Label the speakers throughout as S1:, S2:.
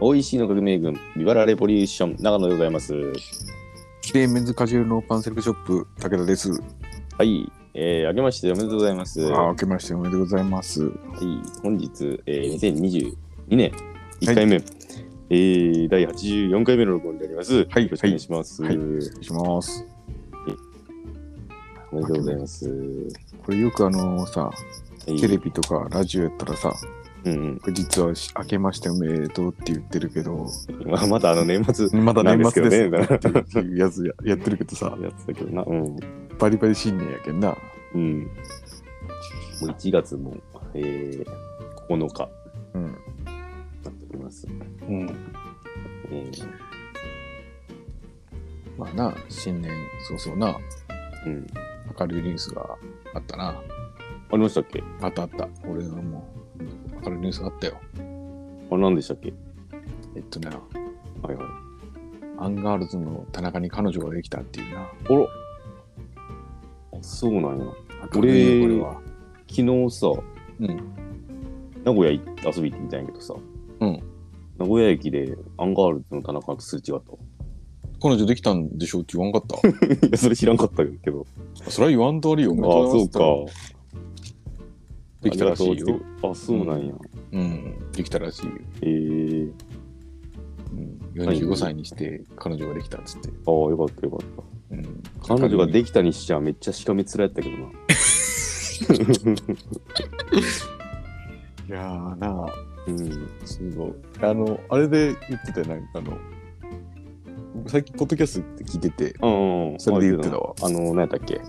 S1: OEC の革命軍、ビバラレボリューション、長野でございます。
S2: キレイメンズカジュアルノーパンセレクトショップ、武田です。
S1: はい、えー、明けましておめでとうございます。
S2: ああ、
S1: は
S2: 明けましておめでとうございます。
S1: い、本日、えー、2022年1回目、えー、第84回目の録音であります。
S2: はい
S1: よろしくお願いします。
S2: はい
S1: おめ
S2: 失礼します。
S1: でとうございます。
S2: これよくあのさ、
S1: はい
S2: テレビとかラジオやったらさ、
S1: うん
S2: これ実はし明けましておめでとうって言ってるけど、
S1: うん、まあまだあの年末
S2: まだ
S1: なん
S2: 年
S1: ですけ
S2: 末
S1: どね
S2: ですっていうやつや やってるけどさ、
S1: やってたけどな、うん。
S2: バリバリ新年やけんな。
S1: うん。もう1月も、えー、9日
S2: うん。
S1: になっております。
S2: うん。
S1: えー
S2: まあな、新年早々な、
S1: うん、
S2: 明るいニュースがあったな。
S1: ありましたっけ
S2: あったあった。俺はもう、明るいニュースがあったよ。
S1: あれ何でしたっけ
S2: えっとね、
S1: はいはい。
S2: アンガールズの田中に彼女ができたっていうな。
S1: あら。あそうなんや。
S2: 明るいよ
S1: 俺
S2: これは。
S1: 昨日さ、
S2: うん。
S1: 名古屋行って遊び行ってみたんやけどさ。
S2: うん。
S1: 名古屋駅でアンガールズの田中とすれ違ったわ。
S2: 彼女できたんでしょうって言わんか った。
S1: いや、それ知らんかったけど。
S2: それは言わんとありよ。お
S1: あ
S2: めでとうござい
S1: そ
S2: ま
S1: う
S2: す
S1: か。。
S2: できたらしい
S1: ありがとうっ。
S2: よ
S1: てあ、そうなんや。
S2: うん。できたらしいよ。
S1: えー。
S2: うん。45歳にして彼女ができたっつって。
S1: ああ、よかったよかった。
S2: うん。
S1: 彼女ができたにしちゃめっちゃしかめ面やったけどな。
S2: いやーなあ、
S1: うん。
S2: すごい。あの、あれで言ってたよ、なんかあの、最近、ポッドキャストって聞いてて、
S1: うんうん。
S2: それで言ってたわ
S1: あの、何やったっけジ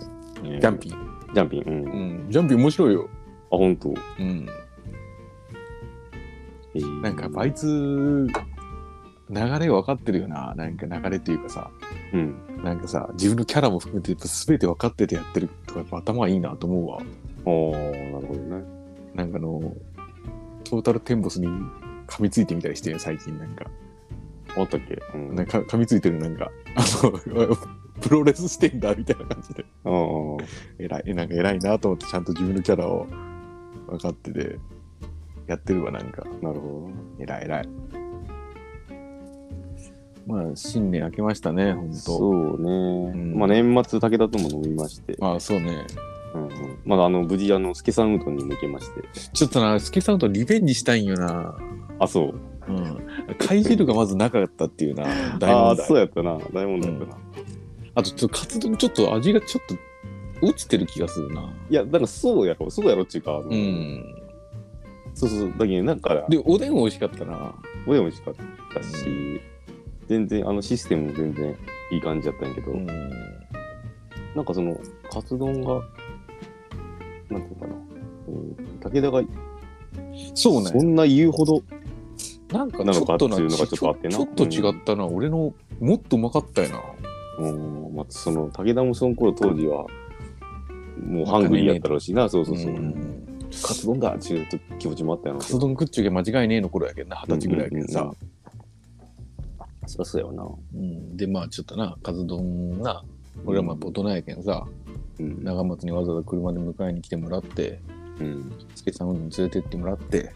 S2: ジャンピン。
S1: ン。ジャンピン。うん。
S2: う
S1: あ、
S2: ん。ジャンピン面白いよ。
S1: ほんと。
S2: うん。
S1: えー
S2: なんかやっぱあいつ、流れ分かってるよな。なんか流れっていうかさ、
S1: うん。
S2: なんかさ、自分のキャラも含めて、やっぱ全て分かっててやってるとか、やっぱ頭いいなと思うわ。
S1: ああ、なるほどね。
S2: なんかあの、トータルテンボスに噛みついてみたりして、最近なんか。
S1: あったっけうん。
S2: なんか噛みついてるなんか、あの、 プロレスしてんだみたいな感じで。
S1: ああ。
S2: 偉い、なんか偉いなと思って、ちゃんと自分のキャラを分かってて、やってるわ、なんか。
S1: なるほ
S2: 偉い偉い。まあ、新年明けましたね、ほん
S1: ど。
S2: と。
S1: そうね。
S2: ん
S1: まあ年末、武田とも飲みまして、
S2: まあ、そうね。
S1: うんうんまだあの無事、あの、スケさんうどんにも行けまして。
S2: ちょっとな、スケさんとリベンジしたいんよな。
S1: あ、そう。
S2: うん。貝汁がまずなかったっていうな、大
S1: あ
S2: 問
S1: あ、
S2: 題
S1: そうやったな。大問題やったな。
S2: あと、ちょっとカツ丼ちょっと味がちょっと落ちてる気がするな。
S1: いや、なんかそうやろ、そうやろっていうか、あの
S2: うん。
S1: そうそう、だけど、なんか、
S2: で、おでん美味しかったな。
S1: おでん美味しかったし、
S2: う
S1: 全然、あの、システムも全然いい感じだったんやけど、
S2: うん。
S1: なんかその、カツ丼が、なんていうのかな、うん武田が
S2: そう
S1: そ
S2: ね。
S1: んな言うほど、
S2: なんか
S1: な
S2: ち
S1: の
S2: ょ
S1: か
S2: っとな、
S1: っていうのが
S2: ち
S1: ちょ
S2: ょ
S1: っとあってな
S2: ちょっと違ったな。俺の、もっとうまかったよな。
S1: うんまあ、その武田もその頃当時はもうハングリーやったろうしな、そうそうそう、
S2: ん
S1: カツ丼だっていう気持ちもあったよな
S2: カツ丼食っちゅうけ間違いねえの頃やけんな、二十歳ぐらいやけん
S1: うん
S2: さ
S1: うん。そりゃそうやわな、
S2: うんで、まあちょっとな、カツ丼な、俺はまあ大人やけんさ、
S1: うん
S2: 長松にわざわざ車で迎えに来てもらって、
S1: うん
S2: スケさんうどん連れてってもらって、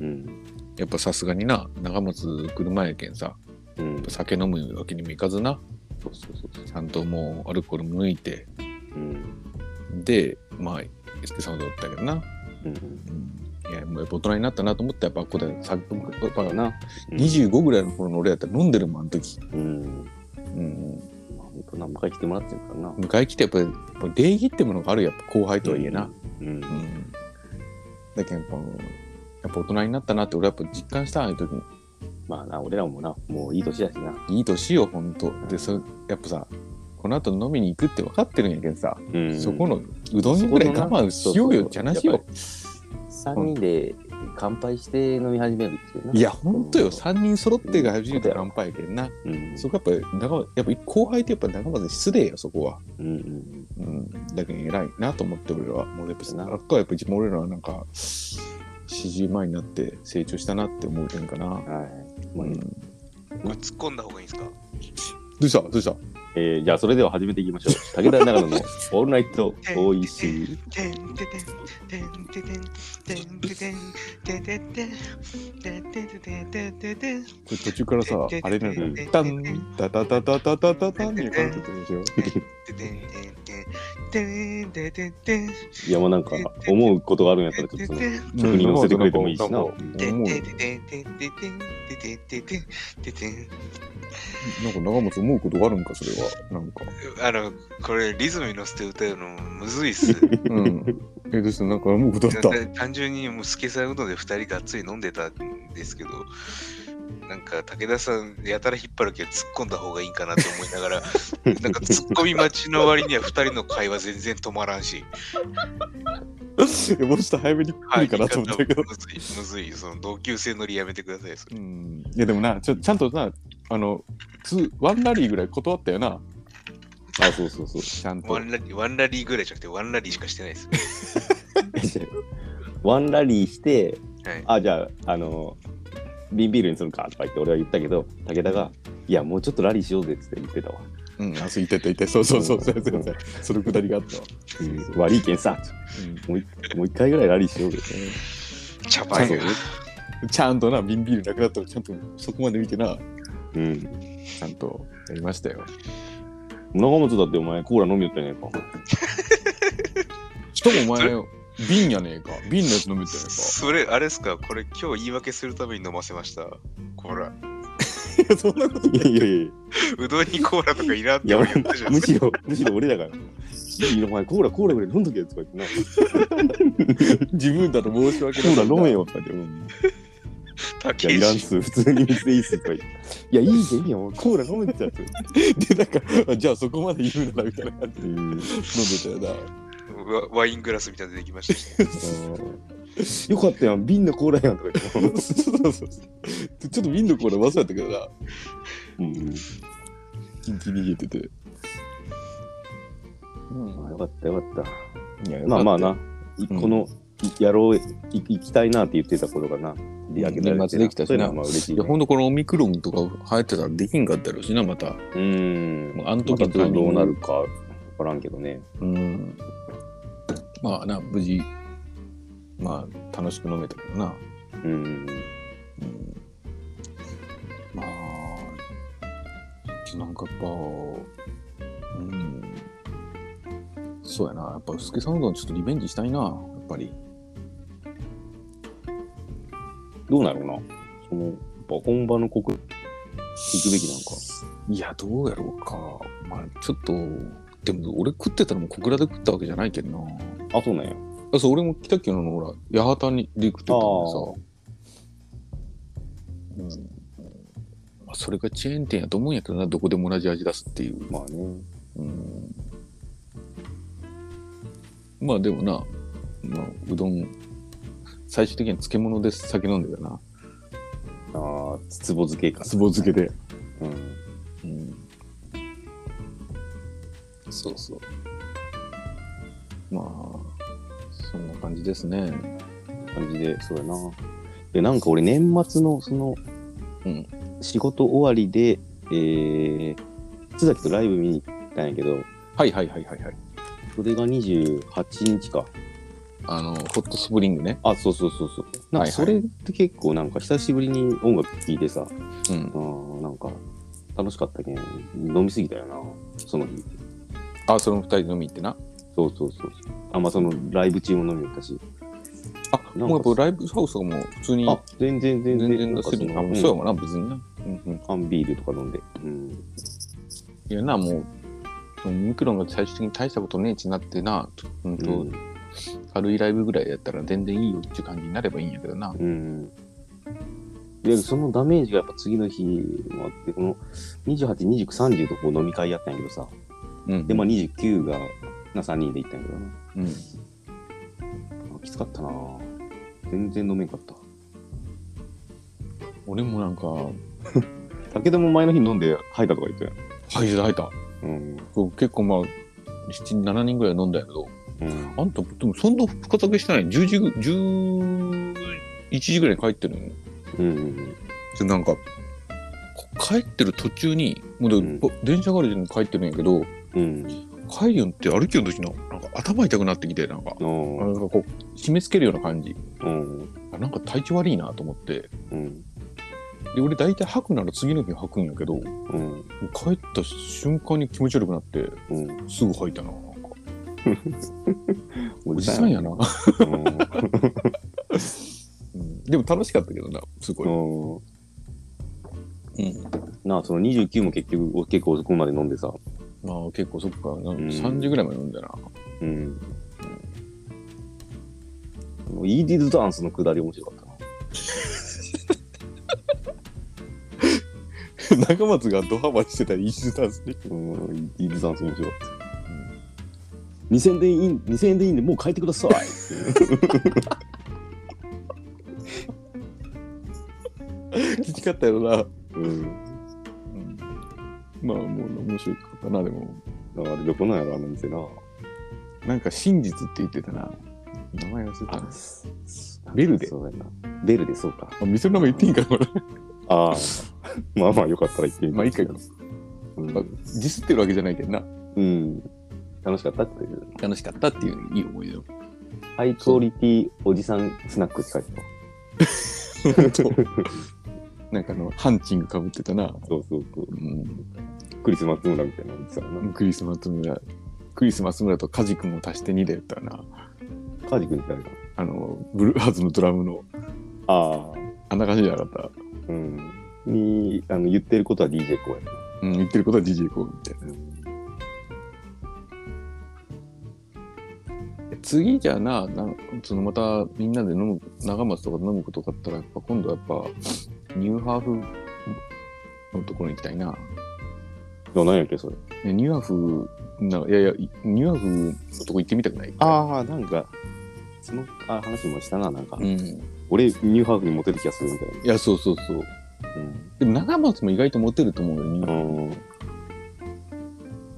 S1: うん
S2: やっぱさすがにな、長松車やけんさ、
S1: うん
S2: 酒飲むわけにもいかずな、
S1: そうそうそうそう
S2: ちゃんともうアルコールも抜いて、
S1: うん
S2: で、まあ、エスケさんだったけどな。
S1: うん
S2: うん。いや、もうやっぱ大人になったなと思って、やっぱここで、さやっぱ
S1: だな、うん
S2: 25ぐらいの頃の俺やったら飲んでるもん、あの時。
S1: うん
S2: うん。
S1: まあ本当な迎え来てもらってるからな
S2: 迎え来て、やっぱりやっぱ礼儀ってものがあるよやっぱ後輩とはいえな。
S1: うん、
S2: うん。だけどやっぱ、やっぱ大人になったなって俺やっぱ実感した、あの時に。
S1: まあな俺らもなもういい年だしない
S2: い年よ、ほんと。で、それ、やっぱさ、この後飲みに行くって分かってるんやけどさ、
S1: うん
S2: そこのうどんぐらい我慢しようよ、じゃなしよ。
S1: 3人で乾杯して飲み始めるっていうない
S2: や、ほんとよ、3人揃ってが初めて乾杯やけんな。
S1: うん
S2: そこやっぱ長松やっぱ後輩ってやっぱ長松に失礼よそこは。
S1: うんうん
S2: うん、だけど偉いなと思って俺らはもうやっぱ
S1: な
S2: あっこはやっぱ自分俺らはなんか40前になって成長したなって思うけんかな。
S1: はい、
S2: う
S1: まあ
S2: ん、
S1: ね
S2: ど
S3: これ突っ込んだ方がいいですか
S2: うしたどうした
S1: えーじゃあそれでは始めていきましょ う。武田長野のオールナイトおいしい。
S2: これ途中からさ、あれなんだよ
S1: う。
S2: タン、タタタタタタタタンっていう感じだったでしょ。
S1: いやもうなんか思うことがあるんやったらちょっとその曲に乗せてくれてもいいしな
S2: うんなんか思うよなんか長松思うことがあるんか、それは。なんか。
S3: あの、これリズムに乗せて歌うのむずいっす。
S2: うん。え、どうしたなんか思うことあった。
S3: 単純にもうスケサウンドで2人がっつり飲んでたんですけど、なんか武田さん、やたら引っ張るけど突っ込んだ方がいいかなと思いなが ら、なんか突っ込み待ちの割には2人の会話全然止まらんし、
S2: えもうちょっと早めに来るかなと思ったけど
S3: 言い。方むずい、むずい、その同級生乗りやめてください。それ
S2: うん。いや、でもな、ちょちゃんとな、あの、ツーワンラリーぐらい断ったよ
S1: あ、
S2: な。
S1: そうそうそう。
S2: ちゃんと
S3: ワ。ンラリーワンラリーぐらいじゃなくて、ワンラリーしかしてないです。
S1: ワンラリーして、
S3: はい
S1: あ、じゃあ、あの、瓶ビールにするかとか言って俺は言ったけど、武田が、いや、もうちょっとラリーしようぜっつって言ってたわ。
S2: うん、あ、そう言ってた、言ってた。そうそうそう、そうそうそう。そのくだりがあったわ。
S1: うん悪いけんさ、もう一回ぐらいラリーしようぜ。
S3: 茶
S2: は
S3: 番
S2: い
S3: が。
S2: うんちゃんとな、瓶ビビールなくなったら、ちゃんとそこまで見てな、
S1: うん。
S2: ちゃんとやりましたよ。
S1: 長本だってお前コーラ飲みよったやねんか。
S2: しかもお前、瓶やねえか。瓶のやつ飲めたや
S3: それ、あれですか、これ今日言い訳するために飲ませました。コーラ。
S2: ねえか。いや、そんなこと
S1: いやいやいやいう
S3: どんにコーラとかいらんって
S1: や、
S3: 思っ
S1: 俺
S3: てたじゃん
S1: むしろ、むしろ俺だから。いいよお前コーラコーラぐらい飲んどけよとか言ってな。
S2: 自分だと申し訳
S1: コ
S2: ない。
S1: ーラ飲めよとか言って。うんいや、いらんっす。普通に水でいいっすとか言って。いや、いいじゃん、いいよ。コーラ飲めてたって。
S2: で、なんか、じゃあそこまで言うなら、みたいな感じで
S1: うん
S2: 飲んでたよな。
S3: ワワイングラスみたいなのできました し。
S1: よかったやん、瓶のコーラやんとか言って。
S2: そうそうそう。ちょっと瓶のコーラ忘れたけどな、
S1: うん
S2: キンキンに冷えてて。うん
S1: よかったよかっ
S2: いや
S1: た。まあまあ。
S2: よ
S1: な
S2: か、
S1: い
S2: うん
S1: このいやろうい行きたいなって言ってた頃がな、出かけられてな
S2: 年末できたしな
S1: そういうのはまあ嬉し
S2: っ
S1: い
S2: いや、
S1: ね。
S2: ほんとこのオミクロンとか流行ってたらできんかったやろうしな、また。
S1: うーん。
S2: もうあの
S1: ま
S2: 時
S1: た
S2: の
S1: どう
S2: タイミン
S1: ど
S2: グ
S1: うなるかわからんけどね。
S2: うん。まあな、無事、まあ、楽しく飲めたけどな。
S1: うん。
S2: うん。まあ、なんかやっぱ、うん。そうやな、やっぱ、スケさんのちょっとリベンジしたいな、やっぱり。
S1: どうなるな。その、やっぱ本場の国、行くべきなんか。
S2: いや、どうやろうか。まあ、ちょっと、でも俺食ってたらもう小倉で食ったわけじゃないけどな。
S1: あ、そうなんや。
S2: あそう、俺も北九のほら、八幡にで食ってたんでさ。うん。まあ、それがチェーン店やと思うんやけどな、どこでも同じ味出すっていう。
S1: まあね。
S2: うん。まあでもな、まあ、うどん、最終的には漬物で酒飲んでたな。
S1: ああ、つぼ漬けか。
S2: つぼ漬けで。
S1: うん。
S2: うんそうそう。まあ、そんな感じですね。
S1: 感じで、そうやな。で、なんか俺、年末の、その、
S2: うん
S1: 仕事終わりで、えー、津崎とライブ見に行ったんやけど、
S2: はいはいはいはいはい。
S1: それが28日か。
S2: あの、ホットスプリングね。
S1: あ、そうそうそうそう。なん
S2: はいは
S1: かそ
S2: い
S1: れって結構なんか久しぶりに音楽聴いてさ、
S2: うん
S1: あ。ーなんか楽しかったけん、飲みすぎたよな、その日。
S2: あ、その二人飲み行ってな。
S1: そうそうそう。あ、まあそのライブ中も飲みよったし。
S2: あ、もうやっぱライブハウスとかも普通に
S1: あ、全然全
S2: 全
S1: 然。
S2: 然
S1: な
S2: 出
S1: んか
S2: せる
S1: その
S2: かも。
S1: ん
S2: そうやもんな、別にな。うんうん。
S1: 缶ビールとか飲んで。うん。
S2: いやな、もう、オミクロンが最終的に大したことねえちなってな、うんと、
S1: うん
S2: 軽いライブぐらいやったら全然いいよっていう感じになればいいんやけどな。
S1: うん。で、そのダメージがやっぱ次の日もあって、この28、29、30とこう飲み会やったんやけどさ、
S2: うん。
S1: で、まあ29がな3人で行ったんやけどな、
S2: うん。
S1: あきつかったな全然飲めんかった。
S2: 俺もなんか、
S1: 武田も前の日飲んで吐いたとか言ってたよ。
S2: 入った入った。
S1: うん。
S2: そう結構まあ7 7人ぐらい飲んだんやけど
S1: うん。
S2: あんたでもそんな深酒してない10時ぐ11時ぐらいに帰ってるのよ
S1: うん。
S2: でなんかこ帰ってる途中にもうで、
S1: うん
S2: ぼ電車帰りでも帰ってるんやけど、
S1: うん。
S2: 帰りよって歩きよる時の、なんか頭痛くなってきて、なんか、
S1: お
S2: なん
S1: ー
S2: かこう、締め付けるような感じ。
S1: うん。
S2: あなんか体調悪いなと思って。
S1: うん。
S2: で、俺大体吐くなら次の日吐くんやけど、もう
S1: うん。
S2: 帰った瞬間に気持ち悪くなって、
S1: うん。
S2: すぐ吐いたな。なんかお
S1: お
S2: じさんやな。
S1: うん。
S2: うんでも楽しかったけどな、すごい。
S1: うん
S2: うん
S1: なあ、その29も結局、結構遅くまで飲んでさ。
S2: まあ結構そっか、なん
S1: ん
S2: 3時ぐらいまで飲んだ な。
S1: うん。もうイーディーズダンスのくだり面白かったな。
S2: 中松がドハマりしてたら一時たす ね。
S1: うん、イーディーズダンス面白かった。2000円でいいん、2000円でいいんで、もう帰ってください。
S2: きつかったよな。
S1: うん。
S2: まあもう面白かったな、でも。
S1: あれどこなんやろ、あの店な。
S2: なんか真実って言ってたな。名前忘れたな。
S1: ベ
S2: ベ
S1: ル
S2: ル
S1: で
S2: デ
S1: そうやな。ベルでそうか。
S2: あ店の名前言っていいん かな、これ。
S1: ああ。まあまあ、よかったら行ってみて
S2: まあいいか
S1: うん
S2: まあディスってるわけじゃないけどな。
S1: うん。楽しかったっていう。
S2: 楽しかったっていういい思い出 を。
S1: ハイクオリティおじさんスナックって書いてた。
S2: なんかあの、ハンチングかぶってたな。
S1: そうそうそう
S2: う。ん、
S1: クリスマス村みたいなおじさんや
S2: クリスマス村。クリスマス村とカジ君も足して2だったよな。
S1: な。カージ君みたいな。
S2: あの、ブルーハーズのドラムの、
S1: ああ。
S2: あんな感じじゃなかっ
S1: うん。に、あの、言ってることは DJ こうやな。
S2: た。うん、言ってることは DJ コーみたいな。次じゃあな、なんそのまたみんなで飲む、長松とかで飲むことがあったら、やっぱ今度はやっぱ、ニューハーフのところに行きたいな。
S1: どうなんやっけ、それ。
S2: ねニューハーフな、いやいや、いニューハーフのとこ行ってみたくない
S1: ああ、なんか、そのあ話もしたな、なんか。
S2: うん。い
S1: 俺、ニューハーフにモテる気がするみたいな。
S2: や、そうそうそう。でも長松も意外とモテると思うよ、ニューハーフ
S1: うん。うん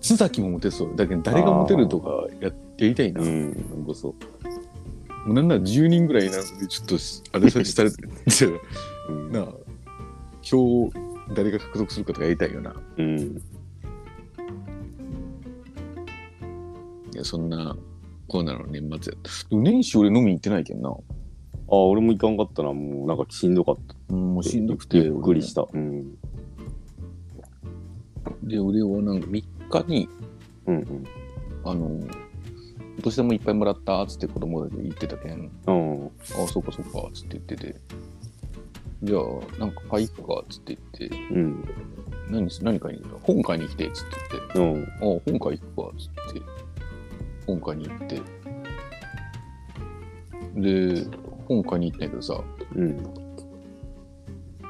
S2: 須崎もモテそう。だけど誰がモテるとかややりたいな。
S1: うん、ほんとそ
S2: もうなんなら10人ぐらいなんで、ちょっとし、あれさしたれて、じゃ
S1: う。う
S2: あ
S1: ん。
S2: なあ、票を誰が獲得するかとかやりたいよな。
S1: うん。
S2: いや、そんな、コーナーの年末やった。でも年始俺飲みに行ってないけんな。
S1: ああ、俺も行かんかったな、もう、なんかしんどかった。
S2: うん、もうしんどくて。
S1: ゆっくりした。うん。
S2: で、俺はなんか3日に、
S1: うん
S2: あの、お年玉いっぱいもらったっつって子供たちに言ってたけん、
S1: うん。うん。
S2: ああ、そうかそうかっつって言ってて、じゃあ、なんか買いに行くかっつって言って、
S1: うん。
S2: 何す、何買いに行くの本買いに来てっつって言って、
S1: うん。
S2: ああ、本会行くか、つって、本会に行って。で、本会に行ったんやけどさ、
S1: うん。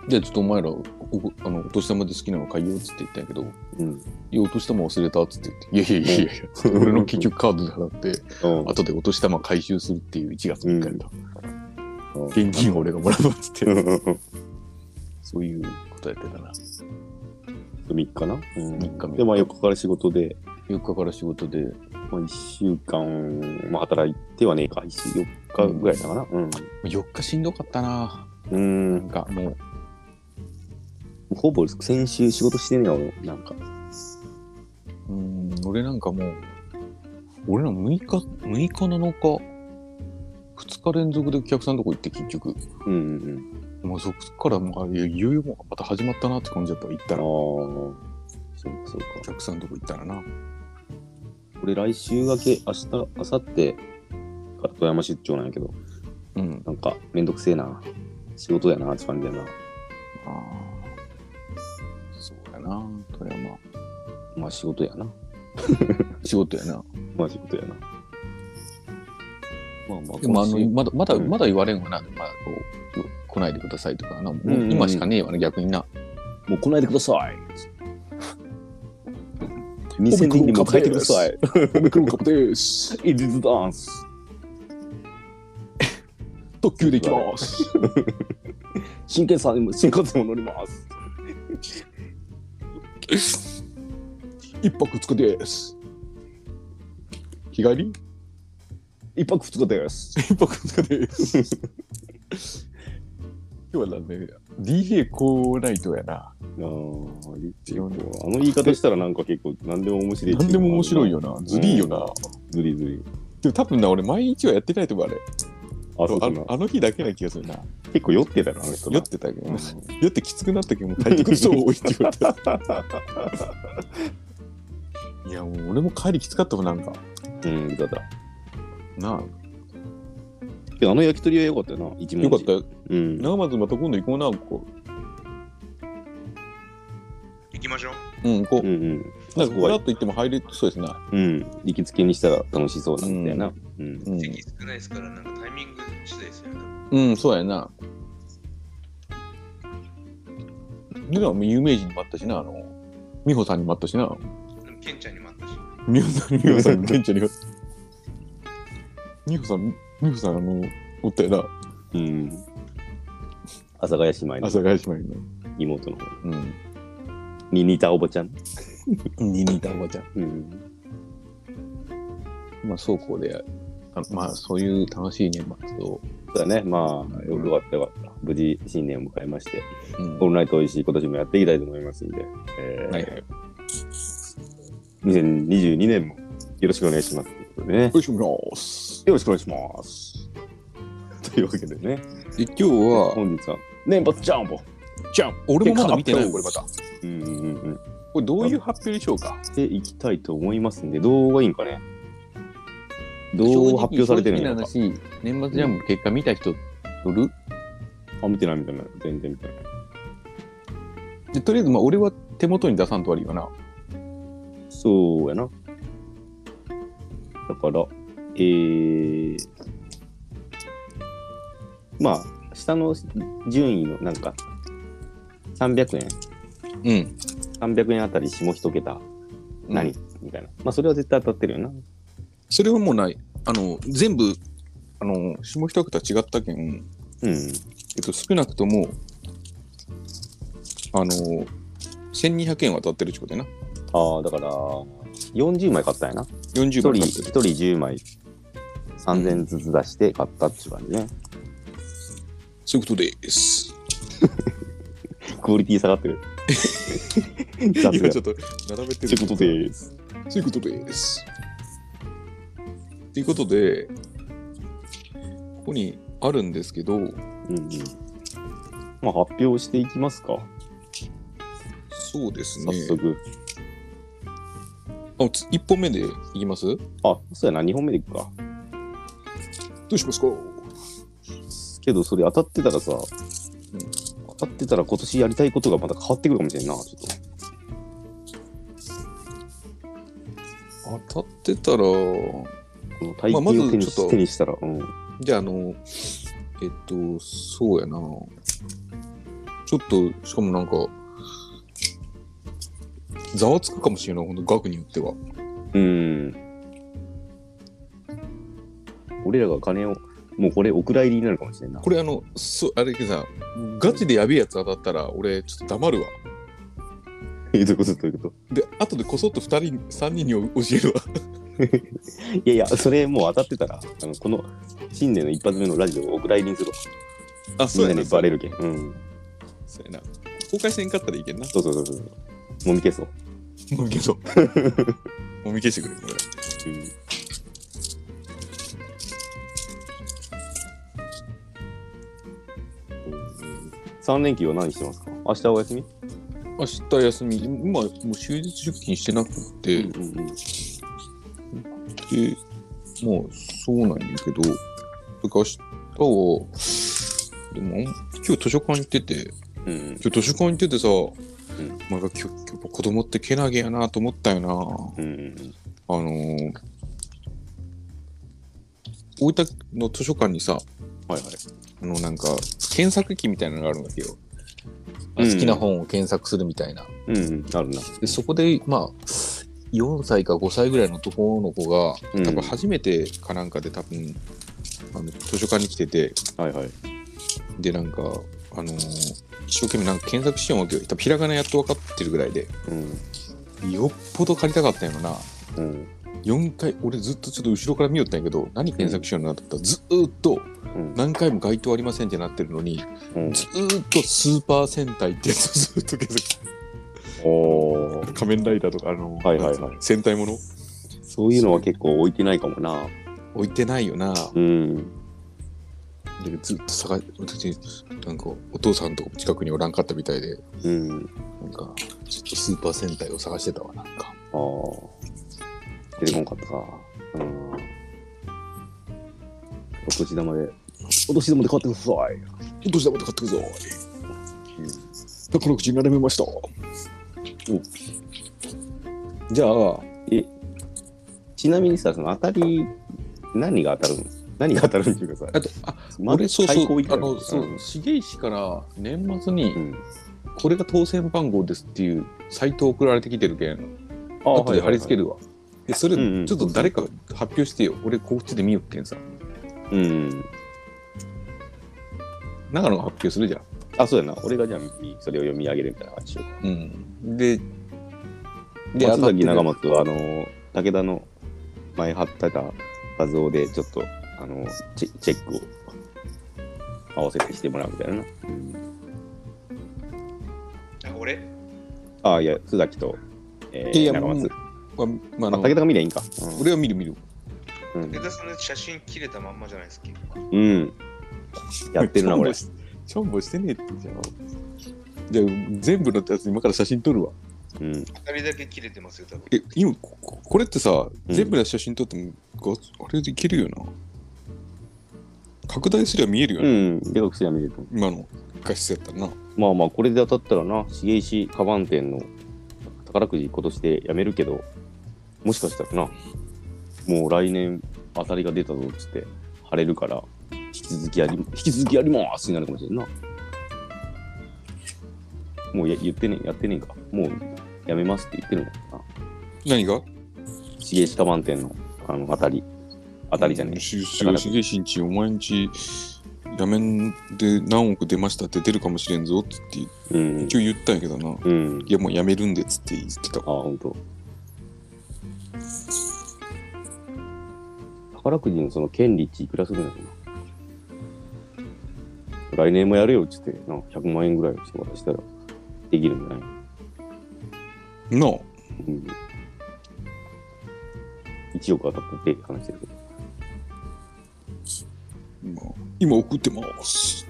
S2: じゃあちょっとお前ら、おあの、お年玉で好きなの買いようっつって言ったんやけど、
S1: うん。
S2: いや、お年玉忘れたっつって言って、いやいやいやいや、俺の結局カードで払って、
S1: うん。
S2: 後でお年玉回収するっていう1月3日やった。
S1: うん
S2: 現金を俺がもらうわっつって、
S1: 3
S2: そういうことやってたな。
S1: 日かな、うん、
S2: 三日目
S1: で、まあ、4日から仕事で、
S2: 4日から仕事で、
S1: まあ、1週間、まあ、働いてはねえか、4日ぐらいだかな。うん。
S2: 4日しんどかったな。
S1: う
S2: なんん、かもう、
S1: ほぼ先週仕事してねえよ、俺なんか。
S2: うーん、俺なんかもう、俺ら6日、6日7日、2日連続でお客さんのとこ行って結局、
S1: うんうん
S2: もうそこからもう、あいや、いよいよもうまた始まったなって感じだったわ行った
S1: うん。ああ
S2: ら、お
S1: ー、そうかそうか。
S2: 客さんのとこ行ったらな。
S1: 俺、来週明け、明日、明後日から富山出張なんやけど、
S2: うん。
S1: なんか、めんどくせえな。仕事やなって感じやな。
S2: ああ。そうやな、富山。
S1: まあ、仕事やな。
S2: 仕事やな。
S1: まあ、仕事やな。まあまあ、
S2: でもあの、
S1: 今
S2: まだ、まだ、
S1: うん
S2: まだ言われんわな。まあ、こう、来ないでくださいとかな。もう
S1: うんうんうん
S2: 今しかねえわな、逆にな。
S1: 週もう来ないでください。2000人にも帰ってください。
S2: オミクロン株です。
S1: イディズダンス。
S2: 特急で行き ます。
S1: 新幹線にも、新幹線も乗ります。
S2: 一泊二日です。日帰り
S1: 一泊二日です。
S2: 一泊二日です。今日はね、DJ コーライトやな。
S1: ああ、リッチーあの言い方したらなんか結構何でも面白い。
S2: 何でも面白い。よな。ずりーよな。
S1: ずりずり。
S2: でも多分な、俺毎日はやってないと思う、あれ。
S1: あ、そうかな
S2: あ。あの日だけな気がするな。
S1: 結構酔ってたな、あの人な
S2: 酔ってたけどね。酔ってきつくなったけど、もう帰ってくる人多いって言われた。 いや、もう俺も帰りきつかったもん、なんか。
S1: うん、うんだだ。
S2: なあ。
S1: けどあの焼き鳥は良かったよな、一文
S2: よかっ
S1: 字
S2: たよ。
S1: うん。
S2: 長松また今度行こうな、こ
S3: 行きましょう。
S2: こ。うん、こ
S1: うんう
S2: う。
S1: ん。
S2: なんか、ふらっと行っても入れそうですね。
S1: うん。行きつけにしたら楽しそうなんだよな。うん。
S2: うん
S3: 席少ないですから、なんかタイミング次第ですよね。
S2: うん、そうやな。でも有名人にもあったしな、あの、美穂さんにもあったしな。
S3: でもケンちゃんにもあったし。
S2: 美穂さん、美穂さ ん、ケンちゃんにもあった。美穂さん、美穂さん、あの、おったよな、
S1: うん。阿佐ヶ谷姉妹
S2: 阿
S1: の
S2: 佐ヶ谷姉妹の。
S1: 妹の方
S2: うん。
S1: に似たおばちゃん。
S2: に似たおばちゃん。
S1: うん。
S2: まあ、そうこうで、あのまあ、そういう楽しい年末を。
S1: そうだね。まあ、よかったよかった。無事新年を迎えまして、
S2: うん
S1: オンライト美味しい今年もやっていきたいと思いますんで、えー
S2: はいはい。よ
S1: 2022年もよろしくお願いします。ということでね
S2: ろしくお願いします。
S1: よろしくお願いします。というわけでね、
S2: で、今日は、
S1: 本日は年末ジャンボ。
S2: じゃあ、俺もまだ見てない
S1: 結
S2: これ
S1: 果
S2: ま
S1: 発
S2: た。
S1: うんうんうん。
S2: これどういう発表でしょうか
S1: していきたいと思いますんで、どうがいいんかね。どう発表されてるん
S2: 正
S1: やろ
S2: 直な
S1: か。
S2: 話、年末ジャンプ結果見た人おる、
S1: あ、見てない見てない。全然見てない。
S2: でとりあえず、まあ、俺は手元に出さんと悪いよな。
S1: そうやな。だから、えー、まあ、下の順位のなんか、300円、
S2: うん。
S1: 300円あたり下一桁、何、みたいな。まあ、それは絶対当たってるよな。
S2: それはもうない。あの、全部、あの、下一桁違ったけん、
S1: うん。
S2: えっと、少なくとも、あの、1200円は当たってるってことやな。
S1: ああ、だから、40枚買ったんやな。1
S2: 40
S1: 人
S2: 枚当たって
S1: 一
S2: る。
S1: 人10枚、3000ずつ出して買ったっていう感じね。
S2: そういうことです。
S1: クオリティ下がってる。 雑
S2: 今
S1: が。
S2: ちょっと並べて
S1: とい
S2: る。
S1: うことです。
S2: そういうことです。ということで、ここにあるんですけど、
S1: うんうん。まあ、発表していきますか。
S2: そうです
S1: 早
S2: ね。
S1: 速。
S2: あつ一本目でいきますど
S1: あ、そうやな、2本目でいくか。
S2: うしますか
S1: けど、それ当たってたらさ、当たってたら今年やりたいことがまた変わってくるかもしれんな、ちょっと。
S2: 当たってたら、
S1: この大金を手に,、
S2: まあまずちょっと
S1: 手にしたら、うん。
S2: じゃあ、あの、えっと、そうやな。ちょっと、しかもなんか、ざわつくかもしれない、ほんと、額によっては。
S1: うん。俺らが金を、もうこれお蔵入りになるかもしれんな。
S2: これ、あの、そう、あれけどさ、ガチでやべえやつ当たったら、俺、ちょっと黙るわ。
S1: え、どういうこと どういうこと
S2: で、後でこそっと2人、3人に教えるわ。
S1: いやいや、それもう当たってたら、あのこの新年の一発目のラジオをお蔵入りにするわ。
S2: あ、
S1: み
S2: そ
S1: ん
S2: う
S1: な
S2: や
S1: に
S2: な。
S1: バレるけん。うん。
S2: そうやな。公開せんかったらいけんな。
S1: そうそうそうそう。もみ消そう。
S2: もみ消そう。もみ消してくれ、これ。
S1: 三3連休は何してますか明日お休み、
S2: 明日休み、今もう終日出勤してなくて、で、
S1: うんうん、
S2: まあそうなんやけど、だから明日は、でも今日図書館行ってて、
S1: うん
S2: 今日図書館行っててさ、
S1: ん
S2: まあ今日今日子供ってけなげやなと思ったよな。
S1: うん
S2: あのー、大分の図書館にさ、
S1: はいはい。
S2: あのなんか検索機みたいなのがあるんだけど、
S1: うん
S2: 好きな本を検索するみたいな。
S1: うん、うん、あるな。
S2: でそこでまあ4歳か5歳ぐらいの男の子が
S1: うん
S2: 多分初めてかなんかで多分あの図書館に来てて
S1: はいはい。
S2: でなんかあのー一生懸命なんか検索しようわけど多分ひらがなやっと分かってるぐらいで
S1: うん。
S2: よっぽど借りたかったんやろな
S1: うん。
S2: 4回、俺ずっとちょっと後ろから見よったんやけど、何検索しようかなと思ったら、ずーっと
S1: うん
S2: 何回も該当ありませんってなってるのに、
S1: うん
S2: ずーっとスーパー戦隊ってやつをずっと検索して
S1: おー
S2: 仮面ライダーとか、あの、
S1: はいはいはい
S2: 戦隊もの
S1: そういうのは結構置いてないかもな。
S2: 置いてないよな。
S1: うん。
S2: でずっと探し、私、なんか、お父さんとかも近くにおらんかったみたいで、
S1: うん。
S2: なんか、ちょっとスーパー戦隊を探してたわ、なんか。
S1: ああ。出てこんかったか。うん。お年玉で。お年玉で買ってください。
S2: お年玉で買ってくぞ。宝くじに並べました。じゃあ、
S1: ちなみにさ、その当たり、何が当たるの何が当たるんっていうかさ、
S2: あと、あ、
S1: ま
S2: 俺、そうそ
S1: 最高
S2: う
S1: い、く
S2: あ
S1: ら
S2: の、そう、重石から年末に
S1: う、ん。
S2: これが当選番号ですっていうサイト送られてきてるけん、
S1: あ
S2: 後で貼り付け
S1: る。
S2: るわ。でそれ、
S1: うんうん
S2: ちょっと誰か発表してよ。俺、告知で見よっけんさ。
S1: うん。
S2: 長野が発表するじゃん。
S1: あ、そうやな。俺がじゃあ、それを読み上げるみたいな感じでしようか。
S2: うん。で、
S1: で、松崎長
S2: 松。
S1: 松は、あの、武田の前貼ってた画像で、ちょっと、あの、チェチェックを合わせてしてもらうみたいなな。
S3: あ俺
S1: あいや、須崎と、えー、
S2: いや
S1: 長松。
S2: まあ、まああ
S1: まあ、
S2: の
S1: 武田が見りゃいいんか。
S2: 俺は見る見る。
S1: うん。
S3: 武田さんの写真切れたまんまじゃないですか。
S1: うん。やってるな、これ。
S2: しょんぼしてねえってじゃん。じゃあ、全部のやつ今から写真撮るわ。
S1: うん。
S3: 当たりだけ切れてますよ、多分。
S2: え、今、こここれってさ、
S1: うん
S2: 全部の写真撮っても、があれできるよな。拡大すりゃ見えるよ
S1: う
S2: ね。
S1: ん。でかくすりゃ見れると思う
S2: 今の画質やったらな。
S1: まあまあ、これで当たったらな、重石カバン店の宝くじ今年でやめるけど、もしかしたらな、もう来年当たりが出たぞっつって、晴れるから、引き続きやり、引き続きやりますになるかもしれんな。もうや言ってね、やってねえか。もうやめますって言ってるもんな。
S2: 何が
S1: 重石カバン店のあの当たり。当たりじゃねえ。
S2: しし
S1: 宝くじ
S2: げしんち、お前んち、画面で何億出ましたって出るかもしれんぞって言って
S1: うん。
S2: 一応言ったんやけどな。
S1: うん。
S2: いや、もうやめるんでっつって言ってた
S1: あ、。ほんと。宝くじのその権利値いくらするんだろうな。来年もやるよっつって、な100万円ぐらいちょっと渡したらできるんじゃない、
S2: なあ。
S1: うん、?1 億当たってって話してるけど。
S2: 今今送っ てます。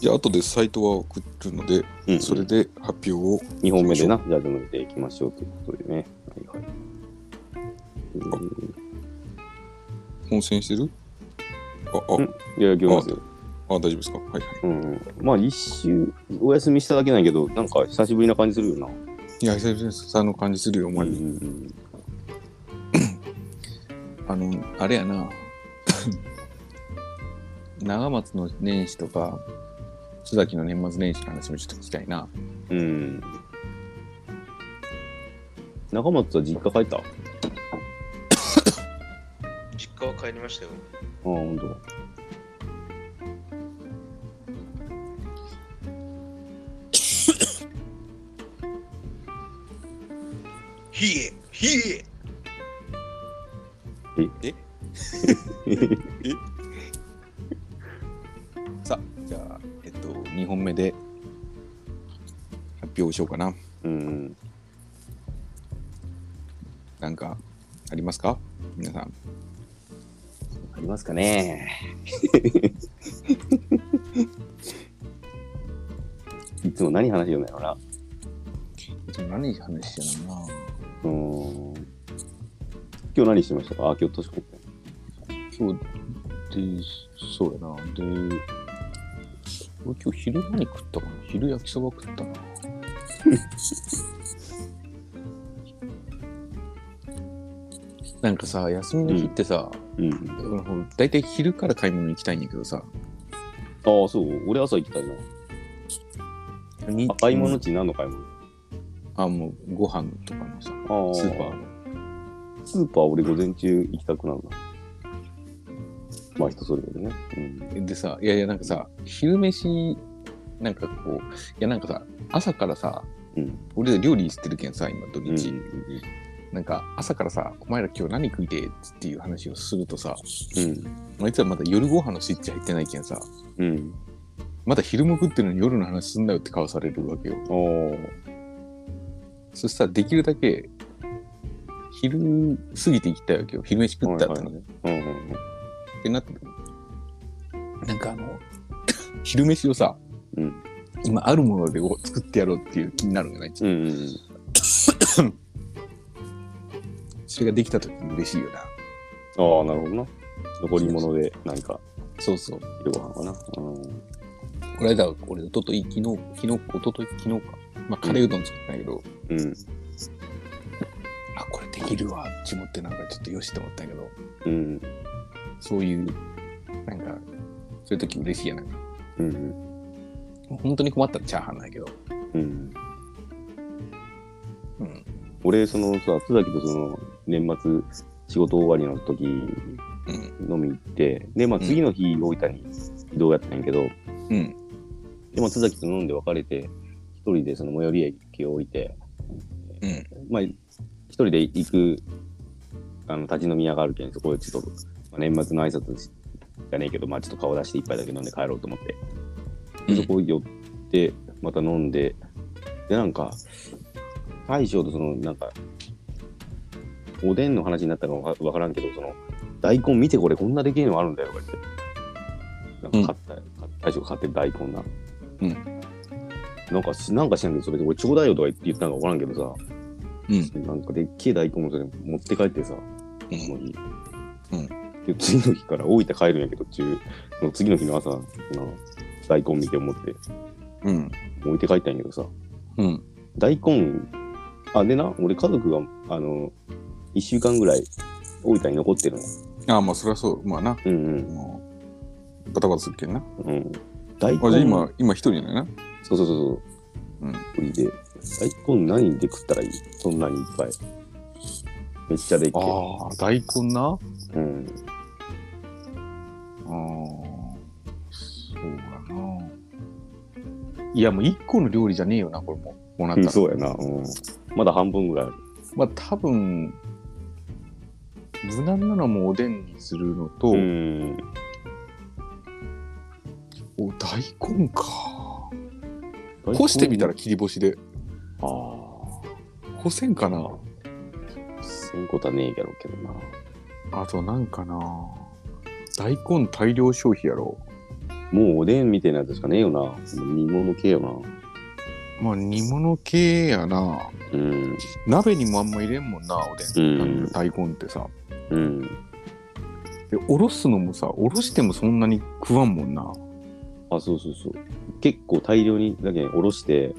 S2: じゃあ後でサイトは送るので、
S1: うん、
S2: それで発表を
S1: 2本目でな、じゃあ読んでいきましょうということでね。はいはい。
S2: 本選してるあ、あ、
S1: んいや、読みますよ。
S2: あ大丈夫ですかはいはい。
S1: うん。まあ、一周お休みしただけなんやけど、なんか久しぶりな感じするよな。
S2: いや、久々にさんの感じするよ、お前。
S1: うん
S2: あの、あれやな。 長松の年始とか、須崎の年末年始の話もちょっと聞きたいな。
S1: うん。中松は実家帰ったああ、
S3: 実家は帰りましたよ。
S1: ほんとだ。
S3: ひえひえ
S2: さあ、じゃあ、えっと、2本目で発表しようかな。
S1: うん。
S2: なんか、ありますか皆さん。
S1: ありますかね いつも何話してるんだろうな。
S2: 何話してるのか
S1: うーん。今日何してましたかあ、今日年越った。
S2: な今日でそうやなで俺今日昼何食ったかな昼焼きそば食ったな なんかさ休みの日ってさ、
S1: うん。
S2: 俺大体昼から買い物行きたいんだけどさ
S1: ああ、そう。俺朝行きたいな。
S2: に
S1: あ買い物地何の買い物
S2: あもうご飯とかのさ
S1: ああ。
S2: スーパーの
S1: スーパー俺午前中行きたくなるな。まあ人それぞれね。うん。
S2: でさいやいやなんかさ昼飯なんかこういやなんかさ朝からさ、
S1: うん
S2: 俺ら料理してるけんさ今土
S1: うん
S2: 日、なんか朝からさ、お前ら今日何食いてえっていう話をするとさ、
S1: うん。
S2: あいつはまだ夜ご飯のスイッチ入ってないけんさ、
S1: うん。
S2: まだ昼も食ってるのに夜の話すんなよって顔されるわけよ。
S1: おー。
S2: そしたらできるだけ、昼過ぎて行きたいわけよ。昼飯食った後にね。
S1: うんうん
S2: ってなってくるなんか あの、昼飯をさ、
S1: うん
S2: 今あるものでご作ってやろうっていう気になるじゃない、
S1: うん。うんうんうん。
S2: それができた時に嬉しいよな。
S1: ああ、なるほどな。残り物で何か
S2: そうそう。
S1: 昼ご飯かな。うん。
S2: この間は俺、おととい、昨日、昨日、おととい、昨日か。まあ、カレーうどん作ったんだけど、
S1: うん。
S2: あ、これできるわ、って思ってなんかちょっとよしと思ったんやけど、
S1: うん。
S2: そういう、なんか、そういう時嬉しいやな。
S1: うん。
S2: 本当に困ったらチャーハンなんやけど。
S1: うん。
S2: うん。
S1: 俺、そのさ、須崎とその、年末、仕事終わりの時、
S2: うん。
S1: 飲み行って、で、まあ、
S2: うん
S1: 次の日、大分に移動やったんやけど、
S2: うん。
S1: で、まあ、須崎と飲んで別れて、一人でその最寄り駅を置いて、
S2: うん。
S1: まあ、一人で行く、あの、立ち飲み屋があるけん、そこでちょっと、まあ、年末の挨拶じゃねえけど、まあ、ちょっと顔出して一杯だけ飲んで帰ろうと思って、でそこ寄って、また飲んで、で、なんか、大将とその、なんか、おでんの話になったかわかわからんけど、その、大根見てこれ、こんなできるのあるんだよ、とか言って。なんか買った、大将が買ってる大根な。
S2: うん
S1: なんかし、なんかしないけど、それで、俺、ちょうだいよとか言って言ったのかわからんけどさ、
S2: うん
S1: なんかでっけえ大根もそれ持って帰ってさ、
S2: う
S1: こ
S2: ん。
S1: こに。
S2: うん
S1: で、次の日から大分帰るんやけど、中、その次の日の朝、その大根見て思って、
S2: うん。
S1: 置いて帰ったんやけどさ、
S2: うん。
S1: 大根、あ、でな、俺家族が、あの、1週間ぐらい大分に残ってるの。
S2: ああ、まあ、そりゃそう。まあな。
S1: うん
S2: もう、バタバタするけんな。
S1: うん。うん、大
S2: あ、
S1: 根
S2: じゃあ、今、今一人なのよな。
S1: そうそうそうそう。
S2: うん。
S1: 売りで。大根何で食ったらいいそんなにいっぱい。めっちゃでっけえ。
S2: ああ、大根な。あ
S1: うん。
S2: あ、そうだな。いや、もう一個の料理じゃねえよな、これも。こうなった
S1: うん
S2: ら。
S1: そうやな。うん。まだ半分ぐらいある。
S2: まあ、多分、無難なのはもうおでんにするのと、
S1: うん。
S2: お、大根か。干してみたら切り干しで。
S1: ああ。
S2: 干せんかな
S1: せんことはねえやろうけどな。
S2: あと、なんかな。大根大量消費やろ。
S1: もうおでんみたいなやつしかねえよな。もう煮物系よな。
S2: まあ、煮物系やな。
S1: うん。
S2: 鍋にもあんま入れんもんなおでん、
S1: うん
S2: 大根ってさ
S1: うん。
S2: でおろすのもさおろしてもそんなに食わんもんな
S1: あ、そうそうそう。結構大量に、だけどおろして、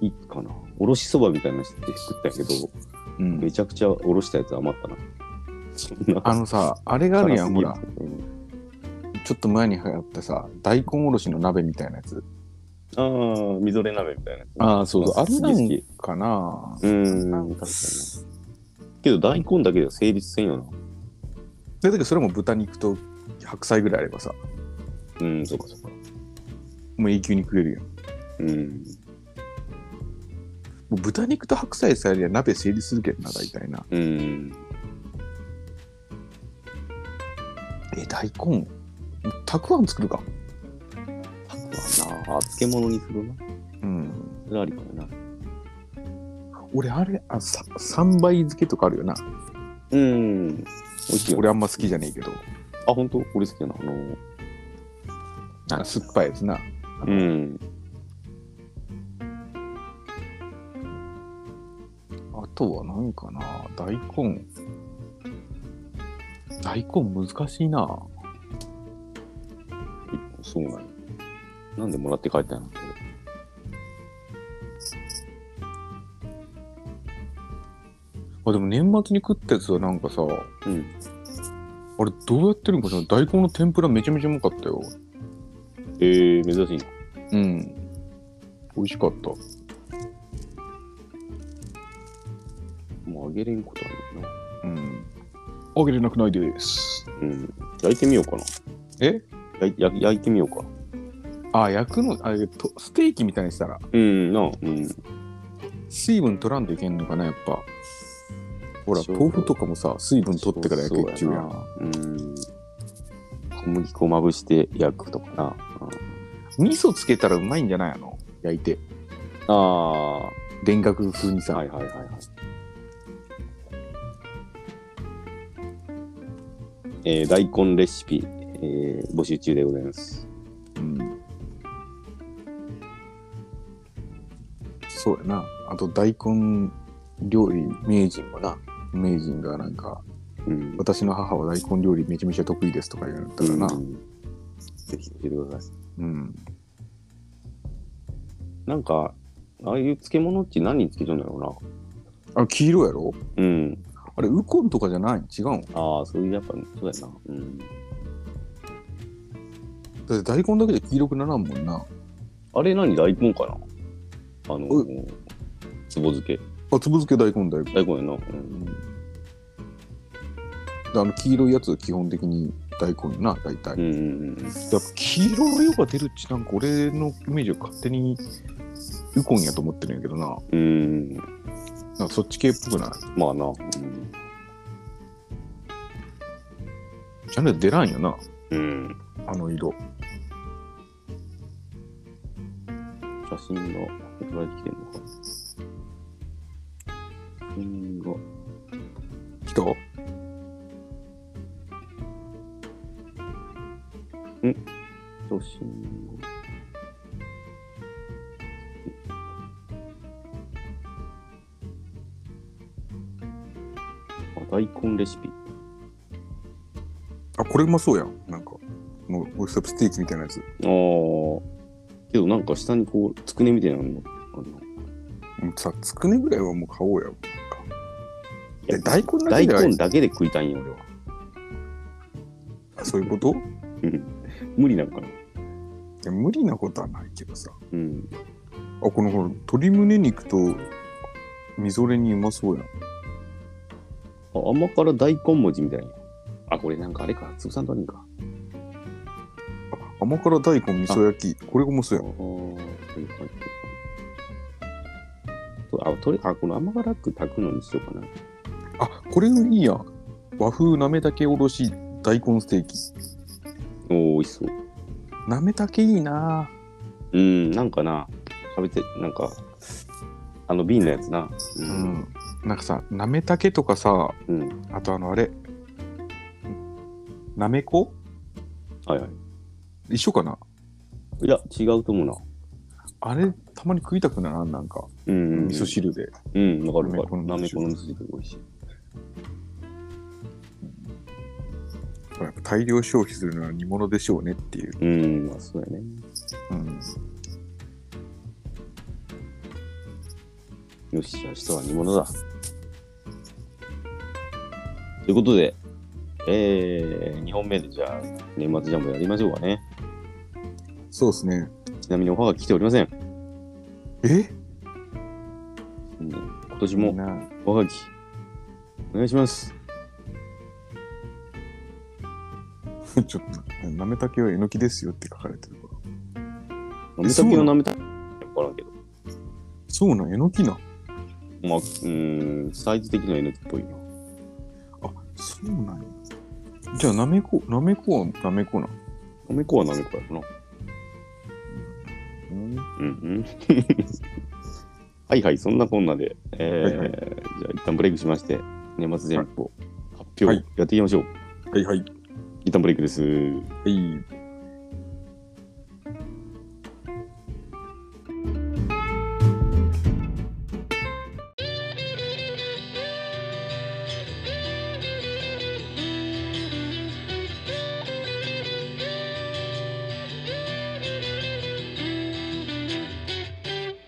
S1: いいかな。おろしそばみたいなのして作ったけど、
S2: うん
S1: めちゃくちゃおろしたやつ余ったな。そんな。
S2: あのさあれがあるやんほら
S1: 辛すぎるうん
S2: ちょっと前に流行ったさ大根おろしの鍋みたいなやつ
S1: ああ、みぞれ鍋みたいなやつ。
S2: ああそうそうあれな
S1: 好き好
S2: ん
S1: き
S2: かな
S1: うーん、確かにな。けど大根だけでは成立せんよな。
S2: でだけどそれも豚肉と白菜ぐらいあればさ
S1: うん、そうかそうか。
S2: もう永久に食えるやんも
S1: うん。
S2: う豚肉と白菜さえありゃ鍋成立するけどな大体な
S1: うん。
S2: え大根たくあん作るか
S1: まあな、漬物にするな。
S2: うん
S1: それありかもな。
S2: 俺あれあさ3倍漬けとかあるよな
S1: うん。美味しいよね。
S2: 俺あんま好きじゃねえけど
S1: あ、本当俺好きやな。あの、
S2: あの酸っぱいやつな。あの
S1: うん。
S2: あとは何かな大根。大根難しいな。
S1: そうなの。なんでもらって帰ったんやろ
S2: あ、でも年末に食ったやつはなんかさ、あ
S1: 俺
S2: れどうやってるんかしら大根の天ぷらめちゃめちゃうまかったよ。
S1: えー、珍しいな。
S2: うん。美味しかった。
S1: もうあげれんことあるよな。
S2: うん。あげれなくないです。
S1: うん。焼いてみようかな。
S2: え
S1: やや焼いてみようか。
S2: あ、焼くの、あとステーキみたいにしたら、
S1: うん、なあ、うん。
S2: 水分取らんといけんのかな、やっぱ。ほら、豆腐とかもさ、水分取ってからや
S1: そう
S2: け
S1: そう
S2: 結局やん。
S1: なうん小麦粉まぶして焼くとかな、うん
S2: 味噌つけたらうまいんじゃないの焼いて。
S1: ああは
S2: 田楽風に
S1: い
S2: さ。
S1: はいはいはいえー大根レシピ、えー募集中でございます
S2: うん。そうやな。あと、大根料理名人もな。名人がなんか、
S1: うん
S2: 私の母は大根料理めちゃめちゃ得意ですとか言うんだったらな。
S1: うんぜひ教えてください
S2: うん。
S1: なんかああいう漬物って何につけちゃうんだろう
S2: あ、黄色やろ
S1: なうん
S2: あれ、ウコンとかじゃない違うん
S1: ああそういうやっぱそうやなうん
S2: だって大根だけで黄色くならんもんな。
S1: あれ何大根かなあの
S2: う
S1: つぼ漬け
S2: あ、つぶ漬け大根大根。
S1: 大根やな、うん
S2: うんであの黄色いやつは基本的に大根な大体、
S1: う
S2: やっ
S1: んうんうん
S2: ぱ黄色の色が出るっちなんか俺のイメージは勝手にウコンやと思ってるんやけどな
S1: うん
S2: なんかそっち系っぽくな
S1: まあな、
S2: いチャンネル出らんよな
S1: うん、うん、
S2: あの色
S1: 写真が送られてきてんのか。写真が、
S2: 来た
S1: 写真が。あ大根レシピ。
S2: あこれうまそうやんなんかもう俺さステーキみたいなやつ
S1: ああ。けどなんか下にこう、つくねみたいなのあんのあんの
S2: もうさつくねぐらいはもう買おうやなんかいや大根だけ
S1: 大
S2: じゃない
S1: 根だけで食いたいんよ、俺は。
S2: あそういうことい
S1: うん無理なんかな。
S2: や無理なことはないけどさ
S1: うん。
S2: あ、このほら、鶏胸肉とみぞれにうまそうやん。
S1: あ甘辛大根餅みたいな。あ、これなんかあれか、つぶさんとあるんか。
S2: 甘辛大根味噌焼き、これがうまそう
S1: あ
S2: やん。
S1: ーはいはいはいそうあとりあこの甘辛く炊くのにしようかな。
S2: あ、これいいやん。和風なめたけおろし大根ステーキ。
S1: おお、美味しそう。
S2: なめたけいいな
S1: うん、なんかな、食べて、なんか、あの瓶のやつな。う。
S2: ぁうんん。なんかさ、なめたけとかさ、
S1: うん。
S2: あとあのあれ、なめこ
S1: はいはい。
S2: 一緒かない
S1: や、違うと思うな。
S2: あれ、たまに食いたくならん、なんか、
S1: うんうんうん。
S2: 味噌汁で。
S1: うん、わかるわかる。な
S2: な
S1: め
S2: め
S1: こ
S2: こ
S1: の
S2: の
S1: 味噌汁
S2: 味
S1: が美味しい。
S2: ほらやっぱ大量消費するのは煮物でしょうねっていう。
S1: うん、まあそうやね。
S2: うん。
S1: よし、明日は煮物だ。ということで、えー、2本目でじゃあ、年末ジャンボやりましょうかね。
S2: そうですね。
S1: ちなみにおはがき来ておりません。
S2: え
S1: うん今年
S2: みん
S1: も
S2: な
S1: おはがき、お願いします。
S2: ちょっと、なめたけはえのきですよって書かれてるから。
S1: めたけはなめたけわからんけど。
S2: そうなん、えのきなん。
S1: まあ、うーん、サイズ的にはえのきっぽいな。
S2: そうなんやじゃあ、なめこ、なめこはなめこなん。
S1: なめこはなめこやろな。うんうん。 はいはい、そんなこんなで、えー
S2: はいはい
S1: じゃあ一旦ブレイクしまして、年末ジャンプ発表、
S2: はい
S1: やっていきましょう。
S2: はいはい。
S1: 一旦ブレイクです。
S2: はい。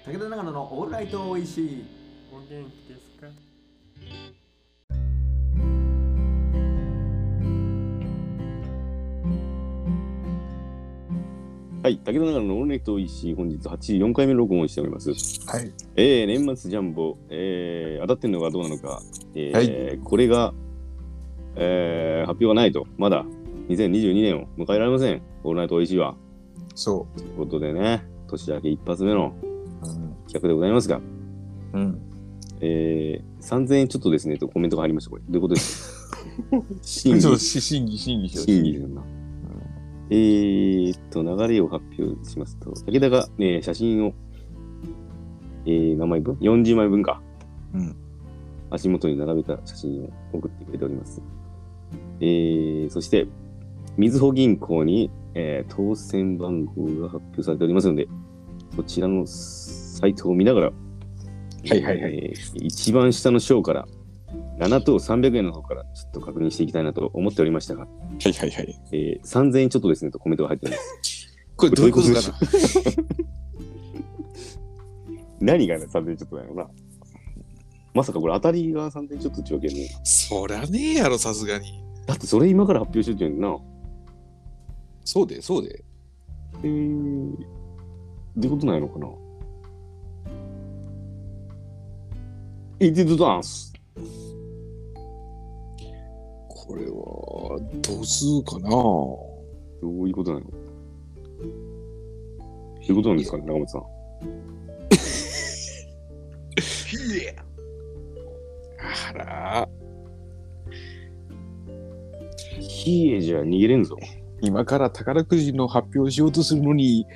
S4: 武田長野のオールライトおいしい
S5: お元気ですか
S1: はい、武田長野のオールネットおいしい、本日84回目の録音をしております。
S2: はい。
S1: えー、年末ジャンボ、えー、当たってんのがどうなのか、えーこれが、えー、発表がないと、まだ2022年を迎えられません、オールナイトおいしいは。
S2: そ
S1: ということでね、年明け一発目の
S2: う。うん。
S1: 企画でございますが、
S2: うん。
S1: えー、3000円ちょっとですねとコメントが入りました、これ。どういうことですか審議
S2: ちょっとし 審議、審議しよう。
S1: 審議するな。えー、っと、流れを発表しますと、武田が、ね、写真を、えー、何枚分 ?40 枚分か。
S2: うん。
S1: 足元に並べた写真を送ってくれております。えー、そして、みずほ銀行に、えー当選番号が発表されておりますので、こちらのサイトを見ながら、
S2: はいはいはい。
S1: えー一番下の章から、7等300円の方からちょっと確認していきたいなと思っておりましたが、
S2: はいはいはい。
S1: えー、3000円ちょっとですねとコメントが入っております。
S2: これどういうことかな
S1: 何がね、3000円ちょっとなのな。まさかこれ当たりが3000円ちょっとってわけやね。
S2: そりゃねえやろ、さすがに。
S1: だってそれ今から発表しようってんな。
S2: そうで、そうで。
S1: えー、どういうことなんやろかな。イティドダンス。
S2: これは、度数かな
S1: どういうことなのどういうことなんですかね、中本さん。
S2: あら。
S1: ヒエじゃ逃げれんぞ。
S2: 今から宝くじの発表をしようとするのに、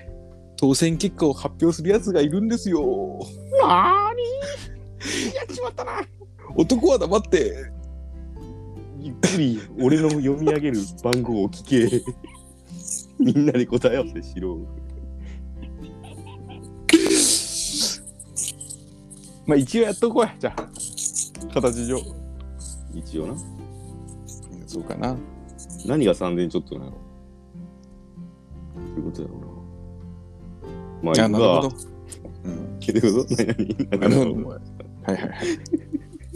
S2: 当選結果を発表するやつがいるんですよ。
S1: なーに
S2: やっちまったな。男は黙って。
S1: ゆっくり俺の読み上げる番号を聞 け。みんなで答え合わせしろ。
S2: まあ一応やっとこうや、じゃあ。形上。
S1: 一応な。
S2: そうかな。
S1: 何が3000ちょっとなのということやろうな。まあ、いい
S2: あ、
S1: か
S2: なるほど。うん。
S1: 聞いてくぞ。何何
S2: なるほど。お前 はいはいはい。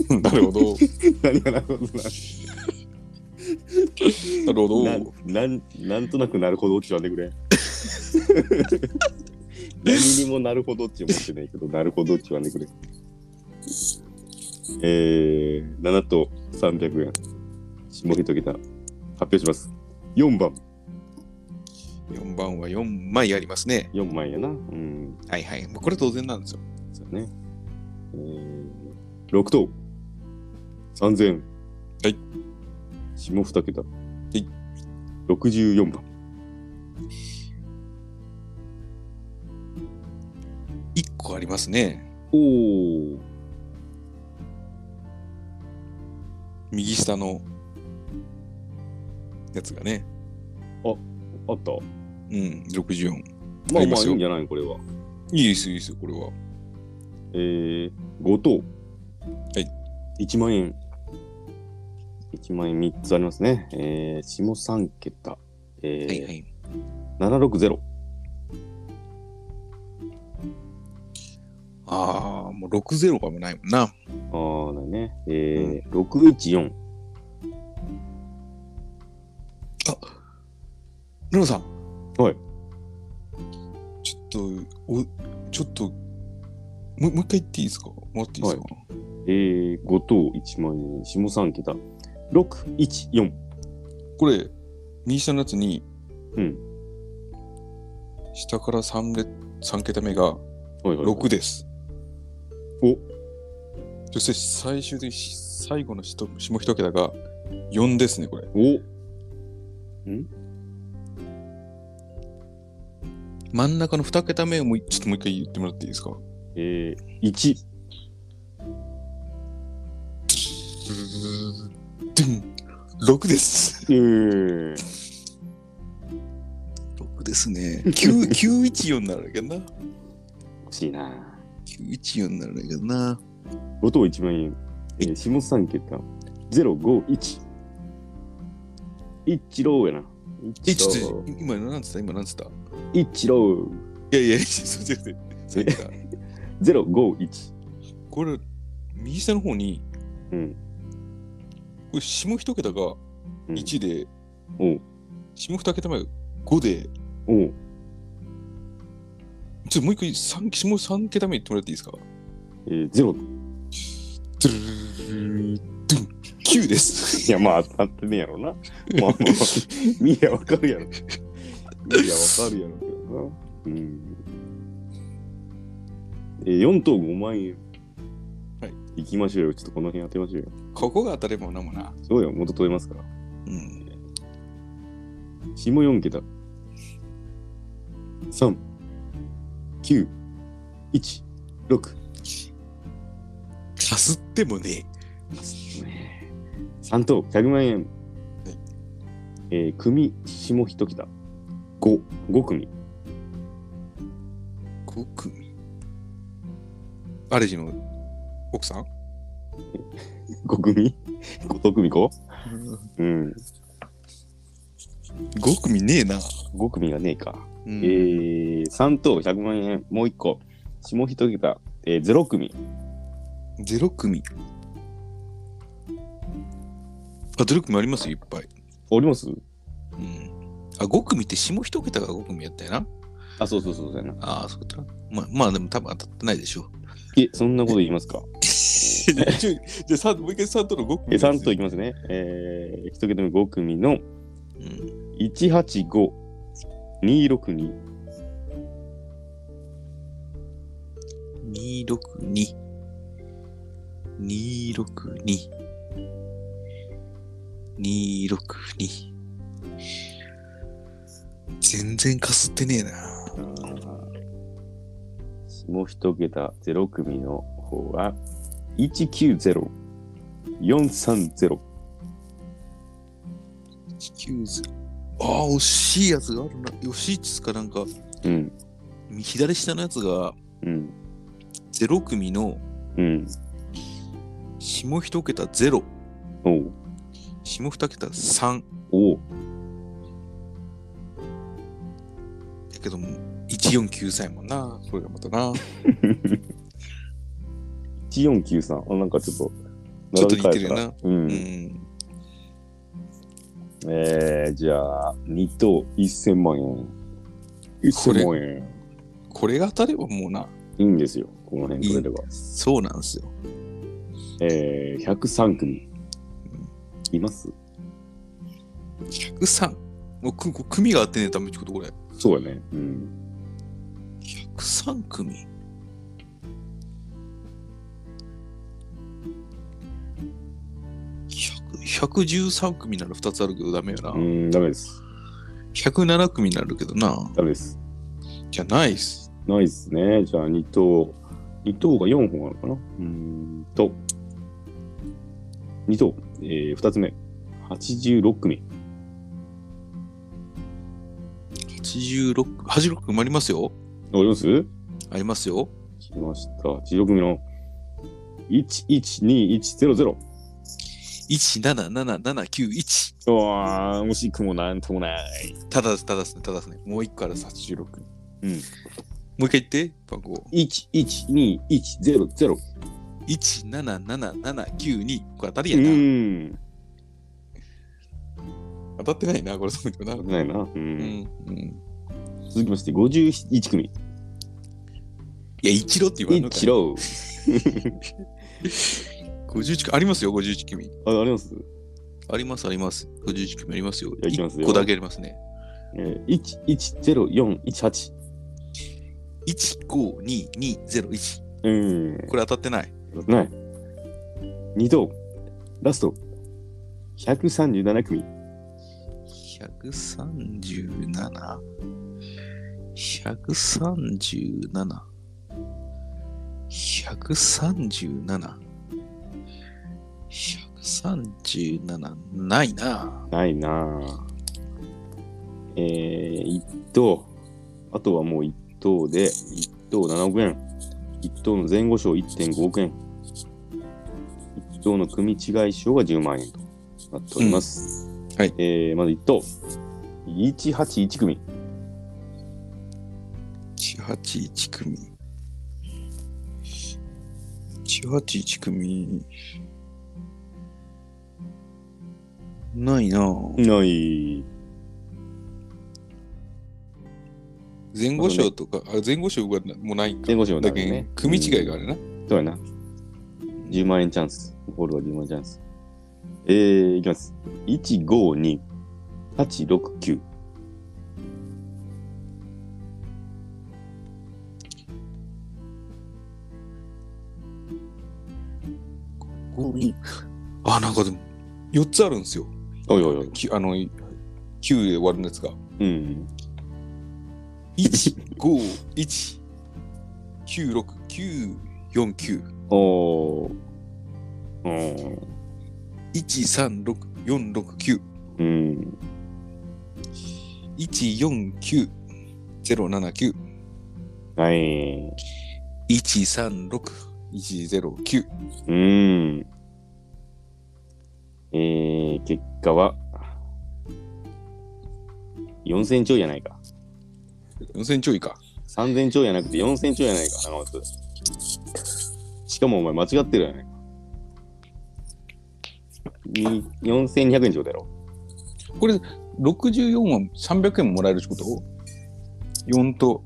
S2: うん なるほど。
S1: 何がなるほどな。
S2: なるほど。
S1: ななんなんとなくなるほどっちはね くれ。何にもなるほどっち思ってないけど、なるほどっちはねくれ。えー、7と300円。下一桁。発表します。4番。
S2: 4番は4枚ありますね。
S1: 4万円やな。うん。
S2: はいはい。まあこれ当然なんですよ。
S1: そうやね。えー、6等。3000円。
S2: はい。。
S1: 下2桁。はい64番。
S2: 1個ありますね。
S1: おー。
S2: 右下のやつがね。
S1: あった。
S2: うん、64。
S1: ま
S2: あ
S1: あ
S2: り
S1: ま
S2: ま
S1: あ
S2: す
S1: い
S2: よ
S1: いんじゃないこれは。
S2: いいですよ、いいですよ、これは。
S1: えー、5等。
S2: はい。
S1: 1万円。1万円3つありますね。えー、下3桁。えー
S2: い。
S1: 760。
S2: ああ、もう60かもないもんな。
S1: ああ、ないね。えー、614。
S2: ルノさん。
S1: はい。
S2: ちょっと、お、ちょっと、もうもう一回言っていいですかもらっていいですか、
S1: えー、5等1万円。下3桁。614。
S2: これ、右下のやつに、
S1: うん。
S2: 下から 3, 列3桁目が
S1: はいはい、
S2: 6です。
S1: お
S2: そして最終的にし最後のひと下一桁が4ですね、これ。
S1: お
S2: 真ん中の2桁目をもうちょっともう一回言ってもらっていいですか
S1: えー、1。
S2: ドゥン !6 です。
S1: えー、
S2: 6です ね。9 914になるんだけどな。
S1: 欲しいな。
S2: 914になるんだけどな。
S1: 5等1万円。えー、下3桁。051。一郎やな。
S2: え、
S1: 一
S2: ちょっ
S1: 郎
S2: と、。今何つった今何つったい
S1: 一郎。
S2: やいや、 そうじゃなくて、さっきから
S1: 051。
S2: これ、右下の方に、
S1: うん。
S2: これ下一桁が
S1: うん
S2: 1で、
S1: おう
S2: 下二桁目が5で、
S1: おう
S2: ちょっともう一回三下3桁目言ってもらっていいですか
S1: えー、ゼロ。
S2: ドゥルルルルドゥン !9 です。
S1: いや、まあ、当たってねえやろ な。まあまあ、見りゃわかるやろ。見りゃわかるやろけどな。うん。えー、4等5万円。
S2: はい。
S1: 行きましょうよ。ちょっとこの辺当てましょうよ。
S2: ここが当たればなもな。
S1: そうよ、元取れますから。
S2: うん。
S1: 下4桁。3、9、1、6。
S2: かすってもね
S1: 3等100万円
S2: はい。
S1: えー、組下1桁。5、5組。
S2: え。5組。アレジの奥さん
S1: 5組 ?5 等組 5? うん。
S2: ?5 組ねえな。
S1: 5組がねえか。
S2: う
S1: え
S2: ん
S1: ー、3等100万円。もう1個。下1桁。えー、0組。
S2: 0組。あ、0組ありますよ、いっぱい。
S1: おります
S2: うん。あ、5組って下1桁が5組やったよな。
S1: あ、そうそうそうそうやな。
S2: ああ、そうだな。まあ、まあ、でも多分当たってないでしょう。
S1: え、そんなこと言いますか
S2: じゃあ、さもう一回3との5組
S1: え、3といきますね。えー、1桁目5組の
S2: うん。
S1: 185、262、
S2: 262。262。262。全然かすってねえな。
S1: 下一桁0組の方が190、430。
S2: 190。ああ、惜しいやつがあるな。惜しいっつうかなんか、
S1: うん、
S2: 左下のやつが
S1: うん、
S2: 0組の
S1: うん。
S2: 下1桁0、
S1: おう
S2: 下2桁3。
S1: おう
S2: だけども、149歳もんな。これがまたな。
S1: 1493。あ、なんかちょっと。
S2: ちょっと似てるよな
S1: 並べ替えたらうん。
S2: うん。
S1: えー、じゃあ、2等1000万円。1000万円。
S2: これが当たればもうな。
S1: いいんですよ。この辺取れれば。
S2: そうなんですよ。
S1: えー、103組。います
S2: 103。もうくこう組が合ってねえためってことこれ。
S1: そうやね。うん。
S2: 103組。100 113組なら2つあるけどダメよな。
S1: うん、ダメです。
S2: 107組になるけどな。
S1: ダメです。
S2: じゃないっす。
S1: ないっすね。じゃあ、2等。2等が4本あるかな。うーんと。2等。えー、2つ目。86組。
S2: 86、86組ありますよ。
S1: わかります
S2: ありますよ。
S1: 来ました。86組の112,100。
S2: 177791。
S1: うわー、惜しくもなんともない。
S2: ただです、ただですね、ただですね。もう1個ある86組。
S1: うん
S2: もう一回言って、番号。
S1: 112,100。
S2: 177792これ当た
S1: う
S2: りやな、
S1: ーん。
S2: 当たってないなこれそうだけどな
S1: ないな。う。
S2: うんん、うん、
S1: 続きまして、51組。
S2: いや一郎って言わんのか
S1: 一郎。
S2: 51組ありますよ51組
S1: あ、あります
S2: ありますあります51組ありますよ
S1: やいきますよ
S2: 1個だけありますね
S1: えー、110,418。
S2: 152201
S1: うーん。
S2: これ当たってない
S1: ない。二等、ラスト、137組。
S2: 137137 137 137ないな
S1: ないなぁ。えー、一等、あとはもう一等で、一等7億円。一等の前後賞1.5億円。一等の組違い賞が10万円となっております。
S2: うんはい。
S1: えー、まず一等、181組。
S2: 181組181組ないなぁ
S1: ない。
S2: 前後賞とか、あ前後賞がなもうないか
S1: 前後賞
S2: だ
S1: だけ
S2: け
S1: ね。
S2: 組違いがあるな、
S1: そうやな。10万円チャンス。ホールは10万円チャンス。えー、いきます。152、869。
S2: 1 5 2 8 6ゴミ。あ、なんかでも、4つあるんですよ。
S1: おいおいおい。
S2: きあの、9で終わるやつが。
S1: うん。
S2: 1、5、1、9、6、9、4、9、
S1: おー。うん。
S2: 1、3、6、4、6、9、
S1: うん。
S2: 1、4、9、0、7、9、
S1: はい。
S2: 1、3、6、1、0、9。
S1: うん。えー、結果は、4000兆じゃないか。
S2: 4000ちょいか。
S1: 3000兆じゃなくて4000兆じゃないか、長松。しかもお前間違ってるやないか。に4200円ちょうだいろ。
S2: これ、64は300円もらえるってこと ?4 と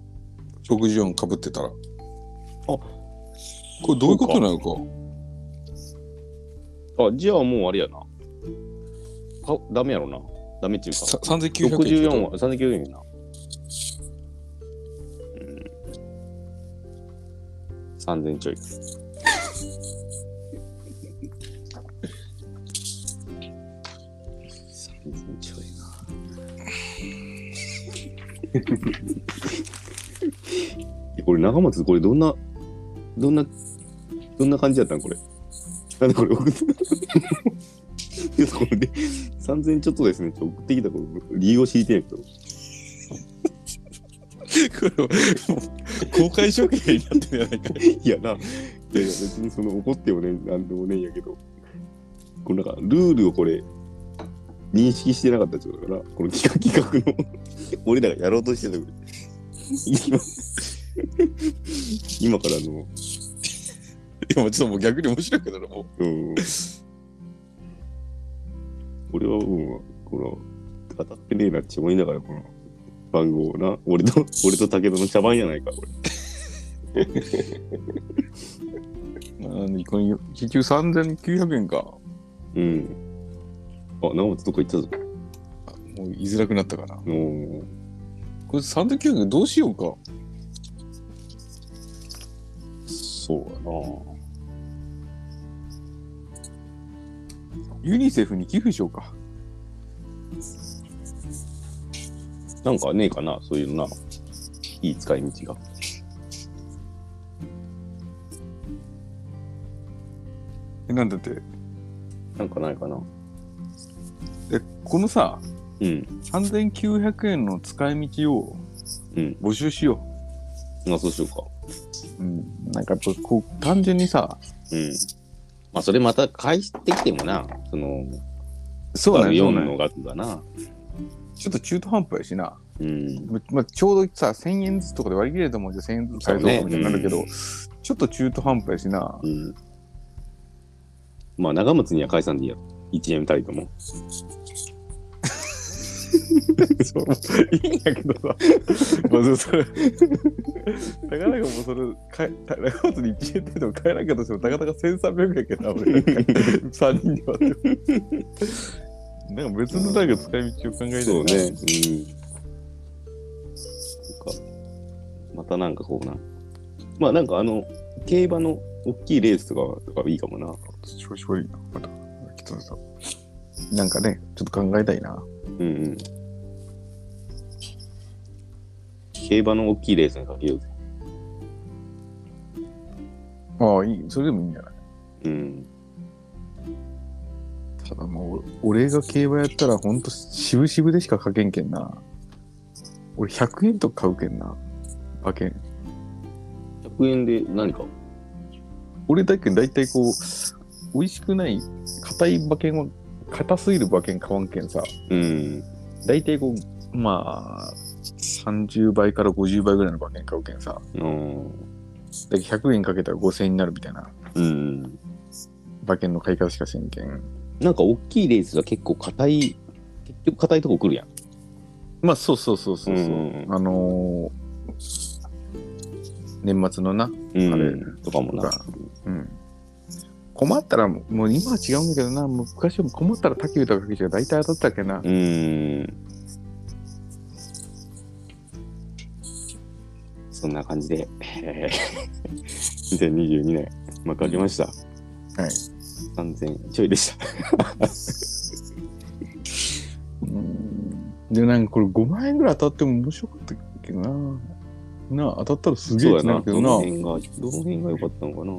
S2: 64かぶってたら。あこれどういうことなのか。
S1: あ、じゃあもうあれやな。あダメやろな。ダメっちゅうか。
S2: さ3900円。
S1: 64は39円やな。うん。3000ちょい。3000ちょいな。 えこれ、長松、これどんな、どんな、どんな感じだったんこれ。なんでこれ送って いやこれで3000ちょっとですねって送ってきたこれ理由を知りたいんやけど
S2: これはもう公開処刑になってるじゃないか。
S1: いやないやいや別にその怒ってもねなんでもねえんやけどこのなんかルールをこれ認識してなかったってことだからこの企画企画の 俺らがやろうとしてたこと今 今からの
S2: いや、ちょっともう逆に面白いけどな、もう。
S1: うん俺はうんこの語ってねえなって思いながらこの番号をな俺と俺と武田の茶番やないかこれ
S2: まあなんでこれ時給3900円か。
S1: うん。あ、直松どっか行ったぞ。
S2: あもう居づらくなったかな。
S1: おー
S2: これ3900円どうしようか。そうやな。ユニセフに寄付しようか。
S1: なんかねえかな、そういうのな。いい使い道が。
S2: え、なんだって。
S1: なんかないかな。
S2: え、このさ、
S1: うん。
S2: 3900円の使い道を
S1: うん
S2: 募集しよ
S1: まあ、そうしようか。
S2: う。うん。なんかやっぱこう、単純にさ、
S1: うん。まあ、それまた返してきてもな、その、
S2: そ
S1: ある
S2: よ
S1: 4の額がな。
S2: ちょっと中途半端やしな。
S1: うん。
S2: ままあ、ちょうどさ、1000円ずつとかで割り切れると思うじゃん、1000円ずつ返そうかみたいになるけ
S1: そ
S2: ど、
S1: う
S2: ちょっと中途半端やしな。
S1: うん。まあ、長松には返さんでいいや。1円たりと も。
S2: そういいんやけどさ、まあ、それ、なかなかもうそれ、かた高松に1円程度買えなきゃとしても、たかたか1300円やけどな、俺なんか、3人で 割って。なんか別の誰か使い道を考えて
S1: そうね。うん。なんか、またなんかこうな。まあなんかあの、競馬の大きいレースとかとかいいかもな。
S2: 調子悪いな、また。きつさ。なんかね、ちょっと考えたいな。
S1: うんうん。競馬の大きいレースにかけようぜ。
S2: ああ、いい、それでもいいんじゃない
S1: うん。
S2: ただもう、俺が競馬やったら、ほんと、渋々でしか書けんけんな。俺、100円とか買うけんな。馬券。
S1: 100円で何か。
S2: 俺だけだいたいこう、美味しくない、硬い馬券は、硬すぎる馬券買わんけんさ。
S1: うん。
S2: だいたいこう、まあ、30倍から50倍ぐらいの馬券買うけんさ。
S1: うん。
S2: だけど100円かけたら5000円になるみたいな
S1: うん。
S2: 馬券の買い方しかせんけん。
S1: なんか大きいレースが結構硬い、結局硬いとこ来るやん。
S2: まあ、そうそうそうそうそう。
S1: うん
S2: あのー年末のな、
S1: うん。
S2: あれ
S1: とかもな。
S2: うん。困ったらもう、もう今は違うんだけどな、もう昔は困ったら竹豊かけちゃ大体当たったっけな。。
S1: うん。そんな感じで、えー2022年幕開けました。はい3000ちょいでした。
S2: うんで、なんかこれ5万円ぐらい当たっても面白かったっけどな。なあ、当たったらすげ
S1: そ
S2: え
S1: うや
S2: ってな
S1: な。
S2: るけ
S1: ど
S2: どな。
S1: の辺が、どの辺が良かったのかな。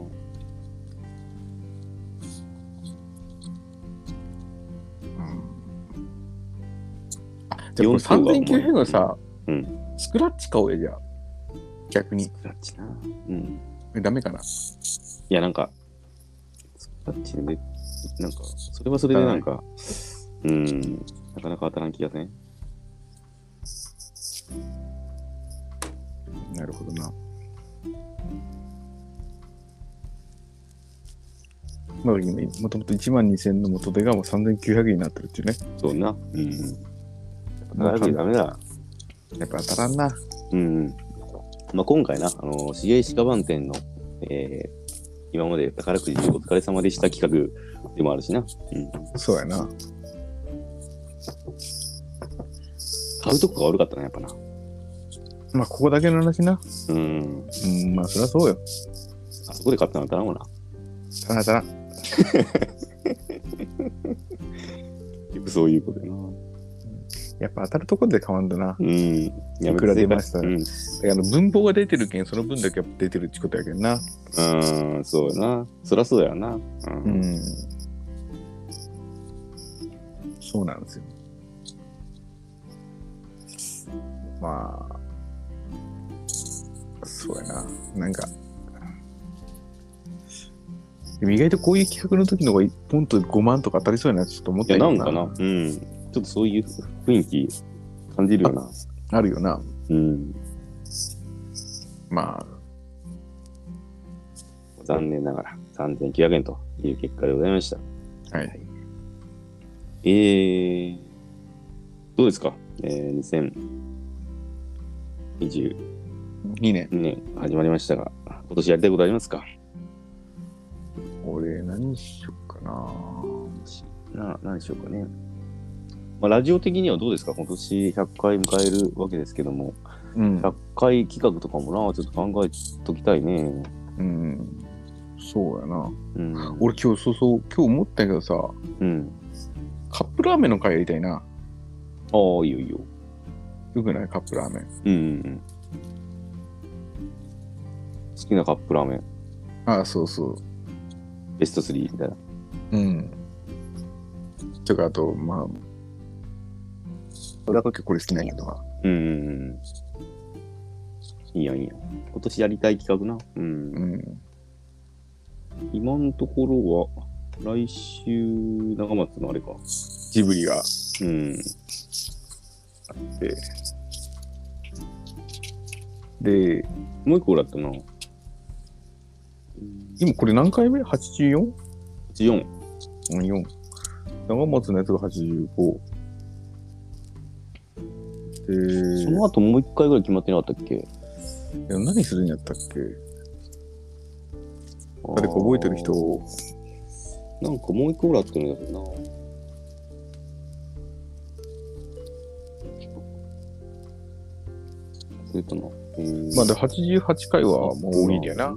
S2: あじゃあこれ3900円のさ、
S1: うん
S2: スクラッチ買おうや、じゃあ。逆に。
S1: クラッチな。うん。
S2: えダメかない
S1: や、なんか、スクラッチで、なんか、それはそれでなんか、うん、なかなか当たらん気がせん。
S2: なるほどな。まあ、もともと1万2000の元手がもう3900円になってるっていうね。
S1: そうな。うん。
S2: も
S1: だ
S2: う
S1: けどダメだ。
S2: やっぱ当たらんな。
S1: うん。まあ、今回な、あのー、CA 鹿番店の、えー、今まで宝くじお疲れ様でした企画でもあるしな。うん。
S2: そうやな。
S1: 買うとこが悪かったな、やっぱな。
S2: まあ、ここだけの話な。
S1: うん。
S2: うん、まあ、そりゃそうよ。
S1: あそこで買ったの当たらんわな。
S2: 当たらん当たらん。
S1: 結局そういうことやな。
S2: やっぱ当たるところで変わんだな。
S1: うん。やめて
S2: いくら出ました
S1: うん。う
S2: だからあの文法が出てるけん、その分だけやっぱ出てるってことやけんな。
S1: ーん、そうやな。そりゃそうやな。うん。
S2: うん。そうなんですよ。まあ、そうやな。なんか、でも意外とこういう企画の時の方が、ポンと5万とか当たりそうやな、ちょっと思っ
S1: い
S2: た
S1: や、
S2: け
S1: な
S2: ど
S1: んかな。うん。ちょっとそういう雰囲気感じるよな。
S2: あるよな。
S1: うん。
S2: まあ、
S1: 残念ながら、3900円という結果でございました。
S2: はい。
S1: えー、どうですか、えー、2022
S2: 2年。
S1: 年始まりましたが、今年やりたいことありますか
S2: 俺、何しよっかな。
S1: な、何でしょうかね。まあ、ラジオ的にはどうですか今年100回迎えるわけですけども、
S2: うん
S1: 100回企画とかもな、ちょっと考えときたいね。
S2: うん。そうやな。
S1: うん。
S2: 俺今日、そうそう、今日思ったけどさ、
S1: うん。
S2: カップラーメンの会やりたいな。
S1: ああ、いいよいいよ。
S2: よくないカップラーメン。
S1: うんうんうん。好きなカップラーメン、
S2: ああ、そうそう。
S1: ベスト3みたいな。
S2: うん。とか、あと、まあ、俺は結構これ好きなんやけどな。
S1: うんうんうん。いいやんいいやん。今年やりたい企画な。うん。
S2: うん。
S1: 今のところは、来週、長松のあれか。
S2: ジブリが。
S1: うん。
S2: で、
S1: もう一個だったな。
S2: 今これ何回目 ?84?4。
S1: 84。
S2: うん4長松のやつが85。で、
S1: その後もう一回ぐらい決まってなかったっけ
S2: いや何するんやったっけ
S1: 誰
S2: 誰か覚えてる人。を。
S1: なんかもう一個ぐらいあったんだけどな。忘れたな。うん
S2: まあ、で、88回はもう大喜利やな。。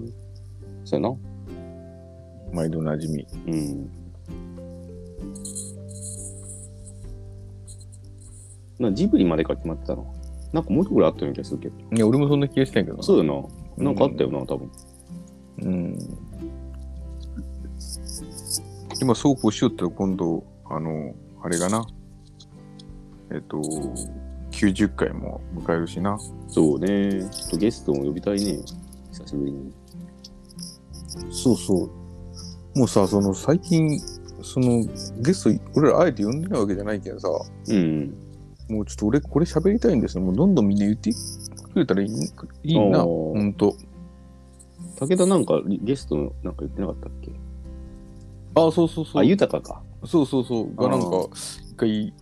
S1: そうやな。
S2: 毎度なじみ。
S1: うん。なジブリまでか決まってたのなんかもう一個ぐらいあったような気がするけど。
S2: いや、俺もそんな気がしたんやけど
S1: そうだよな。なんかあったよな、多分。
S2: うん。今、そうこうしようって今度、あの、あれがな、えっと、90回も迎えるしな。
S1: そうね。ちょっとゲストも呼びたいね。久しぶりに。
S2: そうそう。もうさ、その最近、そのゲスト、俺らあえて呼んでないわけじゃないけどさ、
S1: うん。
S2: もうちょっと俺、これ喋りたいんですよ。もうどんどんみんな言ってくれたらいいいいな、
S1: あー
S2: ほんと。
S1: 武田なんかゲストのなんか言ってなかったっけ
S2: あ、そうそうそ
S1: あ、
S2: う。
S1: 豊かか。
S2: そうそうそう。がなんか
S1: あ、
S2: 一回、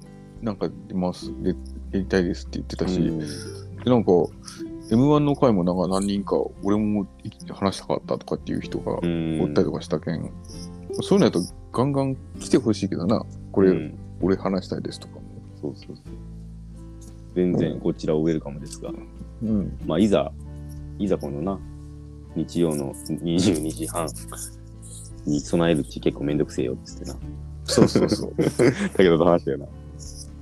S2: なんか出ます、でやりたいですって言ってたし、
S1: うん
S2: で、なんか、M1 の回もなんか何人か、俺も話したかったとかっていう人が
S1: う
S2: おったりとかしたけん、そういうのやとガンガン来てほしいけどな、これ、
S1: うん
S2: 俺話したいですとかも。
S1: そうそうそう。全然こちらウェルカムですが。
S2: うん。
S1: まあ、いざ、いざこのな、日曜の22時半に備えるって結構めんどくせえよっつってな。
S2: そうそうそう。
S1: だけどの話だよな。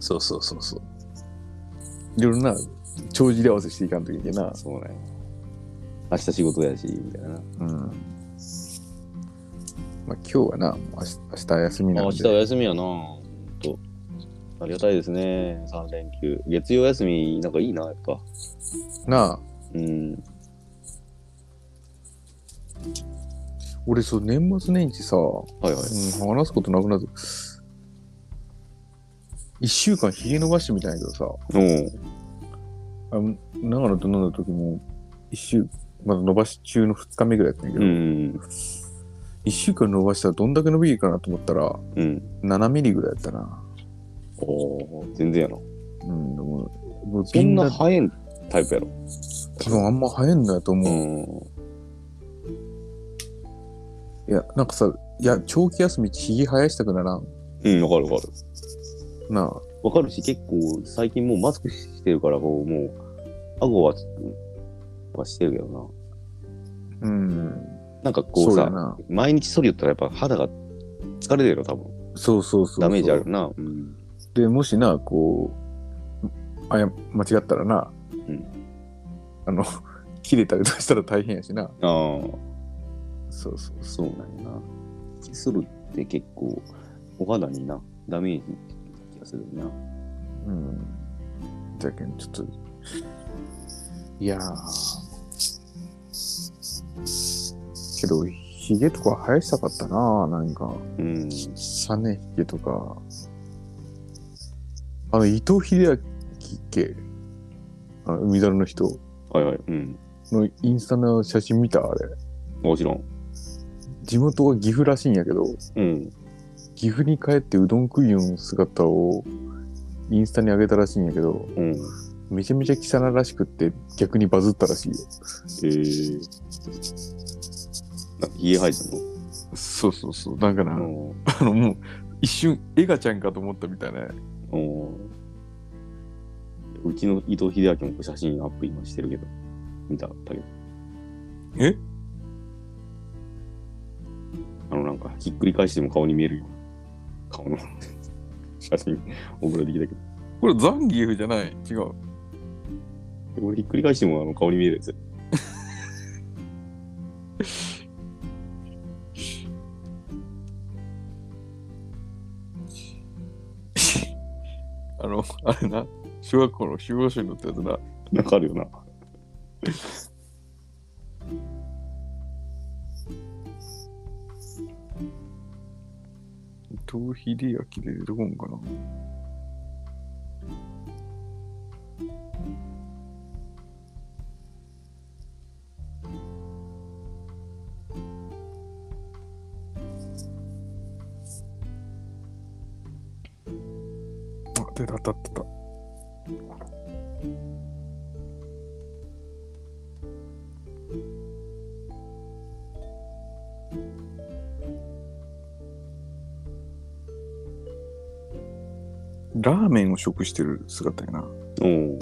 S2: そうそうそうそう。 いろんな、帳尻合わせしていかんといけないな。
S1: そうね。明日仕事やし、みたいな。
S2: うん。まあ今日はな、明日明日休み
S1: あ
S2: な
S1: 明
S2: ん
S1: 日は
S2: で。
S1: 休みやな。ほんとありがたいですね。3連休。月曜休み、なんかいいな、やっぱ。
S2: なあ、
S1: うん。
S2: 俺そう、年末年始さ、
S1: はいはい。
S2: うん、話すことなくなる。一週間ひげ伸ばしてみたんやけどさ、
S1: おう
S2: あの長野と飲んだ時も、一週、まだ伸ばし中の二日目ぐらいやったんやけ
S1: う
S2: ど、
S1: ん。
S2: 一週間伸ばしたらどんだけ伸びるかなと思ったら、
S1: うん。
S2: 7ミリぐらいやったな。
S1: おー全然やな。
S2: うん、でももう
S1: そ
S2: み
S1: ん
S2: んな
S1: な早いタイプやろ。
S2: 多分あんま早いんだと
S1: う
S2: 思
S1: ん。
S2: う。いや、なんかさ、いや、長期休み、ひげ生やしたくならん。
S1: うん、わかるわかる。
S2: なあ。
S1: わかるし、結構最近もうマスクしてるから、こう、もう、顎は、はしてるけどな。
S2: うん。
S1: なんかこ
S2: そううだ
S1: さ、
S2: な。
S1: 毎日剃りよったらやっぱ肌が疲れてるよ、多分。
S2: そうそうそうそう。
S1: ダメージある。な。うん。
S2: で、もしな、こう、あや、間違ったらな、
S1: うん
S2: あの、切れたりとかしたら大変やしな。
S1: ああ。
S2: そうそうそ
S1: そうなんやな。キスルって結構、お肌にな、ダメージ気がするな。
S2: う。うん。じゃけん、ちょっと、いやー。けど、ひげとか生やしたかったな、なんか。
S1: うん。
S2: サネヒゲとか、あの、伊藤英明っけ、あの海猿の人
S1: はいはい。うん。
S2: のインスタの写真見たあれ。
S1: もちろん。
S2: 地元は岐阜らしいんやけど、
S1: うん。
S2: 岐阜に帰ってうどん食いよん姿をインスタに上げたらしいんやけど、
S1: うん。え
S2: めちゃめちゃ汚らしくって逆にバズったらしいよ。
S1: ー。なんか家入って
S2: そうそうそう。なんかな、
S1: んの
S2: あのもう一瞬エガちゃんかと思ったみたいな。
S1: うん。うんうちの伊藤英明も写真アップ今してるけど、見た、だけど。
S2: え
S1: あのなんか、ひっくり返しても顔に見えるような顔の写真 送られてきたけ
S2: これザンギエフじゃない違う。
S1: ど、俺ひっくり返してもあの顔に見えるやつ。
S2: あの、あれな、小学校の修学書に載ったやつな。
S1: なんかあるよな。
S2: 伊藤英明で出てこんかな。あ、出た、出た、出た。ラーメンを食してる姿やな。
S1: うん。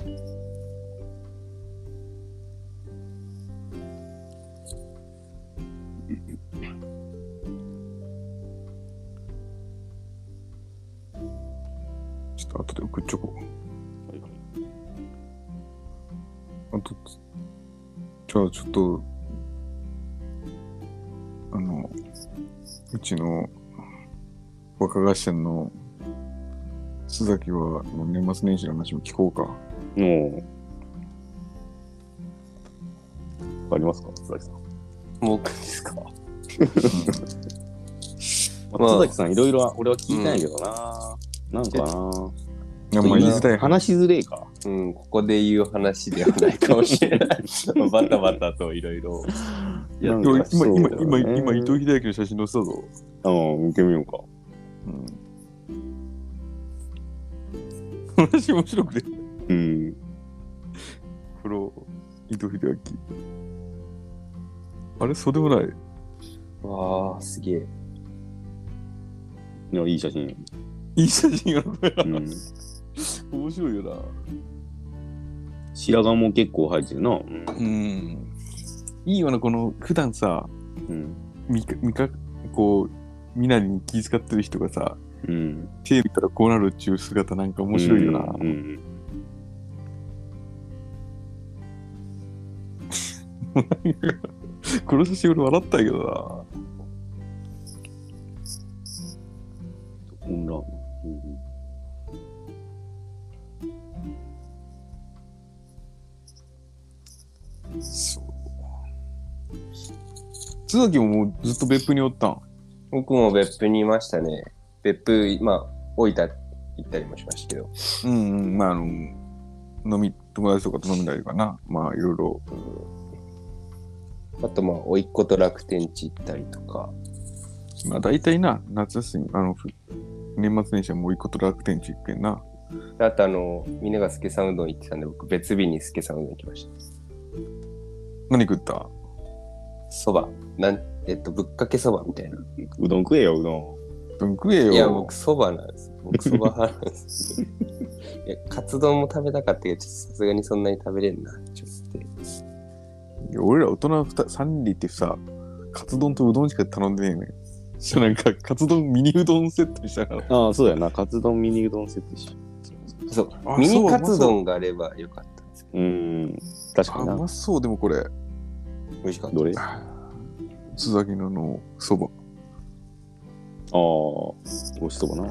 S2: ちょっと後で送っちょこう。あと、じゃあちょっと、あの、うちの若菓子店の須崎はあの年末年始の話も聞こうか。
S1: の、ありますか、須崎さん。
S3: 僕ですか
S1: まあ
S3: まあ
S1: 須崎さん、いろいろ俺は聞いたんやけどな。なんかな。
S2: いや、まあ言いづらい話。
S1: 話しづれえか。
S3: うん、ここで言う話ではないかもしれない。バタバタといろいろ。
S1: や
S2: 今、今、今、今、
S1: そうだね
S2: 今、伊藤英明の写真載せたぞ。
S1: うん、見てみようか。
S2: うん。話面白くて、
S1: うん。
S2: この伊藤英明。あれ、そうでもない。
S3: わあ、すげえ。
S1: いや、いい写真。
S2: いい写真がこれ
S1: うん。
S2: 面白いよな。
S1: 白髪も結構生えてるな。うん
S2: うん。いいよな、この、普段さ、
S1: うん。
S2: 見か、見か、こう、みなりに気遣ってる人がさ、
S1: うん。
S2: 手抜いたらこうなるっていう姿なんか面白いよな。
S1: うんうん。
S2: この写真俺笑ったんやけど
S1: オンラーメンうんうん
S2: な。そう。津崎ももうずっと別府におったん。
S5: 僕も別府にいましたね。別府、まあ、大分行ったりもしましたけど。
S2: うんうん、まああの、飲み、友達とかと飲んだりとかな。まあいろいろ。
S5: あと、まあ、甥っ子と楽天地行ったりとか。
S2: まあ大体な、夏休み、あの、ふ年末年始はもう一個と楽天地行ってんな。
S5: あと、あの、峰が助さんうどん行ってたんで、僕、別日に助さんうどん行きました。
S2: 何食った
S5: そば。なん、えっと、ぶっかけそばみたいな。
S1: うどん食えよ、うどん。
S2: うん、食えよ。
S5: いや、僕、そばなんです。僕、そば派なんです。いや、カツ丼も食べたかったけど、ちょっとさすがにそんなに食べれんな。ちょっと。
S2: いや俺ら大人二人3人ってさ、カツ丼とうどんしか頼んでねえねん。しかもなんか、カツ丼ミニうどんセットにしたから。
S1: ああ、そうやな。カツ丼ミニうどんセットし。
S5: そう
S2: あ
S5: ミニカ
S2: そう
S5: ツ丼があればよかったんですけ
S1: うーん。確
S2: あ、
S1: か
S2: う
S1: にな。
S2: まそう、でもこれ。
S5: ど美味しかった
S1: どれあ
S2: 津崎のあのそば。
S1: あ、ごちそうな。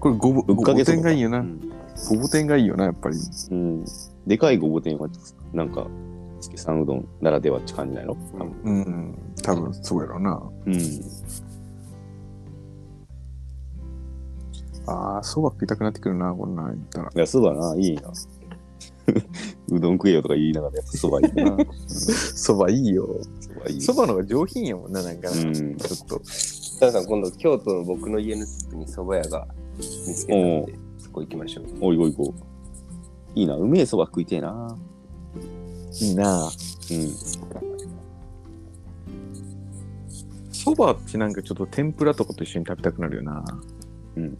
S2: これごぼ、
S1: ぶっ
S2: ご
S1: か
S2: ぼ
S1: けそば
S2: 天がいいよ
S1: う
S2: な。
S1: ん
S2: ごぼ天がいいよな、やっぱり。
S1: うん。でかいごぼ天は、なんか、つけさんうどんならではって感じないの多分
S2: うん、多分そうやろうな。
S1: うん。
S2: ああ、そば食いたくなってくるな、こんなん言っ たら。
S1: いや、そばな、いいな。うどん食えよとか言いながら、やっぱそばいいな。
S2: そばいいよ。
S1: そばいい。
S2: そばの方が上品やもんな、なんか。
S1: う
S2: ち
S1: ん。
S2: ょっと。
S5: 皆さん今度京都の僕の家の近くに蕎麦屋が見つけたのでそこ行きましょう
S1: おいおいこう。いいな、うめえそば食いてえな。
S2: いいな。
S1: うん。
S2: そばってなんかちょっと天ぷらとかと一緒に食べたくなるよな。
S1: うんうんうん。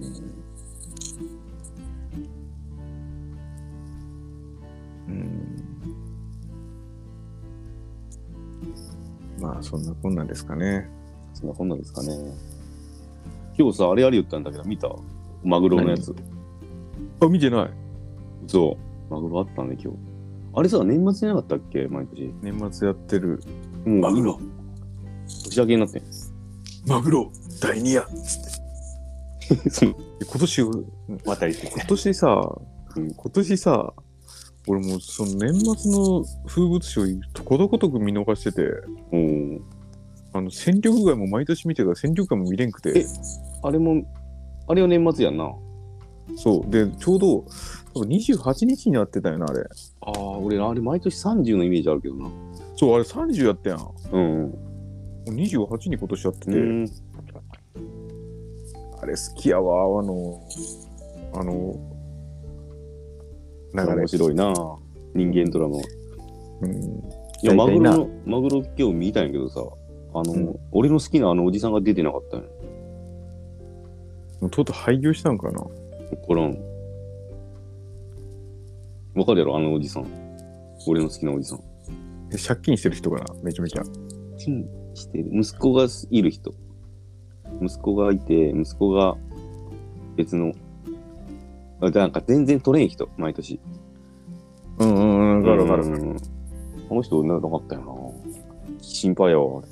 S2: うん。まあ、そんなこんなんですかね。
S1: そんなこんなんですかね。今日さ、あれやりよったんだけど、見たマグロのやつ。
S2: あ、見てない。
S1: そう。マグロあったね、今日。あれさ、年末じゃなかったっけ毎年。
S2: 年末やってる。
S1: マグロ年明けになってん。
S2: マグロ第2夜
S1: そう
S2: 今年、
S1: 渡りして
S2: 今年さ、
S1: うん
S2: 今年さ、俺もうその年末の風物詩をとことごとく見逃してて、
S1: おー
S2: あの、戦力外も毎年見てたら戦力外も見れんくて
S1: え、あれも、あれは年末やんな。
S2: そう。で、ちょうど、多分28日になってたよな、あれ。
S1: ああ、俺、あれ毎年30のイメージあるけどな。
S2: そう、あれ30やったやん。も
S1: うん。
S2: う28に今年やってて、
S1: うん。
S2: あれ好きやわ、あの、あの、流れ
S1: 面。白いな人間ドラマは
S2: うん。
S1: いや
S2: 大体
S1: マグロ
S2: な
S1: のマグロ今日見たんやけどさあの、
S2: うん
S1: 俺の好きなあのおじさんが出てなかったのよ
S2: もうとうとう廃業したんかな。
S1: こらんわかるやろあのおじさん俺の好きなおじさん
S2: で借金してる人かな、めちゃめちゃ。
S1: 金してる息子がいる人息子がいて息子が別のあなんか全然取れん人毎年
S2: うんうんうん、わかるわかる。
S1: うんこの人なかったよな心配やわ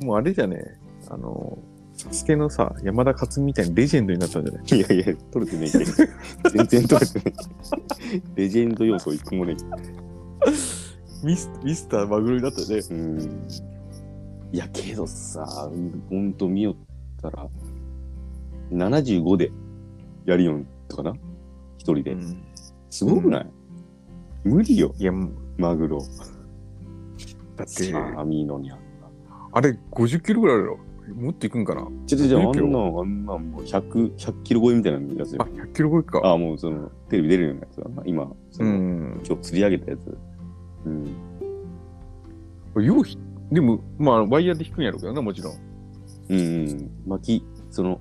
S2: もうあれじゃね、あの、サスケのさ、山田勝美みたいにレジェンドになったんじゃない
S1: いやいや、取れてねえ けど。全然取れてねえ。レジェンド要素一個もね
S2: ミスミスターマグロになったよね。
S1: え。うん。いや、けどさ、ほんと見よったら、75でやりよんとかな一人で。すごくない、無理よ、
S2: いや、もう
S1: マグロ。
S2: だって、
S1: あみーのにゃん。
S2: あれ50キロぐらいあるよ。もっといくんかな。
S1: ちょっとじゃあ、あ
S2: 無理よ
S1: んなん、あんなんもう100、100キロ超えみたいなやつ
S2: あ、
S1: よ。
S2: 100キロ超えか。
S1: ああ、もうその、テレビ出るようなやつだな。今、そうの
S2: ん。
S1: 今日釣り上げたやつ。うん。
S2: ようひ、でも、まあ、ワイヤーで引くんやろうけどな、もちろん。
S1: うんうん、巻き、その、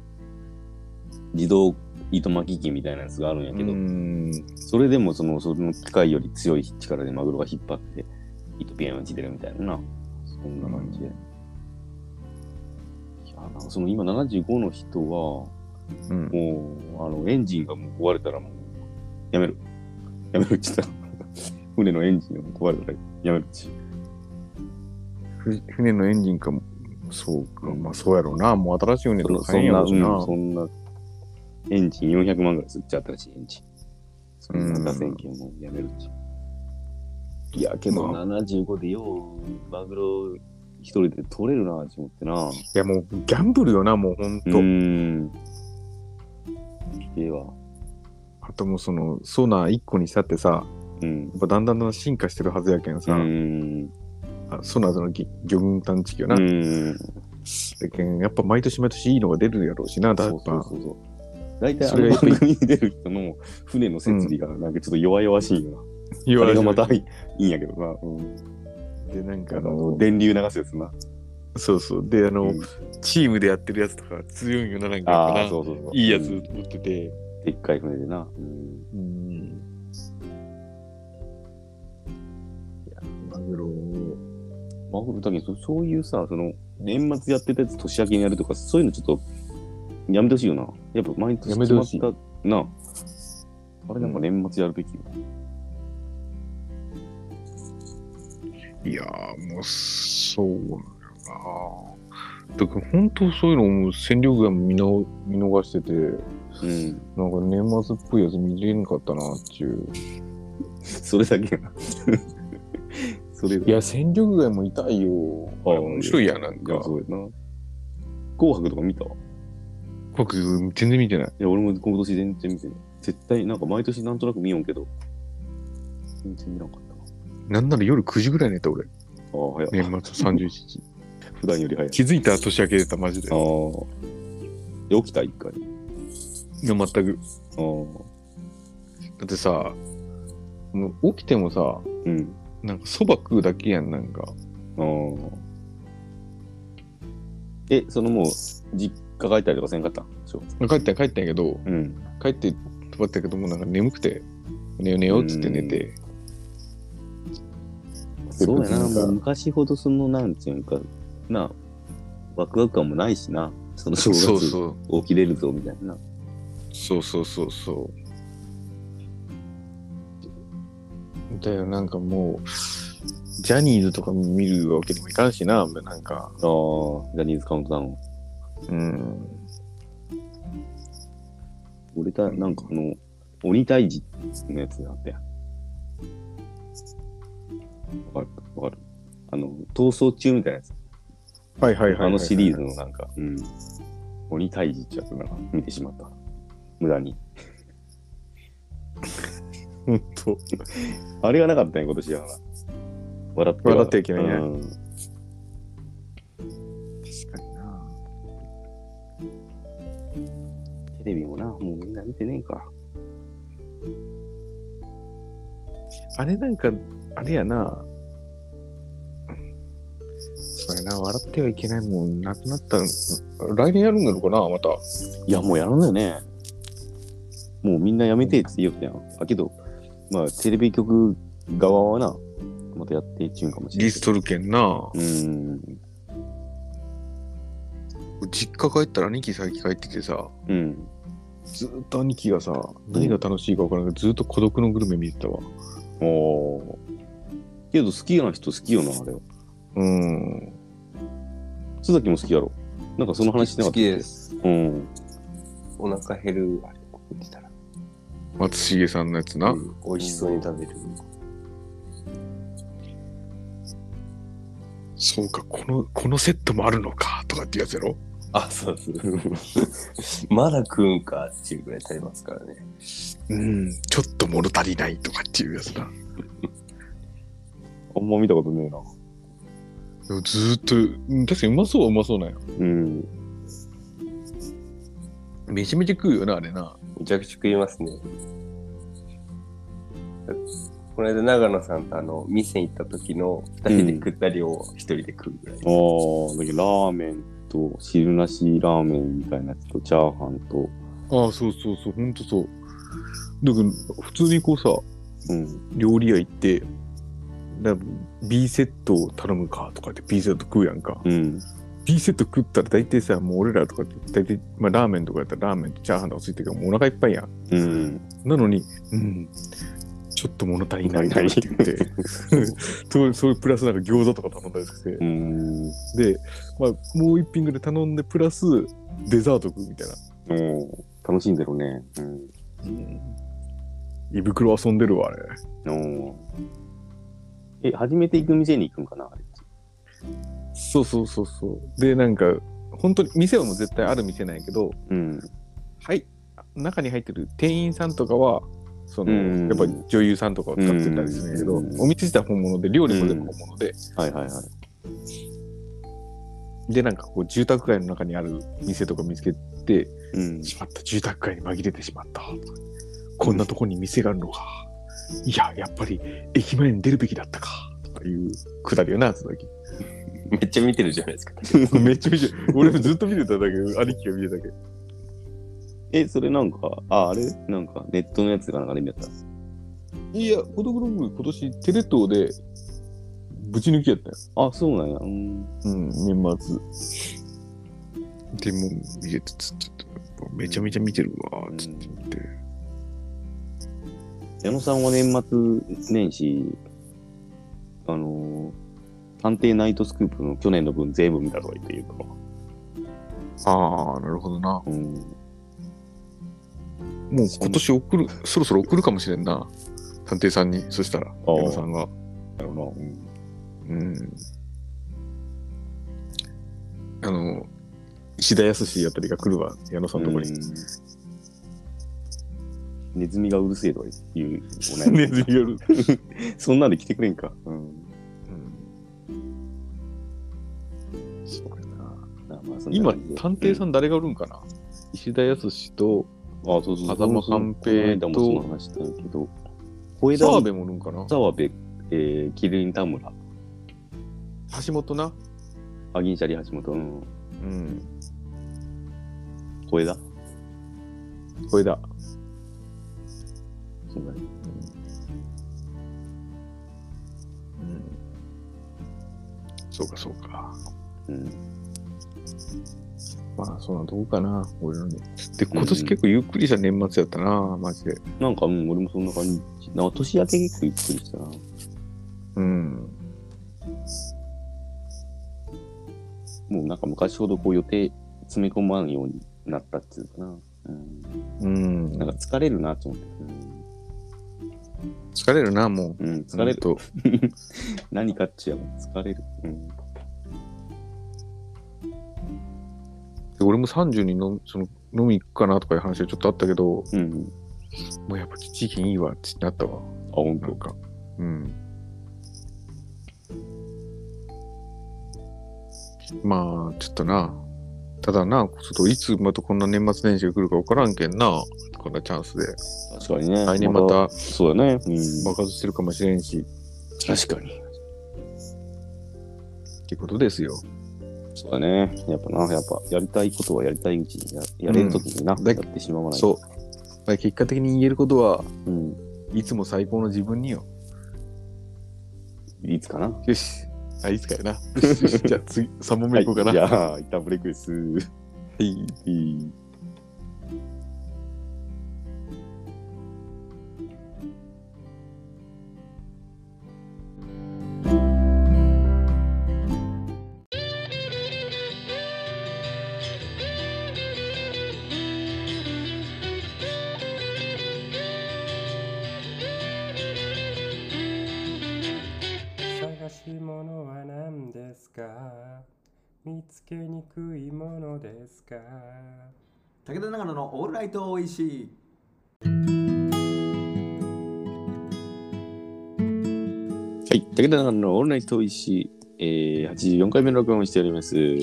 S1: 自動糸巻き機みたいなやつがあるんやけど、
S2: ん。
S1: それでもその、その機械より強い力でマグロが引っ張って、糸ピアン打ち出るみたいなな、そんな感じで。いや
S2: あの
S1: その今75の人は、
S2: うん、
S1: もう、あの、エンジンがもう壊れたらもう、やめる。やめるって言ったら、 船のエンジンが壊れたらやめるって。
S2: ふ船のエンジンかも、そうか、まあそうやろうな、もう新しい船
S1: そ
S2: と
S1: の
S2: か
S1: そ
S2: 買えん
S1: ん
S2: や
S1: な、
S2: ろ
S1: う
S2: うんしな。
S1: そんな、エンジン400万ぐらいすっちゃ新しいエンジン。そんな打線機はもうやめるって。いや、けど
S2: ま
S1: 75でよう、マグロ一人で取れるなって思ってな。
S2: いやもうギャンブルよな、もうほん
S1: う
S2: と。
S1: ーん。ええわ。
S2: あともうそのソナー1個にしたってさ、
S1: うん。
S2: やっぱだんだんだんだん進化してるはずやけん
S1: う
S2: さ、
S1: ん。
S2: あソナーそのぎ魚群探知機よな、
S1: うん。
S2: やけんやっぱ毎年毎年いいのが出るやろうしな、だっ
S1: そ
S2: ぱ
S1: うそうそうそう。大体あ
S2: それ
S1: の
S2: が
S1: 番組に出る人の船の設備がなんかちょっと弱々しい よ
S2: 言
S1: な。あ
S2: わ
S1: れ
S2: れ
S1: が
S2: て
S1: ま
S2: る
S1: たいいんやけどな。うん
S2: で、なんか
S1: あ
S2: あ
S1: の
S2: の、
S1: 電流流すやつな。
S2: そうそう、で、あの、
S1: うん
S2: チームでやってるやつとか強いよな、なんかやっぱ
S1: ああ、
S2: な
S1: そうそうそう。
S2: いいやつ
S1: うん
S2: 持ってて。
S1: でっかい船でな。うん
S2: うん。いや、マグロを
S1: マグロだけど、そそういうさ、その、年末やってたやつ年明けにやるとか、そういうのちょっと、やめてほしいよな。やっぱ毎年
S2: やめてほしい
S1: 決まったな。あれなんか年末やるべきよ。
S2: いやー、もう、そうなんだよな。だから、本当そういうのも戦力外も見の見逃してて、
S1: うん。
S2: なんか年末っぽいやつ見れなかったなっていう。
S1: それだけやな。 それだ
S2: いや、戦力外も痛いよ。
S1: ああ
S2: 面白いやん、なん
S1: いや
S2: か。
S1: そうやな。紅白とか見たい
S2: 僕、全然見てない。
S1: や、俺も今年全然見てない。絶対、なんか毎年なんとなく見よんけど、全然見なかったな。
S2: なんなら夜9時ぐらい寝た、俺。
S1: ああ、早い。
S2: 年末31日。
S1: 普段より早い。
S2: 気づいたら年明けてた、マジで
S1: あ。あ。で起きた一回。
S2: いや全く。
S1: ああ。
S2: だってさ、もう起きてもさ、
S1: うん。
S2: なんかそば食うだけやん、なんか。
S1: ああ。え、そのもう、実家帰ったりとかせんかったそう。
S2: 帰ったんや帰ったんやけど、
S1: うん。
S2: 帰って泊まったけどもうなんか眠くて寝よう寝ようっつって寝て
S1: そうやな。
S2: なんか
S1: もう昔ほどその、なんていうんか、な、ワクワク感もないしな。その正
S2: そう
S1: 月
S2: そう
S1: 起きれるぞ、みたいな。
S2: そうそうそうそうだよなんかもうジャニーズとか見るわけにもいかんしななんか
S1: ああ、ジャニーズカウントダウン。
S2: うん
S1: 俺た、なんかあの、鬼退治のやつがあったやん。わかるわかる。あの、逃走中みたいなやつ。
S2: はいはいはい、
S1: あのシリーズのなんか、うん。鬼退治ってやつなんか見てしまった。無駄 に。
S2: ほんと
S1: あれがなかったんや、今年だから。笑って
S2: 笑ってはいけないね
S1: うん
S2: 確かにな
S1: テレビもな、もうみんな見てねえか。
S2: あれなんかあれやなそれな笑ってはいけないもんなくなったん来年やるんだろうかなまた
S1: いや、もうやらないよね。もうみんなやめてって言いよったやん。あけど、まあ、テレビ局側はな、またやっていっちゅうんかもしれ
S2: リ
S1: ない
S2: ス。トル券な
S1: うん。
S2: 実家帰ったら兄貴最近帰っててさ
S1: うん。
S2: ずーっと兄貴がさ何が楽しいか分からないけどずーっと孤独のグルメ見てたわ
S1: おお。けど、好きな人好きよな、あれは。
S2: うん
S1: 須崎も好きやろ。なんかその話しなか
S5: 好
S1: った
S5: きです。
S1: うん。
S5: お腹減る、あれ、起きたら。
S2: 松重さんのやつな、
S5: うん美味しそうに食べる。
S2: そうかこのこのセットもあるのかとかってやつやろ
S5: あ、そうそう。 まだ食うんかっていうぐらい食べますからね。
S2: うんちょっと物足りないとかっていうやつな
S1: あんま見たことねえな。
S2: でもずーっとうん確かにうまそうはうまそうなんよ
S1: うん。
S2: めちゃめちゃ食うよなあれな
S5: めちゃくちゃ食いますね。この間、長野さんとあの、店行った時の二人で食った量を一人で食うぐ
S1: ああ、
S5: らい。
S1: だけど、ラーメンと汁なしラーメンみたいなやつと、チャーハンと、
S2: ああそうそうそうほんとそうだけど普通にこうさ
S1: うん。
S2: 料理屋行ってだ B セットを頼むかとかって B セット食うやんか
S1: うん。
S2: B セット食ったら大体さ、もう俺らとかって、大体、まあラーメンとかやったらラーメンとチャーハンとかついてるから、もうお腹いっぱいやん。
S1: うん。
S2: なのに、うん、ちょっと物足りないなって言 って、そうそういうプラスなんか餃子とか頼んだりして
S1: う、ん。
S2: で、まあ、もう一品ぐらい頼んで、プラスデザート食うみたいな。
S1: もう、楽しんでるね。うん。
S2: 胃袋遊んでるわ、あれ。
S1: おーえ、初めて行く店に行くんかなあれ
S2: そうそうそうそう。で、なんか、本当に店はもう絶対ある店なんやけど、
S1: うん。
S2: はい、中に入ってる店員さんとかは、その
S1: うん
S2: やっぱり女優さんとかを使ってたりするんやけど、
S1: うん
S2: お店自体本物で、料理も全部本物で、
S1: はいはいはい。
S2: で、なんかこう、住宅街の中にある店とか見つけて、
S1: うん。
S2: しまった、住宅街に紛れてしまった。こんなとこに店があるのか。いや、やっぱり駅前に出るべきだったか。とかいうくだりよな、つなぎ。
S5: めっちゃ見てるじゃないです か。
S2: めっちゃ見てる。俺もずっと見てたんだけど、兄貴が見てたけど。
S1: え、それなんか、あ、あれなんか、ネットのやつが流れ目だった。
S2: いや、孤独の部今年テレ東でぶち抜きやったよ。
S1: あ、そうなんや。うん。
S2: うん、年末。でも、見れてつちょっと、めちゃめちゃ見てるわ
S1: うん
S2: つって言って。
S1: 矢野さんは年末年始、あのー、探偵ナイトスクープの去年の分全部見たとか言って言うから。
S2: ああ、なるほどな。も
S1: うん。
S2: う今年送る、そろそろ送るかもしれんな。探偵さんに、そしたら、
S1: ああ
S2: 矢野さんが。
S1: なるほど。うん
S2: うん。あの、石田康あたりが来るわ、矢野さんのとこに。
S1: うんネズミがうるせえとか言う。お悩み
S2: ネズミ夜。
S1: そんなんで来てくれんか。うん。
S2: そうやな
S1: まあまあそんな
S2: 今
S1: 感じで、
S2: 探偵さん誰がおるんかな、石田康と、
S1: あそうそう。
S2: 風間寛平と
S1: この間もその話したんやけど、小枝
S2: 澤部もおるんかな
S1: 澤部、えー、キリン田村、
S2: 橋本な。
S1: アギンシャリ橋本、うん、
S2: うん。
S1: 小枝。
S2: これだ。
S1: そうだね
S2: うん。そうか、そうか。
S1: うん。
S2: まあ、そんなとこかな、俺のね。で、今年結構ゆっくりした年末やったな、マジで。
S1: なんか、うん、俺もそんな感じ。なんか年明け結構ゆっくりしたな。
S2: うん。
S1: もうなんか昔ほどこう予定詰め込まんようになったっていうかな。うん。
S2: うん。
S1: なんか疲れるなと思って。
S2: 疲れるな、もう。
S1: うん、うん、疲れる。
S2: と。
S1: 何かっちゅうやもん疲れる。うん。
S2: で俺も30にのその飲み行くかなとかいう話はちょっとあったけど、も
S1: うん。
S2: うやっぱ地域いいわってなった
S1: あ、
S2: わ。
S1: ほん
S2: なん
S1: と。
S2: か。うん。まあ、ちょっとな。ただな、ちょっといつまたこんな年末年始が来るか分からんけんな。こんなチャンスで。
S1: 確かにね。
S2: 来年また
S1: そうだね。うん。
S2: 爆発してるかもしれんし、
S1: 確かに。
S2: ってことですよ。
S1: そうだね。やっぱな、やっぱ、やりたいことはやりたいうちにや、やれるときにな、
S2: うん
S1: やってしまわない。
S2: そう。まあ結果的に言えることは、
S1: う。うん。
S2: いつも最高の自分によ。
S1: いつかな。
S2: よし。あ、いつかやな。よ しじゃあ次、3問目いこうか
S1: は
S2: な。
S1: い、じゃあ、一旦ブレイクです。
S2: はい
S1: いい
S6: 探し物は何ですか見つけにくいものですか
S4: 武田長野のオールライトおいしい。
S1: はい、武田さんのオンライン遠いし、えー、84回目の録音をしております。
S2: はい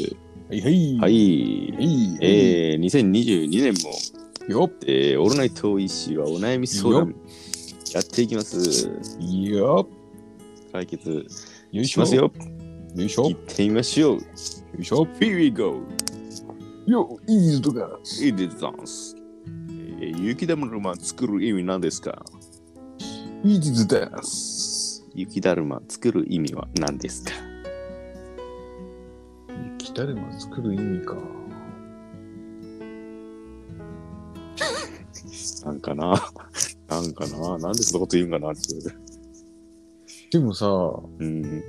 S2: はい。
S1: は。、
S2: はいい。
S1: えー、2022年も、
S2: よっ。
S1: えー、オールナイト遠いしはお悩み相談、やっていきます。
S2: よっ。
S1: 解決
S2: よい
S1: します。よ。
S2: よいしょ。
S1: 行
S2: よ
S1: ってみましょう。
S2: いしょ。
S1: Here we go!
S2: よ、いいとか。
S1: いいでざんす。えー、雪だるま作る意味なんですか
S2: いいずです。
S1: 雪だるま作る意味は何ですか
S2: 雪誰も作る意味か。
S1: なんかな。なんかな。なんでそんなこと言うんかなっていう。
S2: でもさ、
S1: うん。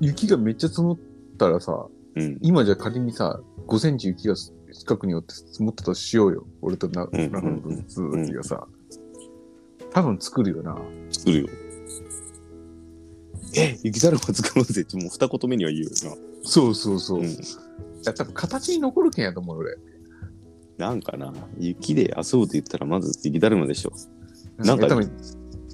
S2: 雪がめっちゃ積もったらさ、
S1: うん。
S2: 今じゃ仮にさ、5センチ雪が近くによって積もったとしようよ。俺とな
S1: うん
S2: 中野君と続きがさ、多分作るよな。
S1: 作るよ。え、雪だるま作ろうぜって、もう二言目には言うよ
S2: そうそうそう。
S1: な。う
S2: い
S1: ん。
S2: や多分形に残るけんやと思う俺。
S1: なんかな。雪で遊ぶと言ったら、まず雪だるまでしょ。なんか
S2: 多分、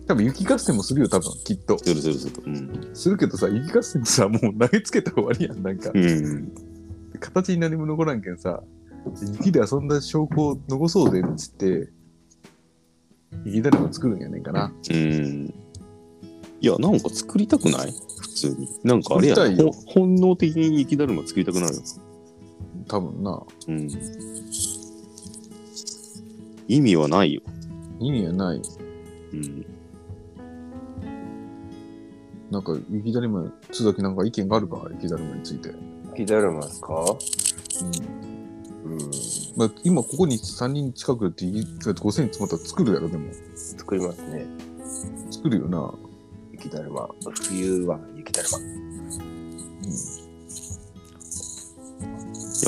S2: 多分雪合戦もするよ、多分、きっと。
S1: するするする。うん。
S2: するけどさ、雪合戦さ、もう投げつけたら終わりやん、なんか。
S1: うん。
S2: 形に何も残らんけんさ、雪で遊んだ証拠を残そうぜっつって、雪だるま作るんやねんかな。
S1: うん。いや、なんか作りたくない普通に。なんかあれや
S2: 作りたい
S1: な。
S2: よ
S1: ほ本能的に雪だるま作りたくなるよ。
S2: 多分な、
S1: うん。意味はないよ。
S2: 意味はない。
S1: うん。
S2: なんか、雪だるま、津崎なんか意見があるか、雪だるまについて。うん。
S5: 雪だるまですかうん。
S2: まあ、今ここに3人近くで雪5センチ積もったら作るやろ、でも。
S5: 作りますね。
S2: 作るよな。
S5: 雪だるま。冬は雪だるま。
S1: や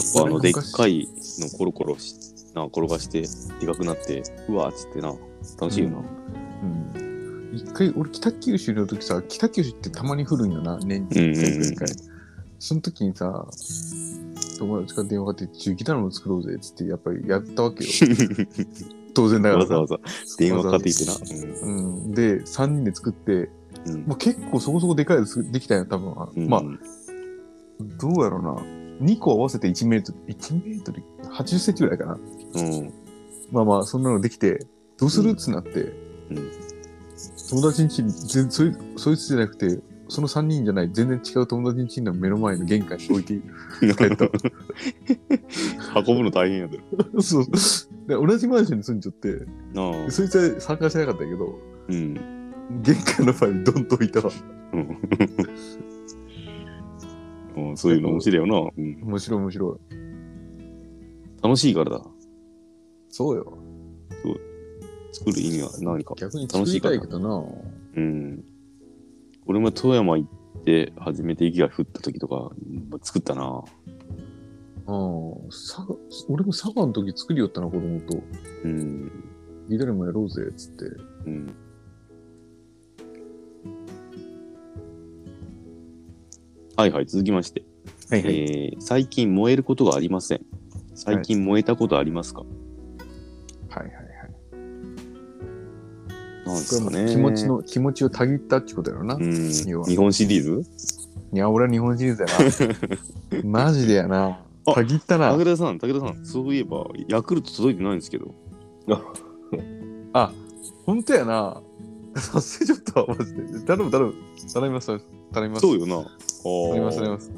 S1: っぱあのでっかいのコロコロしな転がしてでかくなってうわーっつってな楽しいよな、
S2: うん。うん。一回、俺、北九州の時さ、北九州ってたまに降るんよな、年
S1: うん
S2: に
S1: うん
S2: 一
S1: うん
S2: 回ぐらいかその時にさ、友達から電話かかって、雪だるま作ろうぜっつって、やっぱりやったわけ よ。当然だか
S1: わ
S2: ら
S1: ざ
S2: さ
S1: わ。ざ電話かかってきてな
S2: うん。で、3人で作って、
S1: うんうん
S2: まあ、結構そこそこでかいやつできたんや、多分。
S1: うん
S2: まあ、どうやろうな。2個合わせて1メートル、1メートル ?80 センチぐらいかな。
S1: うん
S2: まあまあ、そんなのできて、どうするってなって、
S1: うん
S2: 友達ん家に全そい、そいつじゃなくて、その3人じゃない、全然違う友達ん家の目の前の玄関に置いて、帰った
S1: 運ぶの大変やで
S2: そう。で、同じマンションに住んじゃって、
S1: なあ
S2: そいつは参加してなかったけど、
S1: うん
S2: 玄関の前にドンと置いたわ。
S1: うんそういうの面白いよな、うん、
S2: 面白い面白い。
S1: 楽しいからだ
S2: そうよ。
S1: 作る意味は何か
S2: 逆に作
S1: 楽しい
S2: り
S1: か
S2: た
S1: ら
S2: いけどな。
S1: うん俺も富山行って初めて雪が降った時とかまあ作ったな
S2: うん。佐賀俺も佐賀の時作りよったな、子供と。
S1: うん
S2: ギタルもやろうぜ、つって。
S1: うんはいはい続きまして
S2: は
S1: えー最近燃えることがありません。最近燃えたことありますか、
S2: はいはい。
S1: なんで
S2: これ
S1: す
S2: も
S1: かね。
S2: 気持ち。の、気持ちをたぎったってことやろな。
S1: う
S2: い
S1: ん。
S2: 要は
S1: 日本シリーズ
S2: や、俺は日本人 だな。マジでやな。
S1: あ
S2: たぎったな
S1: 武。田さん、武田さん、そういえば、ヤクルト届いてないんですけど。
S2: あ、本当やな。忘れちゃったわ、マジで。頼む、頼む。頼みます、頼みます。
S1: そうよな。ああ。
S2: 頼みます、頼みます。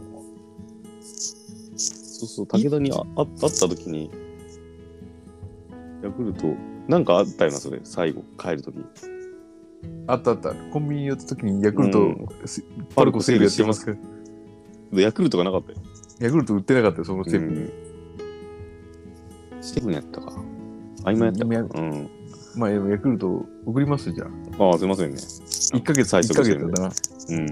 S1: そうそう、武田にああ会った時に、ヤクルト、なんかあったよな、それ、最後、帰る時に。
S2: あったあった。コンビニ寄った時にヤクルト、
S1: うん
S2: せパルコセールやってますけど、
S1: でヤクルトがなかったよ。
S2: ヤクルト売ってなかったよ、そのセールに。
S1: うんセブンやったか。あ、今やったか。
S2: 今や
S1: うん。
S2: まあ、でもヤクルト送りますじゃあ。
S1: ああ、すいませんね。
S2: 1ヶ月、
S1: 最
S2: 1
S1: 速
S2: ヶ月
S1: セール
S2: だっ
S1: で
S2: たな。
S1: うん。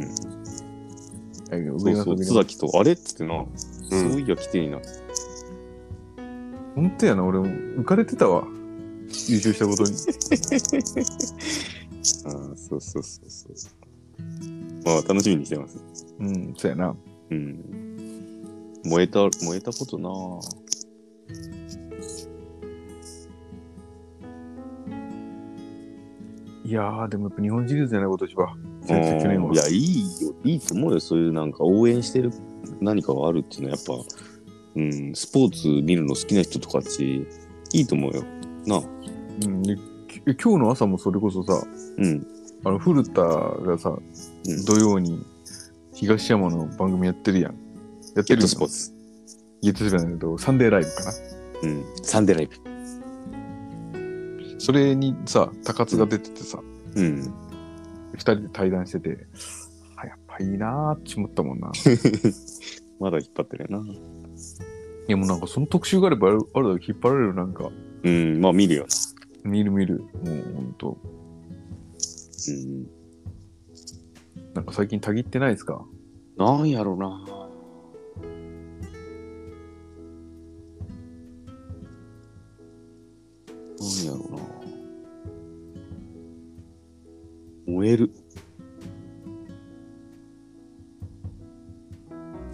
S2: はい送
S1: そ
S2: り
S1: う
S2: ま
S1: そ
S2: す送
S1: う、津
S2: ります
S1: 崎と、あれっつってな、そういや来ていいな。
S2: 本当やな、俺も浮かれてたわ。優勝したことに。
S1: あーそうそうそうそう。まあ、楽しみにしてます。
S2: うん、そうやな。
S1: うん。燃えた、燃えたことなぁ
S2: いやー、でもやっぱ日本シリーズじゃない今年は。
S1: う
S2: 先生去年
S1: ん
S2: は。
S1: いや、いいよ、いいと思うよ。そういうなんか応援してる何かがあるっていうのは、やっぱ、うん、スポーツ見るの好きな人とかっち、いいと思うよ。なあ
S2: うん、でき今日の朝もそれこそさ、
S1: うん。
S2: あの古田がさ、
S1: ん
S2: 土曜に東山の番組やってるやん。や
S1: ゲ
S2: って
S1: ッ
S2: る
S1: ト
S2: や
S1: ス
S2: ん
S1: ポーツ。
S2: ゲットスポーツなんだけど、サンデーライブかな。
S1: うん。サンデーライ
S2: それにさ、高津が出ててさ、
S1: ブ。うん。
S2: 二人で対談してて、あ、やっぱあ、いいなーって思った もんな。
S1: まだ引っ張ってるよな。
S2: いやもうなんかその特集があればあるあるだけ引っ張られるなんか
S1: うん、まあ見るよな。
S2: 見る見るもうほんと
S1: うん。
S2: なんか最近たぎってないですか
S1: なんやろうな。なんやろうな。燃える。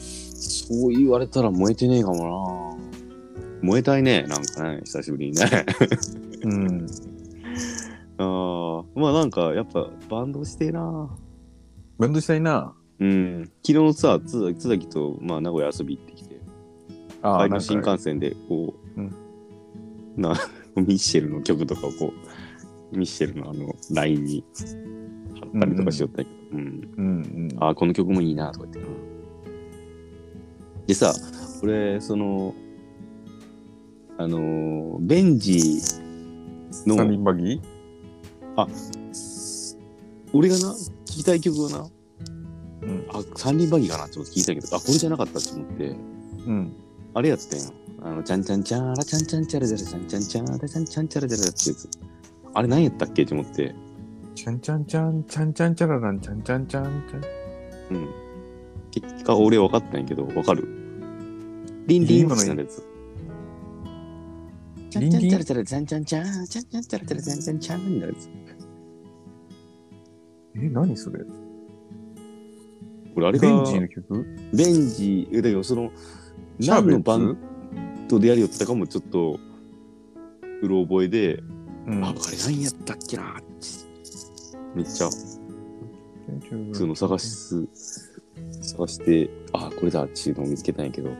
S1: そう言われたら燃えてねえかもな。燃えたいね、なんかね、久しぶりにね。
S2: うん
S1: ああ、まあなんかやっぱバンドしてえな。
S2: バンドしたいな
S1: うん、昨日のツアー、つ津崎と、まあ、名古屋遊び行ってきて、
S2: あ
S1: 帰
S2: ー
S1: り
S2: な
S1: の
S2: ん
S1: 新
S2: か
S1: 幹線で、こう、
S2: うん
S1: な ミッシェルの曲とかをこう、ミッシェルのあの、LINE に貼ったりとかしよったんやけど、うん
S2: うんうん
S1: ああ、この曲もいいな、とか言ってな。でさ、俺、その、あのーベンジの、
S2: 三輪バギー
S1: 俺がな、聞きたい曲がな、
S2: うん
S1: あ、三輪バギーかなって思って聞いたけど、あ、これじゃなかったって思って、
S2: うん
S1: あれやってんよ。あの、ちゃんちゃんちゃん、あらちゃんちゃんちゃらちゃらちゃんちゃんちゃん、あらちゃんちゃんちゃらちゃらってやつ。あれ何やったっけって思って。
S2: ちゃんちゃんちゃんちゃんちゃんちゃらなんちゃんちゃんちゃんちゃん
S1: うん。結果俺分かったんやけど、分かる。リンリンってなるやつ。ちゃんちゃんちゃらちゃらちゃんちゃんちゃん、ちゃんちゃんちゃらちゃらちゃんちゃんちゃんになるやつ。
S2: え何それ
S1: これあれが
S2: ベンジーの曲
S1: ベンジえだけどその、
S2: シャー
S1: 何
S2: ベ
S1: の
S2: ッ
S1: バン
S2: ツ
S1: ドでやりよったかもちょっと、うろ覚えで、
S2: うん
S1: あ、あれ何やったっけなってめっちゃ普通の探す、探して、あ、これだっていうのを見つけたんやけど、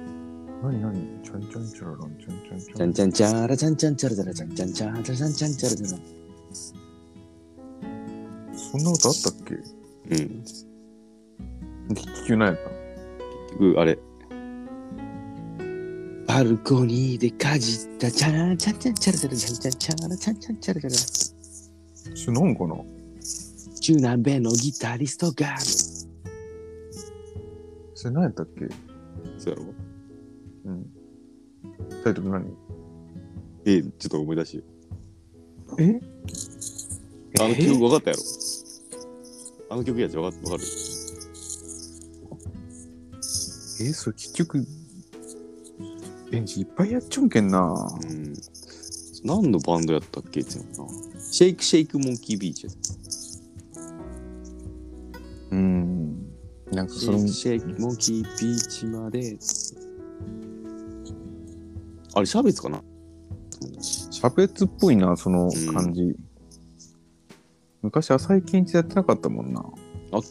S2: 何何ちゃんちゃんちゃらなんちゃんちゃんち
S1: ちゃ
S2: ゃん
S1: んちゃんちゃーらちゃんちゃんちゃらちゃらちゃんちゃんちゃらちゃんちゃんちゃらちゃらちゃら。
S2: そんなことあったっけ
S1: うん、
S2: 結局何やった
S1: 結局あれ。バルコニーでかじったちゃーちゃんちゃんちゃらちゃらちゃんちゃんちゃらちゃんちゃんちゃらちゃら。
S2: それなんかな
S1: 中南米のギタリストが。
S2: それ何やったっけ
S1: そうやろ
S2: うんタイトル何
S1: え、ちょっと思い出しよ。
S2: え
S1: あの曲分かったやろあの曲やつ分か分かる
S2: えそれ結局ベンチいっぱいやっちゃうんけんな
S1: うん。何のバンドやったっけっていうのかな。シェイクシェイクモンキービーチやった。
S2: うんなんか
S1: シ
S2: それ
S1: ェイ
S2: も
S1: クシェイクモンキービーチまで。あれ、シャベツかな
S2: シャベツっぽいなその感じ、昔浅井健一やってなかったもんな
S1: 武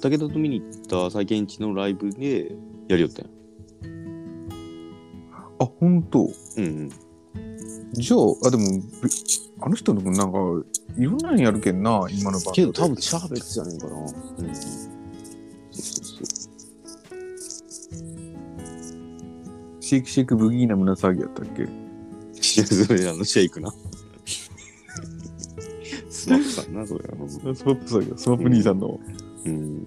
S1: 田と見に行った最近一のライブでやりよったんや
S2: あ本当。
S1: うんうん。
S2: じゃああでもべあの人でもなんかいろんなのやるけんな今のバンド
S1: けど多分シャベツじゃねえかな。うんうん。そうそうそ
S2: シェイクシェイクブギーな胸騒ぎやったっけ
S1: う。知らんそれ、あの、シェイクな。スマップさんな、それ。あの
S2: スマップ騒ぎスマップ兄さんの、
S1: うん。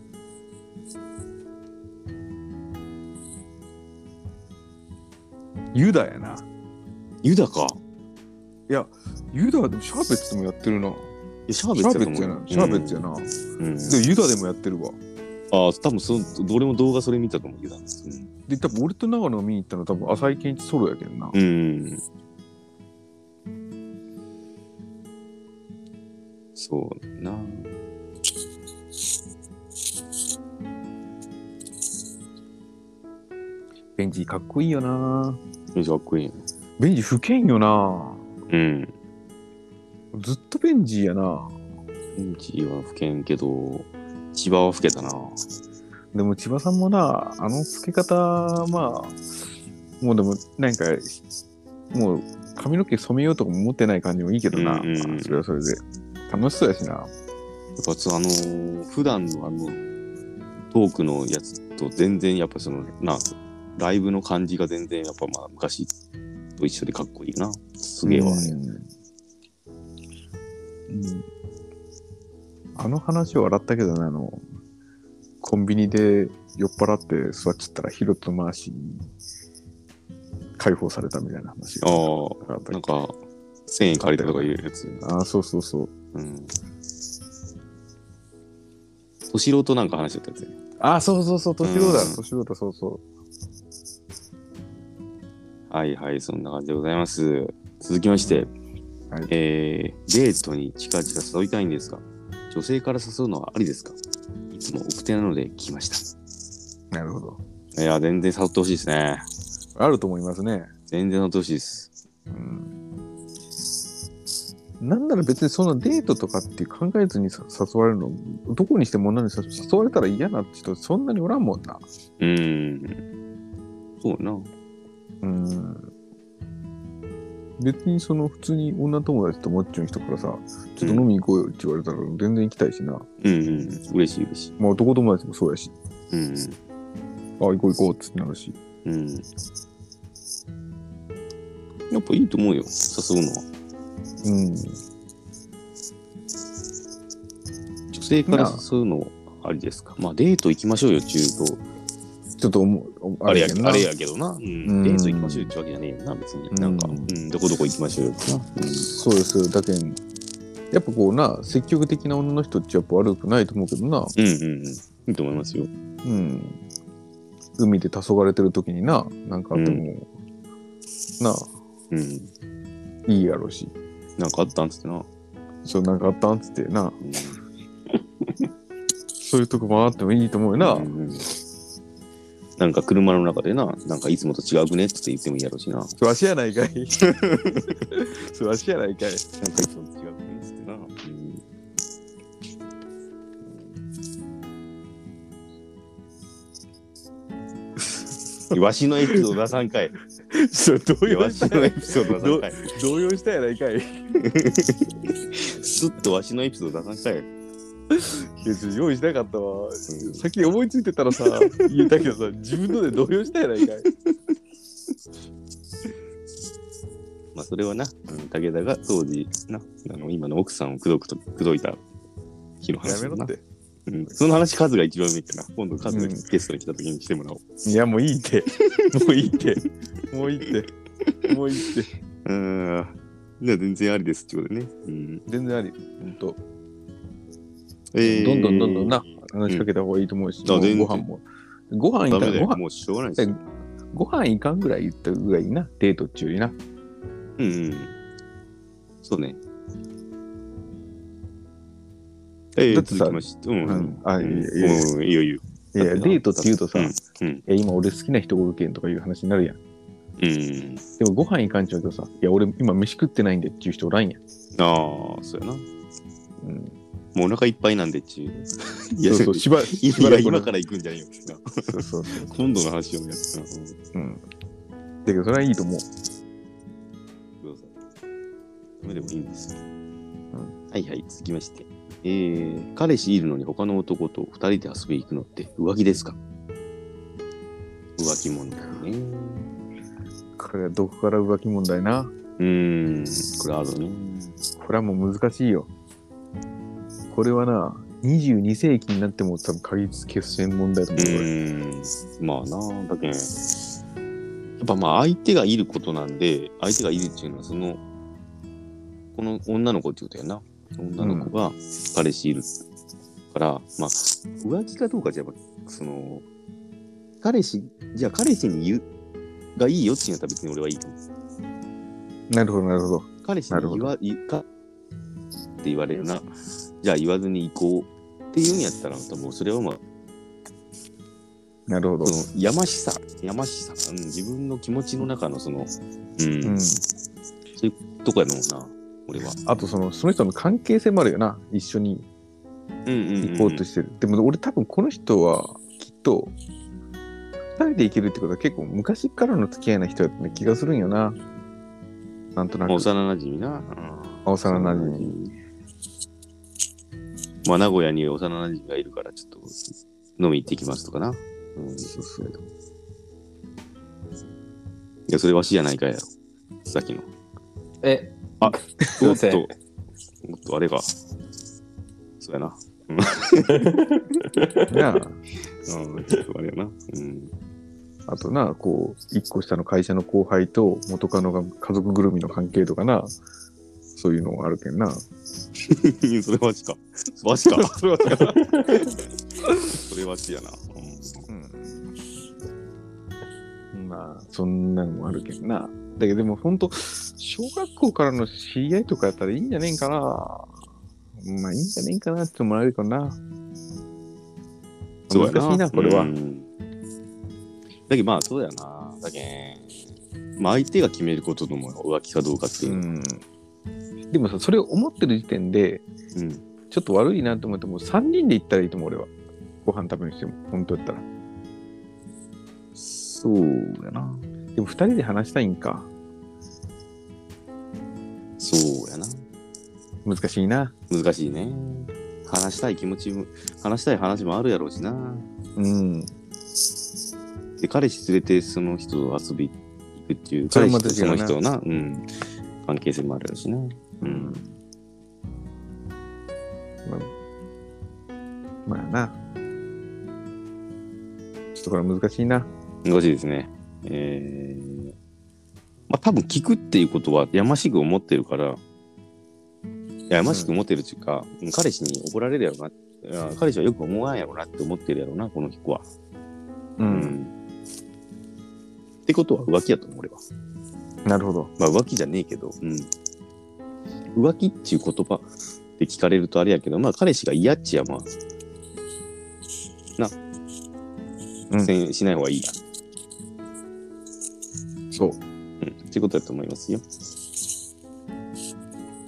S2: ユダやな
S1: ユダか。
S2: ユダはでもシャーベッツでもやってるない
S1: やシャー
S2: シ
S1: ベ
S2: ャ
S1: ツ
S2: ー
S1: や
S2: ベ
S1: と思う
S2: ッツや
S1: よ
S2: なシャーベッツやな、
S1: うんうん
S2: でもユダでもやってるわ
S1: ああ、多分その、どれも動画それ見たと思うけど。うん
S2: で多分俺と長野が見に行ったのは多分浅井健一ソロやけどな、
S1: うん。そうな。
S2: ベンジかっこいいよな
S1: めっちゃかっこいいよ。
S2: ベンジ不んよな
S1: うん。
S2: ずっとベンジやな
S1: ベンチは吹けんけど、千葉は吹けたな。
S2: でも千葉さんもなあの付け方まあもうでもなんかもう髪の毛染めようとかも持ってない感じもいいけどな、
S1: うんうんうん
S2: それはそれで楽しそうやしな
S1: やっぱつあのー普段のあのトークのやつと全然やっぱそのなライブの感じが全然やっぱまあ昔と一緒でかっこいいなすげえわ、
S2: うんあの話を笑ったけどねあのコンビニで酔っ払って座っちゃったら、ヒロとマーシーに解放されたみたいな話が
S1: あ
S2: あった
S1: あ、な
S2: り
S1: んか、1000円借りたとかいうやつ。
S2: ああ、そうそうそう。
S1: うん。敏郎となんか話し合ったやつね。
S2: ああ、そうそうそう、年老だ
S1: うん、
S2: 年老だ、そうそう。
S1: はいはい、そんな感じでございます。続きまして、
S2: はい
S1: えーデートに近々誘いたいんですが、女性から誘うのはありですかいつも奥手なので聞きまし
S2: なるほど。
S1: た。いや、全然誘ってほしいですね。
S2: あると思いますね。
S1: 全然誘ってほしいです。
S2: うん。なんなら別にそのデートとかって考えずにさ誘われるの、どこにしても何にしても誘われたら嫌な人そんなにおらんもんな。
S1: うーん。そうやな。
S2: うん。別にその普通に女友達ともっちゅう人からさ、ちょっと飲みに行こうよって言われたら全然行きたいしな。
S1: うんうん。嬉しい嬉しい。
S2: まあ男友達もそうやし、
S1: うん
S2: あ行こう行こうってなるし。
S1: うん。うん。やっぱいいと思うよ、誘うのは。
S2: うん。
S1: 女性から誘うのありですかまあデート行きましょうよって言うと、
S2: ちょっと思う、
S1: あれや
S2: け
S1: け
S2: ど
S1: ど
S2: な
S1: あれやけどな、うん、
S2: ん
S1: デート行きましょうよってわけじゃねえよな、別に。
S2: うん
S1: なんか、うん、どこどこ行きましょうよってな。
S2: そうです。だけん、やっぱこうな、積極的な女の人ってやっぱ悪くないと思うけどな。
S1: うんうんうん。いいと思いますよ。
S2: うん。海で黄昏れてる時にな、なんかあっても、な、
S1: うん。
S2: いいやろうし。
S1: なんかあったんつってな。
S2: そう、なんかあったんつってな、
S1: うん
S2: そういうとこ回ってもいいと思うよな。
S1: うんうんなんか車の中でな、なんかいつもと違うくねっつって言ってもいいやろうしな。なんか
S2: それわしやないかい。 それわしやないかい。
S1: いつもと違うくねっつってな。うんいやわしのエピソード出さんかい。
S2: それ動
S1: いや
S2: 揺
S1: わ
S2: し
S1: した
S2: や
S1: の
S2: な
S1: エ
S2: い
S1: ピソード出さんかい。
S2: 動揺したやないかい。
S1: すっとわしのエピソード出さんかい。
S2: 別に用意しなかったわ。先に思いついてたらさ、言ったけどさ、自分ので動揺したやないかい。
S1: まあそれはな、うん武田が当時な、あの今の奥さんを口説くと口説いた日の
S2: や
S1: 話
S2: め
S1: だ
S2: ろ
S1: な
S2: っ。て。
S1: うん、その話、カズが一番上ってな。今度カズがゲストに来た時にしてもらおう。
S2: いや、もういいって。もういいって。もういいって。もういいって。
S1: うん。じゃあ全然ありですってことでね。うん。
S2: 全然あり。ほんと。
S1: え
S2: どんどんどんどんな、話しかけた方がいいと思うし、
S1: うんあ全然
S2: もうご飯も。ご飯行
S1: ダ
S2: った
S1: メ
S2: ら
S1: だ
S2: ご
S1: よ。
S2: 飯
S1: もうしょうがないですよ。
S2: ご飯行かんぐらい言ったぐらいいいな。デートっちゅうよりな。
S1: うん、うん。そうね。えー、
S2: だってさ
S1: 続きまして。うん。
S2: うんあいいよいいよ
S1: うん、いいよいいよ。
S2: いや、
S1: だ
S2: デ
S1: ってな
S2: ートって言うとさ、
S1: う
S2: い
S1: んうん。
S2: や今俺好きな人おるけんとかいう話になるやん。
S1: うん。
S2: でもご飯行かんちゃうとさ、いや俺今飯食ってないんでっていう人おらんやん。
S1: ああ、そうやな。
S2: うん、
S1: もうお腹いっぱいなんでっちゅう。い
S2: そうそう、しば
S1: い
S2: し
S1: や
S2: ばらく
S1: 今
S2: の
S1: から行くんじゃね えよってな。
S2: そうそうそう。
S1: 今度の話をやってな。うん
S2: うん。だけどそれはいいと思う。
S1: ください。ダメでもいいんですよ。
S2: ん
S1: はいはい、続きまして。えー、彼氏いるのに他の男と二人で遊びに行くのって浮気ですか浮気問題ね。
S2: これはどこから浮気問題な。
S1: うーん、これあるね。
S2: これはもう難しいよ。これはな、22世紀になっても多分鍵決戦問題だと
S1: う
S2: 思うよ。
S1: ーん、まあな、だけんやっぱまあ相手がいることなんで、相手がいるっていうのはその、この女の子ってことやな。女の子が彼氏いるから、まあ浮気かどうかじゃやっぱ、その、彼氏、じゃあ彼氏に言う、がいいよっていうのは別に俺はいいと思う。
S2: なるほど、なるほど。
S1: 彼氏
S2: なる
S1: に
S2: ほ
S1: 言
S2: ど
S1: わ、いかって言われるな。じゃあ言わずに行こうっていうんやったら、もうそれはまあ
S2: なるほど。
S1: そのやましさ、やましさ、うん、自分の気持ちの中のその、うん、
S2: うん。
S1: そういうとこやと思うな、俺は。
S2: あとその、その人の関係性もあるよな。一緒に
S1: うんうん、
S2: 行こうとしてる。でも俺多分この人はきっと、二人で行けるってことは結構昔からの付き合いな人やった気がするんよな。なんとなく。
S1: 幼馴染な。うん
S2: 幼なじみ。
S1: まあ、名古屋に幼馴染がいるから、ちょっと飲み行ってきますとかな。うん、い
S2: そうそう。
S1: や、それわしじゃないかやろ。さっきの。
S5: え、
S1: あ
S5: すい
S1: お
S5: ま
S1: っ
S5: せん
S1: と、おっと、あれが。そうやな。
S2: なあ
S1: うん、ちょっとあれやな。うん。
S2: あとな、こう、一個下の会社の後輩と元カノが家族ぐるみの関係とかな、そういうのがあるけんな。
S1: それはしか。 わしか。それは しか。それはしやな。う
S2: うん。まあ、そんなのもあるけんな。だけどでも本当小学校からの知り合いとかやったらいいんじゃねえんかな。まあいいんじゃねえんかなってもらえるかな。
S1: そうや
S2: 難しいな、これは。
S1: うんだけどまあ、そうやな。だけんまあ、相手が決めることのも浮気かどうかって
S2: う
S1: いう。
S2: ん。でもさ、それを思ってる時点で、
S1: うん。
S2: ちょっと悪いなと思っても、3人で行ったらいいと思う、俺は。ご飯食べにしても、本当やったら。
S1: そうやな。
S2: でも2人で話したいんか。
S1: そうやな。
S2: 難しいな。
S1: 難しいね。話したい気持ちも、話したい話もあるやろうしな。
S2: うん。
S1: で、彼氏連れてその人と遊び行くっていう、
S2: それ
S1: 彼
S2: も
S1: 氏
S2: また
S1: と
S2: 違
S1: そう
S2: な
S1: の人な、うん、関係性もあるやろうしな。うん。
S2: まあな。ちょっとこれ難しいな。
S1: 難しいですね。えー、まあ多分聞くっていうことはやましく思ってるから、いややましく思ってるっていうか、うん彼氏に怒られるやろな。いや彼氏はよく思わんやろなって思ってるやろな、この子は。
S2: う
S1: う。ってことは浮気やと思う、俺は。
S2: なるほど。
S1: まあ浮気じゃねえけど、うん、浮気っていう言葉で聞かれるとあれやけど、まあ彼氏が嫌っちや、まあ、
S2: うん
S1: せんしない方がいいや。
S2: そう。
S1: うん、っていうことだと思いますよ。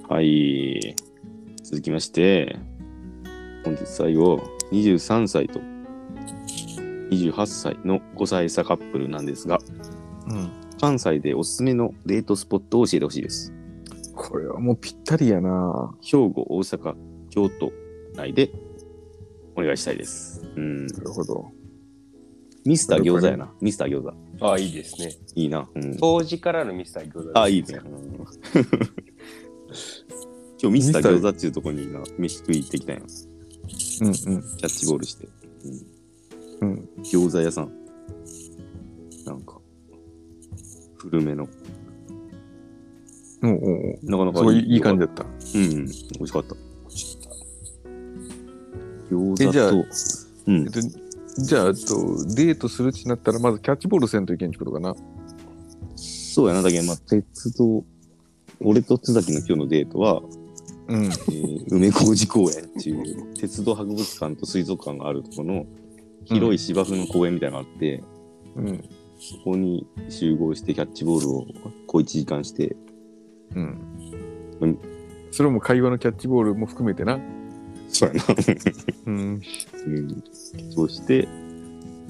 S1: はい。続きまして、本日最後、23歳と28歳の5歳差カップルなんですが、
S2: うん。
S1: 関西でおすすめのデートスポットを教えてほしいです。
S2: これはもうぴったりやな。
S1: 兵庫、大阪、京都内でお願いしたいです。うん。
S2: なるほど。
S1: ミスター餃子やな。ミスター餃子。
S5: ああ、いいですね。
S1: いいな。うん。
S5: 当時からのミスター餃子です
S1: あ、いいね。うん 今日ミスター餃子っていうところにな、飯食い行ってきたんや。キ
S2: うんうん。
S1: ャッチボールして。
S2: うん。
S1: 餃子屋さん。なんか、古めの。
S2: おうおうおう
S1: なかな
S2: す
S1: か
S2: ごいいい感じ
S1: じ。
S2: だった。
S1: うん。美味しかった。餃子と、
S2: えじゃあ
S1: うん。
S2: でじゃあ、えっと、デートするってなったら、まずキャッチボールせんといけんってことかな。
S1: そうやな、だけど、まあ、鉄道、俺と津崎の今日のデートは、
S2: うん。
S1: え ー梅小路公園っていう鉄道博物館と水族館があるとこの広い芝生の公園みたいなのがあって、
S2: うん。
S1: そこに集合してキャッチボールを小1時間して、
S2: うん。
S1: うん
S2: それも会話のキャッチボールも含めてな。
S1: そうやな、
S2: うん。
S1: うん、 そうして、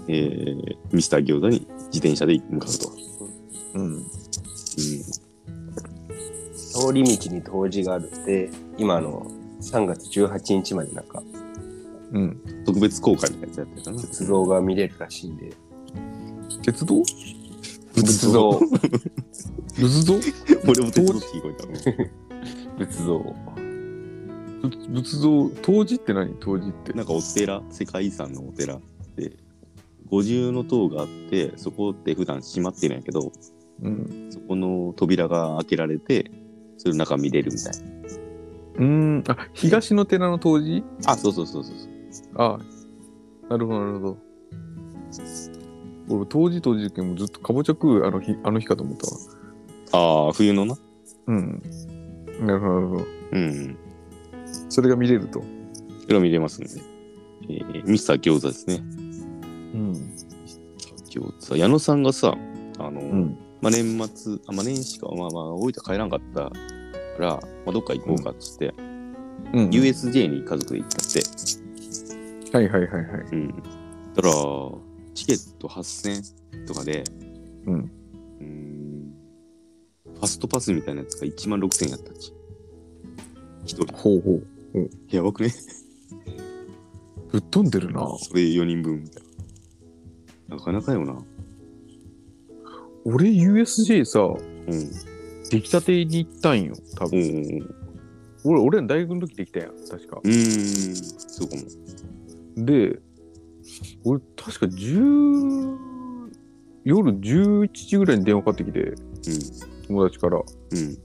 S1: えーミスター餃子に自転車で向かうと。
S2: うん。
S5: 通り道に当時があるって、今あの3月18日までなんか
S2: うん。
S1: うん、特別公開みたいなやつやってるかな。
S5: 仏像が見れるらしいんで、
S2: 鉄道
S5: 仏像、
S2: 仏像
S1: 俺も鉄道って聞こえた。
S5: 仏像。
S2: 仏仏像、当時って何当時って。
S1: なんかお寺、世界遺産のお寺で、五重の塔があって、そこって普段閉まってるんやけど、
S2: うん。
S1: そこの扉が開けられて、それの中見れるみたい
S2: うん。あ、東の寺の当時
S1: な。あ、そうそうそうそうそう。
S2: あなるほど、なるほど。俺、当時当時ってもうずっとかぼちゃ食うあの日、あの日かと思ったわ。
S1: ああ、冬のな。
S2: うん。なるほど、なるほど。
S1: うん。
S2: それが見れると。
S1: それは見れますんで。えーミスター餃子ですね。
S2: うん。
S1: 餃子。矢野さんがさ、あの、
S2: うん。
S1: まあ、年末、あ、まあ、年始か、まあまあ、大分帰らんかったから、まあ、どっか行こうかっつって、
S2: うん。
S1: USJ に家族で行ったって。
S2: はいはいはいはい。
S1: うん。だから、チケット8000とかで、
S2: うん
S1: うーん。ファストパスみたいなやつが1万6000やったっち。一人。
S2: ほうほう。
S1: やばくね
S2: ぶっ飛んでるな。
S1: それ4人分みたいな。なかなかよな。
S2: 俺、USJ さ、
S1: うん。
S2: 出来たてに行ったんよ、多
S1: うん
S2: 分。。俺、俺らの大学の時できたやん、確か。
S1: うーん。そそうかも。
S2: で、俺、確か10、夜11時ぐらいに電話かかってきて、友達から、
S1: うん。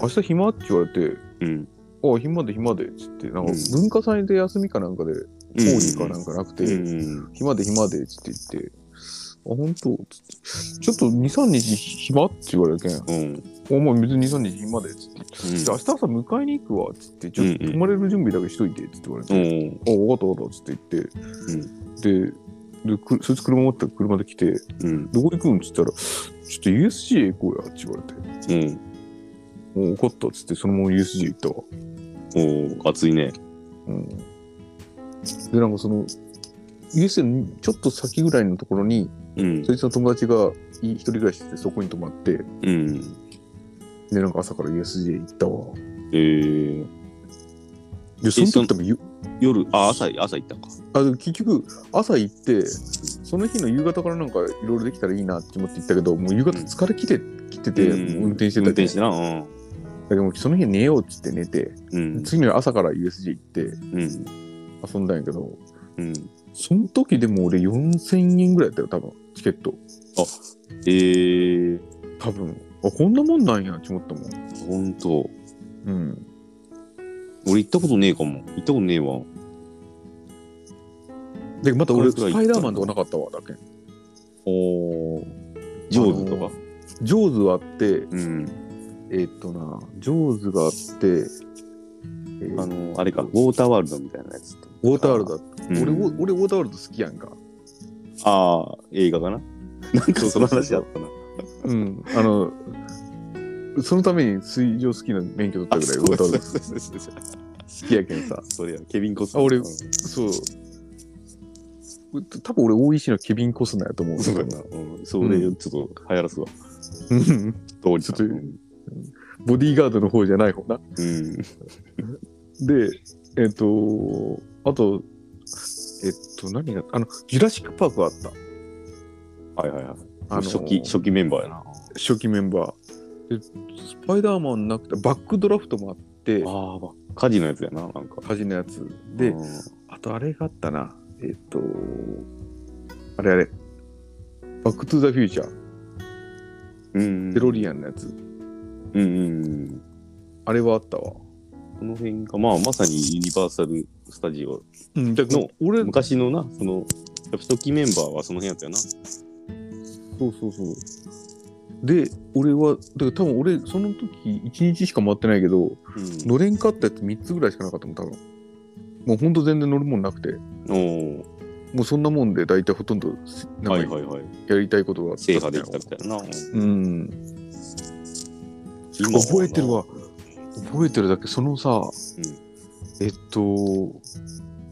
S2: 明日暇って言われて、
S1: うん。
S2: ああ、暇で暇で、つって、なんか
S1: うん
S2: 文化祭で休みかなんかで、講義かなんかなくて、
S1: うん。
S2: 暇で暇で、つって言って、あ、本当つって、ちょっと2、3日暇って言われるけん、
S1: うん。うん。
S2: お前別に2、3日暇で、つって、じゃあ明日朝迎えに行くわ、つって、ちょっと泊まれる準備だけしといて、つって言われて、
S1: うん。
S2: あ、わかったわかった、つって言って、で、で、くそいつ車持ってたら車で来て、
S1: うん。
S2: どこ行くんっつったら、ちょっと USJ 行こうや、って言われて、
S1: うん。
S2: もう分かった、つって、そのまま USJ 行ったわ。
S1: おお、熱いね。
S2: うん。で、なんかその、USJ のちょっと先ぐらいのところに、
S1: うん
S2: そ。いつの友達がい一人暮らししてて、そこに泊まって、で、
S1: うん。
S2: なんか朝から USJ 行ったわ。
S1: えー、
S2: で、その
S1: その
S2: 時多分ゆ、
S1: 夜、あ、朝、朝行ったんか。
S2: あでも結局、朝行って、その日の夕方からなんかいろいろできたらいいなって思って行ったけど、もう夕方疲れきて、きてて、
S1: うん
S2: もう運転して
S1: 運
S2: た
S1: 転
S2: けど
S1: してな。うん。
S2: でもその日寝ようっつって寝て、
S1: うん。
S2: 次の日朝から USJ 行って
S1: うん。
S2: 遊んだんやけど、
S1: うん。
S2: その時でも俺4000円ぐらいだったよ、多分、チケット。
S1: えー、
S2: 多分。あ、こんなもんなんやって思ったもん。
S1: ほんと。
S2: うん。
S1: 俺行ったことねえかも。行ったことねえわ。
S2: で、また俺、
S1: これくら
S2: ス
S1: い
S2: パイダーマンとかなかったわ、だけ。
S1: おー。ジョーズと
S2: あの
S1: か。
S2: ジョーズはあって、
S1: うん。
S2: えーっとな、ジョーズがあって、えー
S1: あの、あれか、ウォーターワールドみたいなやつと。
S2: ウォーターワールドだ、
S1: うん
S2: 俺ウォ俺、ウォーターワールド好きやんか。
S1: ああ、映画かな。なんかその話あったな。
S2: うん。あの、そのために水上好きな免許取ったぐらい、ウォーターワールド
S1: そうそうそう
S2: 好きやけんさ。
S1: それや、ケビン・コス
S2: あ俺
S1: うん
S2: そう。多分俺、大石のケビン・コスナーやと思う。
S1: そうかな。うん。それ、ちょっと流行らすわ。
S2: うん
S1: 通り
S2: ちょっと ボディーガードの方じゃない方な。
S1: うん。
S2: で、えっ、と、あと、えっ、と、何が、あの、ジュラシック・パークがあった。
S1: はいはいはい。
S2: あの
S1: 初期、初期メンバーやな。
S2: 初期メンバー。で、スパイダーマンなくて、バックドラフトもあって、
S1: ああ、ば火事のやつやな、なんか。
S2: 端のやつ。で
S1: う、ん
S2: あとあれがあったな。えっ、と、あれあれ。バック・トゥ・ザ・フューチャー、
S1: うん。
S2: デロリアンのやつ。
S1: うんうんうん。
S2: あれはあったわ。
S1: この辺が、まあ、まさにユニバーサル・スタジオ。
S2: うん、だけど
S1: の、
S2: 俺、
S1: 昔のな、その、初期メンバーはその辺やったよな。
S2: そうそうそう。で、俺は、だから多分俺、その時、1日しか回ってないけど、
S1: う
S2: のれん買ったやつ3つぐらいしかなかったもん、多分。もうほんと全然乗るもんなくて、
S1: ん。お
S2: もうそんなもんで大体ほとんどす、
S1: ー
S2: な
S1: はい
S2: んか
S1: はいはい。
S2: やりたいことが
S1: 制覇できたみ
S2: み
S1: たいな。うん
S2: たいな。うん。
S1: 今はな
S2: 覚えてるわ。覚えてるだけ、そのさ、えっと、行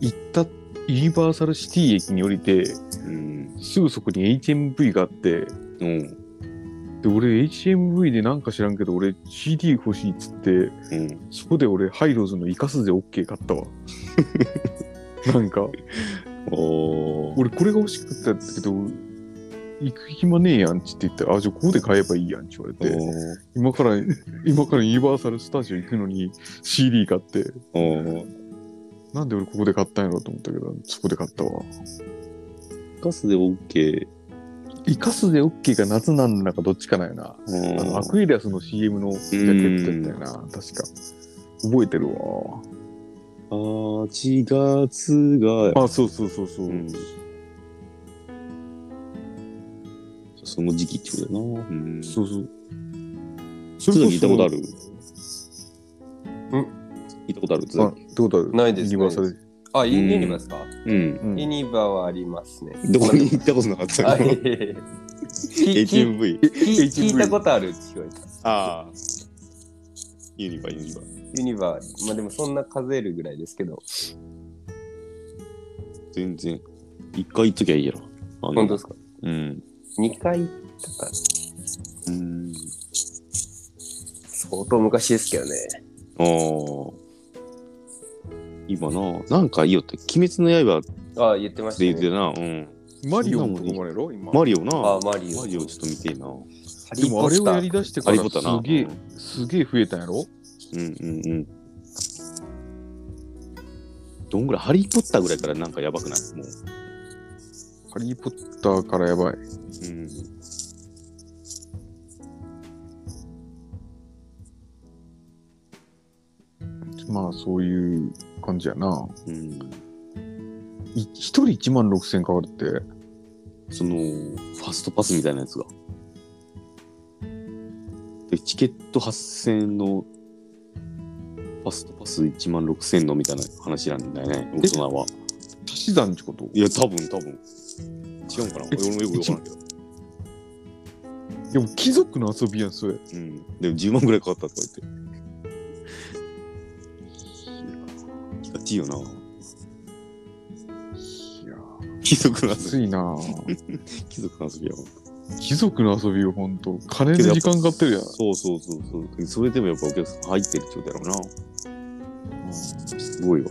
S2: ったユニバーサルシティ駅に降りて、
S1: うん。
S2: すぐそこに HMV があって、
S1: うん。
S2: で、俺 HMV でなんか知らんけど、俺 CD 欲しいっつって、
S1: うん。
S2: そこで俺ハイローズのイカスで OK 買 ったわ。なんか。
S1: おー。
S2: 俺これが欲しくてやったけど行く暇ねえやんって言ってあじゃあここで買えばいいやんって言われて
S1: おー
S2: 今から今からユニバーサル・スタジオ行くのに CD 買って
S1: おー。
S2: なんで俺ここで買ったんやろうと思ったけどそこで買ったわ
S1: ガスで OK。
S2: イカスで OK か夏なんの中どっちかなんや
S1: う
S2: なあの
S1: ん
S2: アクエリアスの CM のジャケットやったよな確か覚えてるわ
S1: 8月が、
S2: あそうそうそうそう、
S1: うんその時期ってことやな。うん。
S2: そうそう
S1: 津
S2: そ
S1: 崎行ったことあ
S2: る
S1: るん行ったことある津
S2: あ
S1: 崎。
S2: 行ったことある
S5: ないです
S2: ユニバーサル、
S5: あ、ユニバですか、
S1: うん。
S2: うん
S5: ユニバはありますね。
S1: どこに行ったことなかった
S5: あい
S1: の
S5: えいえい え聞聞
S1: ?HMV。
S5: 聞
S2: HMV
S5: 聞いたことあるって聞こえた。
S1: ああ。ユニバ、ユニバ。
S5: ユニバまあでもそんな数えるぐらいですけど、
S1: 全然。一回行っときゃいいやろ。あ
S5: 本当ですか
S1: うん。
S5: ?2 回行ったから、
S1: うん。
S5: 相当昔ですけどね。
S1: ああ。今な、なんかいいよって、鬼滅の刃って
S5: あ言ってました
S1: 言って
S5: ね。
S1: な、うん。
S2: マリオのとこまでやろ今
S1: マリオな。
S5: あマリオ。
S1: マリオちょっと見てえな。
S5: ハリ
S2: で
S5: ー
S2: も
S5: ポ
S2: あれ
S5: ッ
S2: を
S5: タ
S2: や
S5: ー
S2: りだして
S1: ハ
S2: か
S1: リ
S2: ら
S1: ポタな。
S2: すげえ、すげえ増えたんやろ
S1: うんうんうん。どんぐらい、ハリー・ポッターぐらいからなんかやばくないもう。
S2: ハリー・ポッターからやばい。
S1: うん。
S2: まあ、そういう感じやな。
S1: うん。
S2: い一人1万6000円かかるって、
S1: その、ファストパスみたいなやつが。で、チケット8000円の、ファストパス1万6000円のみたいな話なんだよね、大人は。
S2: 足し算ってこと
S1: いや、多分多分。違うんかな
S2: え
S1: 俺もよくわからんけど。
S2: でも貴族の遊びやん、それ。
S1: うん。でも10万ぐらいかかったとか言って。気がちいよな。
S2: いや
S1: 貴族の遊
S2: ー、きついな
S1: び。貴族の遊びやわ。
S2: 貴族の遊びをほんと、金で時間かかってるやん。
S1: そうそうそうそう。それでもやっぱお客さん入ってるってことやろうな。すごいわ。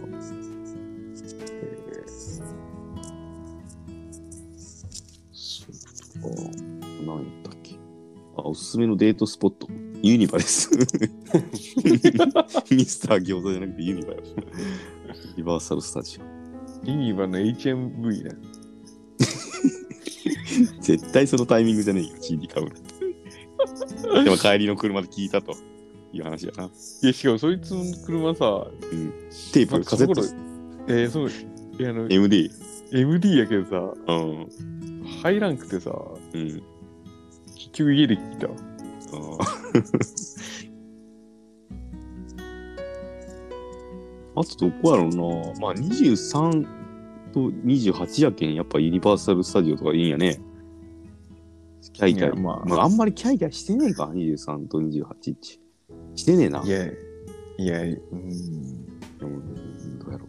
S1: そうか。何やったっけあ、おすすめのデートスポット。ユニバ です。ミスター餃子じゃなくてユニバよ。リバーサルスタジオ。
S2: リニバの HMV ね。
S1: 絶対そのタイミングじゃねえよ、CD 買う の。でも帰りの車で聞いたという話やな。
S2: いや、しかもそいつの車さ、
S1: テープ、カセット
S2: まあ、その頃えー、そう、いや、あの、
S1: MD。
S2: MD やけどさ、
S1: うん。
S2: 入らんくてさ、
S1: うん。
S2: 結局家で聞いたわ。
S1: あとどこやろうな。まあ23と28やけん、やっぱユニバーサル・スタジオとかいいんやね。キャイキャ
S2: いや
S1: イ。
S2: まあ
S1: まあ、あんまりキャイキャイしてねえか、23と28っち。してねえな。
S2: いや、いや、うん。
S1: うんどうやろ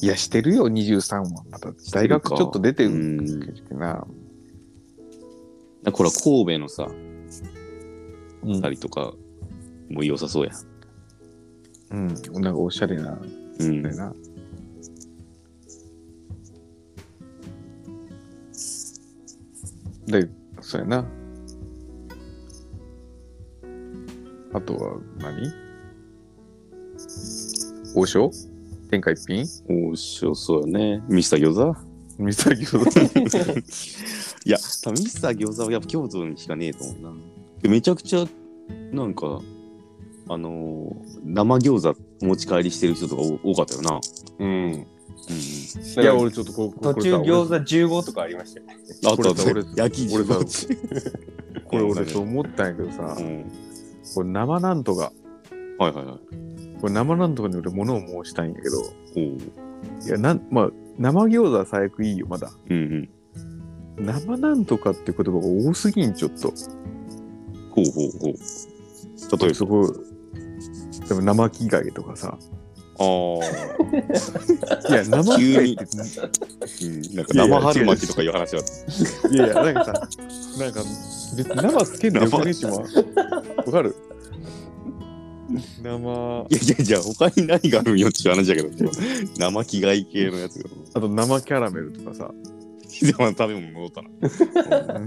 S2: いや、してるよ、23は。また、大学ちょっと出て
S1: う。
S2: る
S1: うん。
S2: な。
S1: これは神戸のさ、
S2: うん
S1: 二人とかも良さそうや。
S2: うん。なんかおしゃれな、
S1: うん
S2: だ。よな。で、そうやな。あとは何、王将天下一 品
S1: 面白そうよね。ミスター餃子
S2: 三崎餃子。
S1: いや、多分ミスター餃子はやっぱ京都にしかねえと思うな。でめちゃくちゃ、なんか、あのー生餃子持ち帰りしてる人とかお多かったよな。
S5: うん。
S1: うん
S5: い
S2: いや、俺ちょっとこ
S5: 途中餃子15とかありましたよ。
S1: あったあっ
S2: これ
S1: た
S2: だ俺
S1: 焼き
S2: 俺だこ
S1: こ
S2: れ
S1: れ
S2: 俺
S1: 俺
S2: そう
S1: と。
S2: 思ったんやけどさ
S1: う、ん。
S2: これ生なんとか、
S1: はいはいはい。
S2: これ生なんとかに俺物を申したいんやけ
S1: お
S2: ど、
S1: う
S2: いや、なん、まあ、生餃子は最悪いいよ、まだ。
S1: うん
S2: 生なんとかって言葉が多すぎん、ちょっと。
S1: うん。ほうほうほう。例え
S2: そこ、でも生着替えと かさ。
S1: ば、
S2: いや、生着替えって、
S1: うん、なんか生春巻きとかいう話は、
S2: いやいや、なんかさ、なんか、別に生つけんのよ
S1: 生
S2: くねしまわかる生、
S1: いやいやいや、他に何があるんよっていう話だけど、生着替え系のやつが。
S2: あと生キャラメルとかさ。
S1: でも食べ物戻ったな。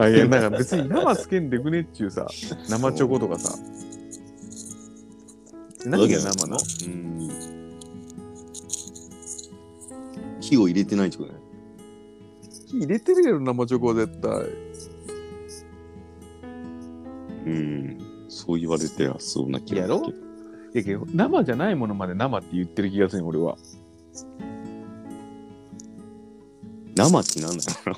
S2: あいや、なんか別に生つけんでくねっちゅうさ、生チョコとかさ。何が生な
S1: うん。火を入れてないってことね。
S2: 火入れてるやろ、生チョコは絶対。
S1: うん。そう言われてはそうな気が
S2: やろいやけど生じゃないものまで生って言ってる気がするね俺は。
S1: 生ってなんだよ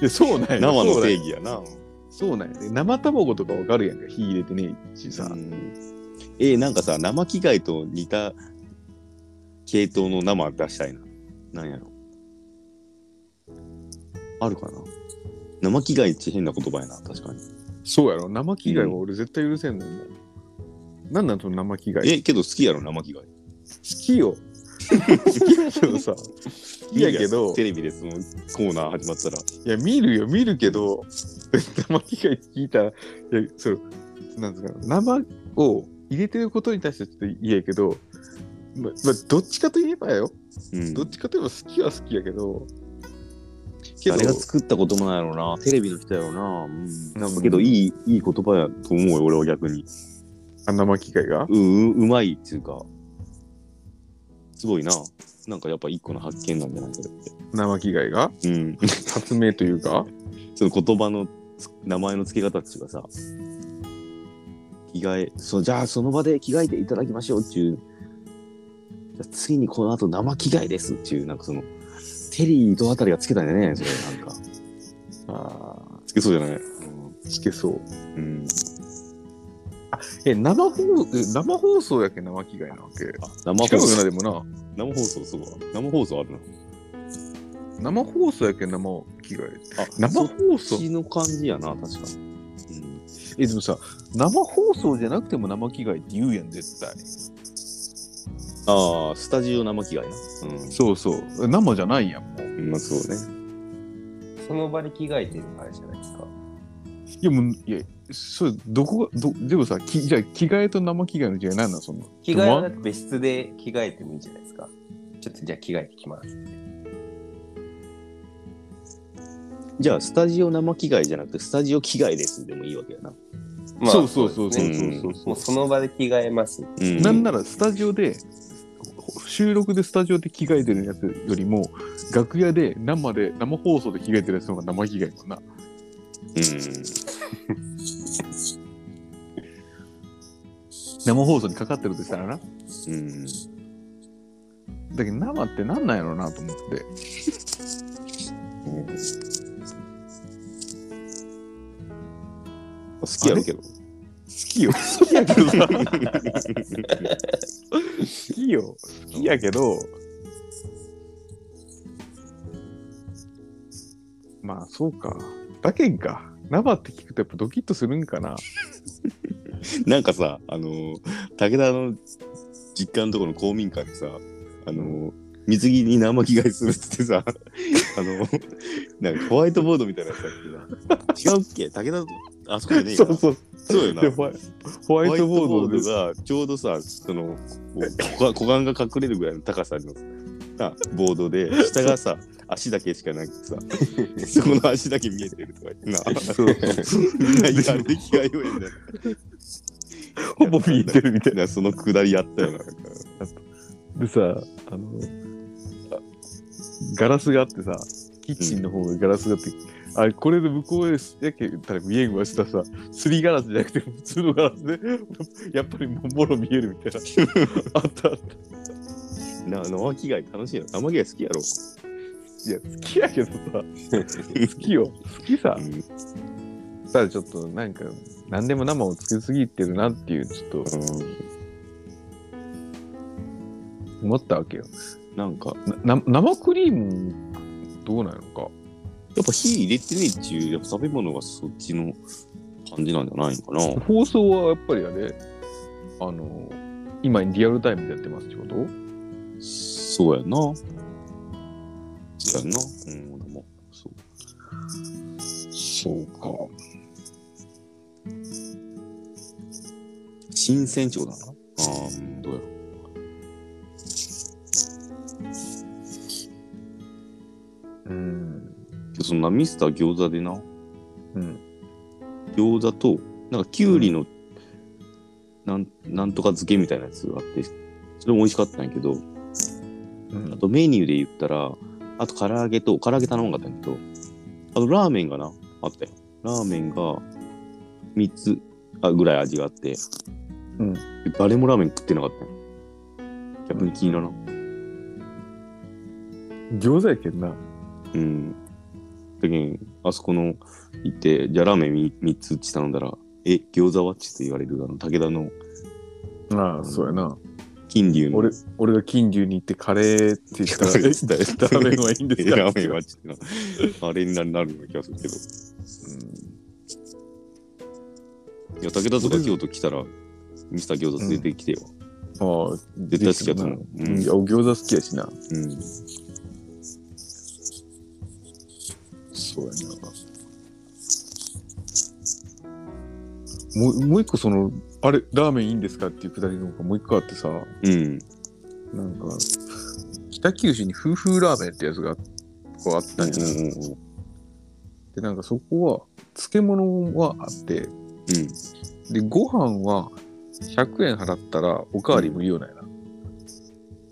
S2: いや、そうなんや。
S1: な。 生の定
S2: 義
S1: 義やな。
S2: そうなんやね。生卵とかわかるやんか、火入れてねえしさ。
S1: うんえーなんかさ、生着替えと似た系統の生出したいな。なんやろ。あるかな生着替えって変な言葉やな、確かに。
S2: そうやろ、生着替えは俺絶対許せんのもう。なんなんその生着替え。好
S1: え、けど好きやろ、生着替え。
S2: きよ。好きや けどさ。好きや
S1: 見
S2: け
S1: るや
S2: ど
S1: つ、テレビでそのコーナー始まったら、
S2: いや、見るよ、見るけど、生着替え聞いたら、いや、それ、なんですか、生を入れてることに対してちょっと嫌やけど、ま、まどっちかといえばよ、
S1: うん
S2: どっちかといえば好きは好きやけど、けど
S1: 誰が作ったこともないやろな。テレビの人やろな。うん。
S2: なんか
S1: けど、いい、いい言葉やと思うよ、俺は逆に。
S2: 穴巻き貝が
S1: うううまいっていうかすごいななんかやっぱ一個の発見なんじゃないそれって
S2: 穴巻き貝が
S1: うん
S2: 発明というか
S1: その言葉のつ名前の付け方っていうかさ着替えそうじゃあその場で着替えていただきましょうっていうじゃあついにこの後生着替えですっていうなんかそのテリーとあたりがつけたんだよねそれなんか
S2: あ
S1: つけそうじゃない
S2: あつけそう
S1: うん
S2: え生放え生放送やけ生着替えなわけ
S1: あ生
S2: 近
S1: 放
S2: くな
S1: 送
S2: でも
S1: 生放送そうだ生放送あるな
S2: な生放送やけ生着替え
S1: あ
S2: 生放送
S1: そっちの感じやな確かに、うん
S2: えでもさ生放送じゃなくても生着替えって言うやん絶対
S1: ああ、スタジオ生着替えな。
S2: そうそう生じゃないやんもう
S1: うん。まあそうね。
S5: その場で着替えてるのあれじゃないですか。
S2: いやもういやそれどこがどでもさきじゃあ着替えと生着替えの違いなんなんその
S5: 着替えは
S2: う
S5: だ
S2: ま
S5: って別室で着替えてもいいじゃないですか。ちょっとじゃあ着替えてきますって。
S1: じゃあ、スタジオ生着替えじゃなくて、スタジオ着替えですでもいいわけやな。
S5: まあ
S2: そうそうそう
S5: そ
S2: そうう
S5: ですね
S2: そう
S1: うん
S2: そう
S5: もうその場で着替えます。
S1: うん
S2: なんならスタジオでほ収録でスタジオで着替えてるやつよりも楽屋で生で生放送で着替えてるやつの方が生着替えもんな
S1: う。
S2: 生放送にかかってるとしたらなん
S1: うん。
S2: だけど生ってなんなんやろうなと思って
S1: 好きやろうけど。
S2: 好きよ好きやけどさ 好きよ好きやけどまあそうかだけんか生って聞くとやっぱドキッとするんかな
S1: なんかさ、あのー、武田の実家のところの公民館でさ、あのー、水着に生着替えするっつってさ、 あのー、なんかホワイトボードみたいなやつやってさ、違うっけ武田の、あそこじゃねえ
S2: そ
S1: よ
S2: う
S1: な。
S2: そう
S1: そうよな
S2: で。ホワイホワイトボードで
S1: がちょうどさそのこう股股間が隠れるぐらいの高さのさボードで下がさ足だけしかなくてさ そこの足だけ見えてるとか言ってな
S2: そう
S1: みんなやる気がよいんだよ
S2: ほぼ見えてるみたい
S1: なそのくだりやったよななんか
S2: でさあのあガラスがあってさキッチンの方がガラスがあって、あこれで向こうへやけたら見えんわしたさすりガラスじゃなくて普通のガラスでやっぱりももろ見えるみたいなあったあった
S1: な生着替え楽しいな生着替え好きやろ、
S2: いや好きやけどさ好きよ好きさ
S1: うん
S2: ただちょっとなんか何でも生をつけすぎてるなっていうちょっと思ったわけよ
S1: なんか
S2: なな生クリームどうなのか
S1: やっぱ火入れてねえっちゅうやっぱ食べ物がそっちの感じなんじゃないのかな
S2: 放送はやっぱりあれあの今リアルタイムでやってますってこと
S1: そうやな。そうやな。うん、俺も。そう。
S2: そうか
S1: 新船長だな。ああ、うん、どうやろう。
S2: うん
S1: けどそんなミスター餃子でな、
S2: うん
S1: 餃子と、なんかきゅうりの、なん、なんとか漬けみたいなやつがあって、それも美味しかったんやけど、
S2: うん
S1: あとメニューで言ったら、あと唐揚げと、唐揚げ頼まんかったんやけど、あとラーメンがな、あったよ。ラーメンが3つあぐらい味があって、
S2: うん
S1: 誰もラーメン食ってなかったよ。逆に気にならん。
S2: 餃子やけんな
S1: うん。だけん、あそこの行って、じゃあラーメンみ3つって頼んだら、え、餃子はって言われる、あの、武田の
S2: ああそうやな
S1: 金龍の。
S2: 俺俺が金龍に行ってカレーって言ったら
S1: カレーって言ったら
S2: ラーメンはいいんで
S1: え
S2: すか
S1: ラーメンはってな、あれになるような気がするけど。いや、武田とか京都来たら、ミスター餃子連れてきてよ。
S2: ああ
S1: 絶対好きやと思う
S2: う
S1: うん
S2: ん、いや餃子好きやしな
S1: うん。
S2: そうやなもうもう一個そのあれラーメンいいんですかっていうくだりの方がもう一個あってさ、
S1: うん。
S2: なんか、北九州に夫婦ラーメンってやつがこうあったんやな、
S1: うんうん
S2: で、なんかそこは、漬物はあって、
S1: うん。
S2: で、ご飯は、 100円払ったらおかわり無料なんや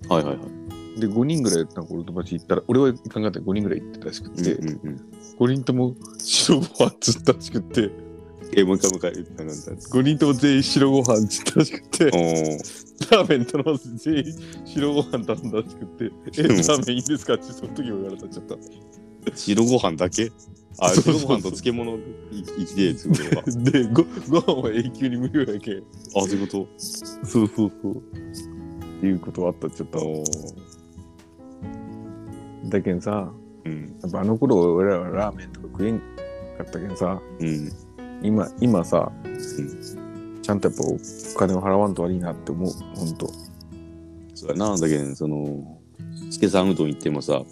S2: な。
S1: はいはいはい。
S2: で、5人ぐらい、なんか俺の友達行ったら、俺は行かんかった5人ぐらい行ってたらしくて、
S1: うんうんうん、
S2: 5人とも白ご飯つったらしくて、
S1: え、もう一回もう一回言ったなんだ。
S2: 5人とも全員白ご飯つったらしくて、
S1: おー
S2: ラーメン頼まず全員白ご飯頼んだらしくて、え、ラ
S1: うん
S2: ーメンいいんですかってその時も言われたちょっと。
S1: 白ご飯だけあ、
S2: そうそう
S1: 白
S2: そう
S1: ご飯と漬物いいきてえってことか。
S2: で、ごご飯は永久に無料やけん。
S1: あ、そういうこ
S2: そうそうそう。っていうことはあったちょっ
S1: と。
S2: と。
S1: おー
S2: だけんさ、
S1: うん。
S2: やっぱあの頃俺らはラーメンとか食えんかったけんさ、
S1: うん。
S2: 今、今さ、ちゃんとやっぱお金を払わんと悪いなって思う、ほんと。
S1: そうやな、だけど、その、スケさんうどん行ってもさ、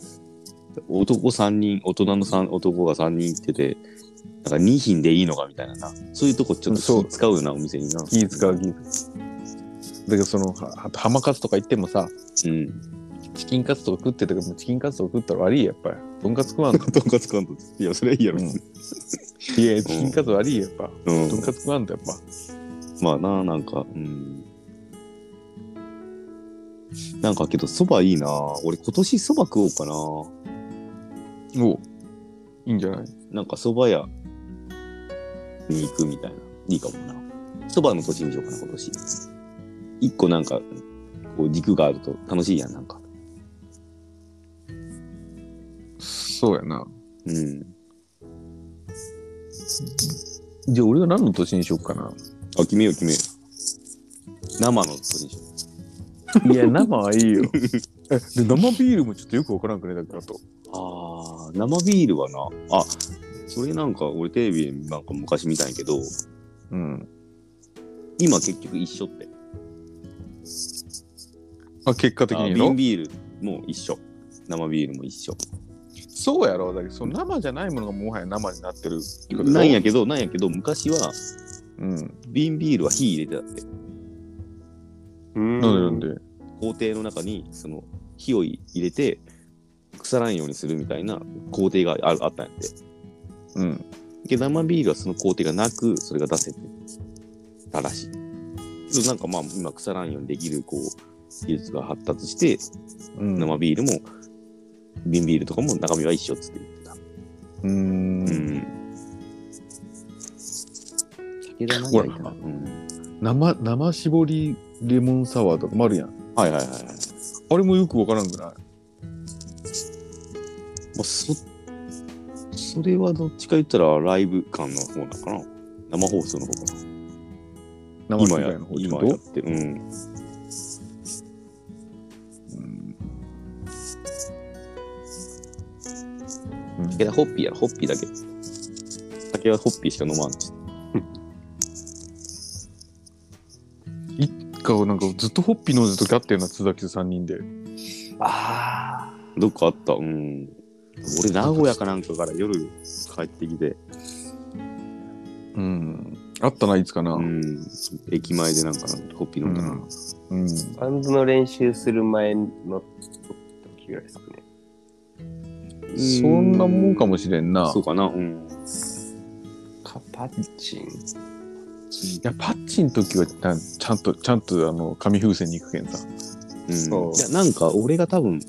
S1: 男三人、大人の三男が三人行ってて、なんか2品でいいのかみたいなな。そういうとこちょっ
S2: そ
S1: と
S2: う
S1: 気使うよな、お店にな。
S2: 気使う気使う。だけどその、はあと浜カツとか行ってもさ、
S1: うん。
S2: チキンカツとか食ってたけど、もうチキンカツとか食ったら悪いよ、やっぱり。とんかつ食わんと。
S1: とんかつかんと。いや、それはいいやろ。
S2: う
S1: うんん。
S2: いや、チキンカツ悪いよ、やっぱ。とんかつ食わんと、やっぱ。
S1: まあな、なんか、うん。なんかけど、そばいいな。俺今年そば食おうかな。
S2: おういいんじゃない
S1: なんかそば屋に行くみたいな。いいかもな。そばの年にしようかな、今年。一個なんか、こう軸があると楽しいやん、なんか。
S2: そうやな。
S1: うん。
S2: じゃあ俺は何の年にしよっかな。
S1: あ、決めよう、決めよう。生の年にしよ
S2: いや、生はいいよ。 え、で、生ビールもちょっとよくわからんくね、だけどと。
S1: う。ああ、生ビールはな。あ、それなんか俺テレビでなんか昔見たんやけど、
S2: うん。
S1: 今結局一緒って。
S2: あ、結果的
S1: あ
S2: に
S1: 瓶
S2: の。
S1: ビールも一緒。生ビールも一緒。
S2: そうやろ。だけど、その生じゃないものがもはや生になってるってことだろ
S1: なんやけど、なんやけど、昔は
S2: うん。
S1: 瓶ビールは火入れてたって。
S5: うん
S2: なんでなんで。
S1: 工程の中にその火を入れて腐らんようにするみたいな工程があるあったんやって。
S2: うん。
S1: けど生ビールはその工程がなく、それが出せてたらしい。けどなんかまあ今腐らんようにできるこう技術が発達して、
S2: うん。
S1: 生ビールも瓶ビールとかも中身は一緒っつって言ってた。
S2: うー。
S1: うんん。酒だなみたいな。うん
S2: 生、生絞りレモンサワーとかもあるやん。
S1: はいはいはいはい。
S2: あれもよくわからんくない
S1: まあ、そ、それはどっちか言ったらライブ感の方なのかな生放送の方かな
S2: 生
S1: 今
S2: 絞
S1: や
S2: りの、方ってこ
S1: 今
S2: と
S1: やって、うん。
S2: うん
S1: けどホッピーやろ、ホッピーだけ。酒はホッピーしか飲まんし。
S2: 一家をなんかずっとホッピー飲んでた時あったような津崎3人で
S1: どっかあった、うん。俺、名古屋かなんかから夜帰ってきて、
S2: うんあったないつかな
S1: うん。駅前でなんかホッピー飲んだな。
S2: うんうん
S5: バンドの練習する前の時ぐらいですかね。
S2: そんなもんかもしれんな
S1: そうかな、うん。
S5: カパッチン。
S2: いやパッチンの時はなちゃんとちゃんとあの紙風船に行くけんさ
S1: うん、
S5: そう
S1: いや、なんか俺が多分、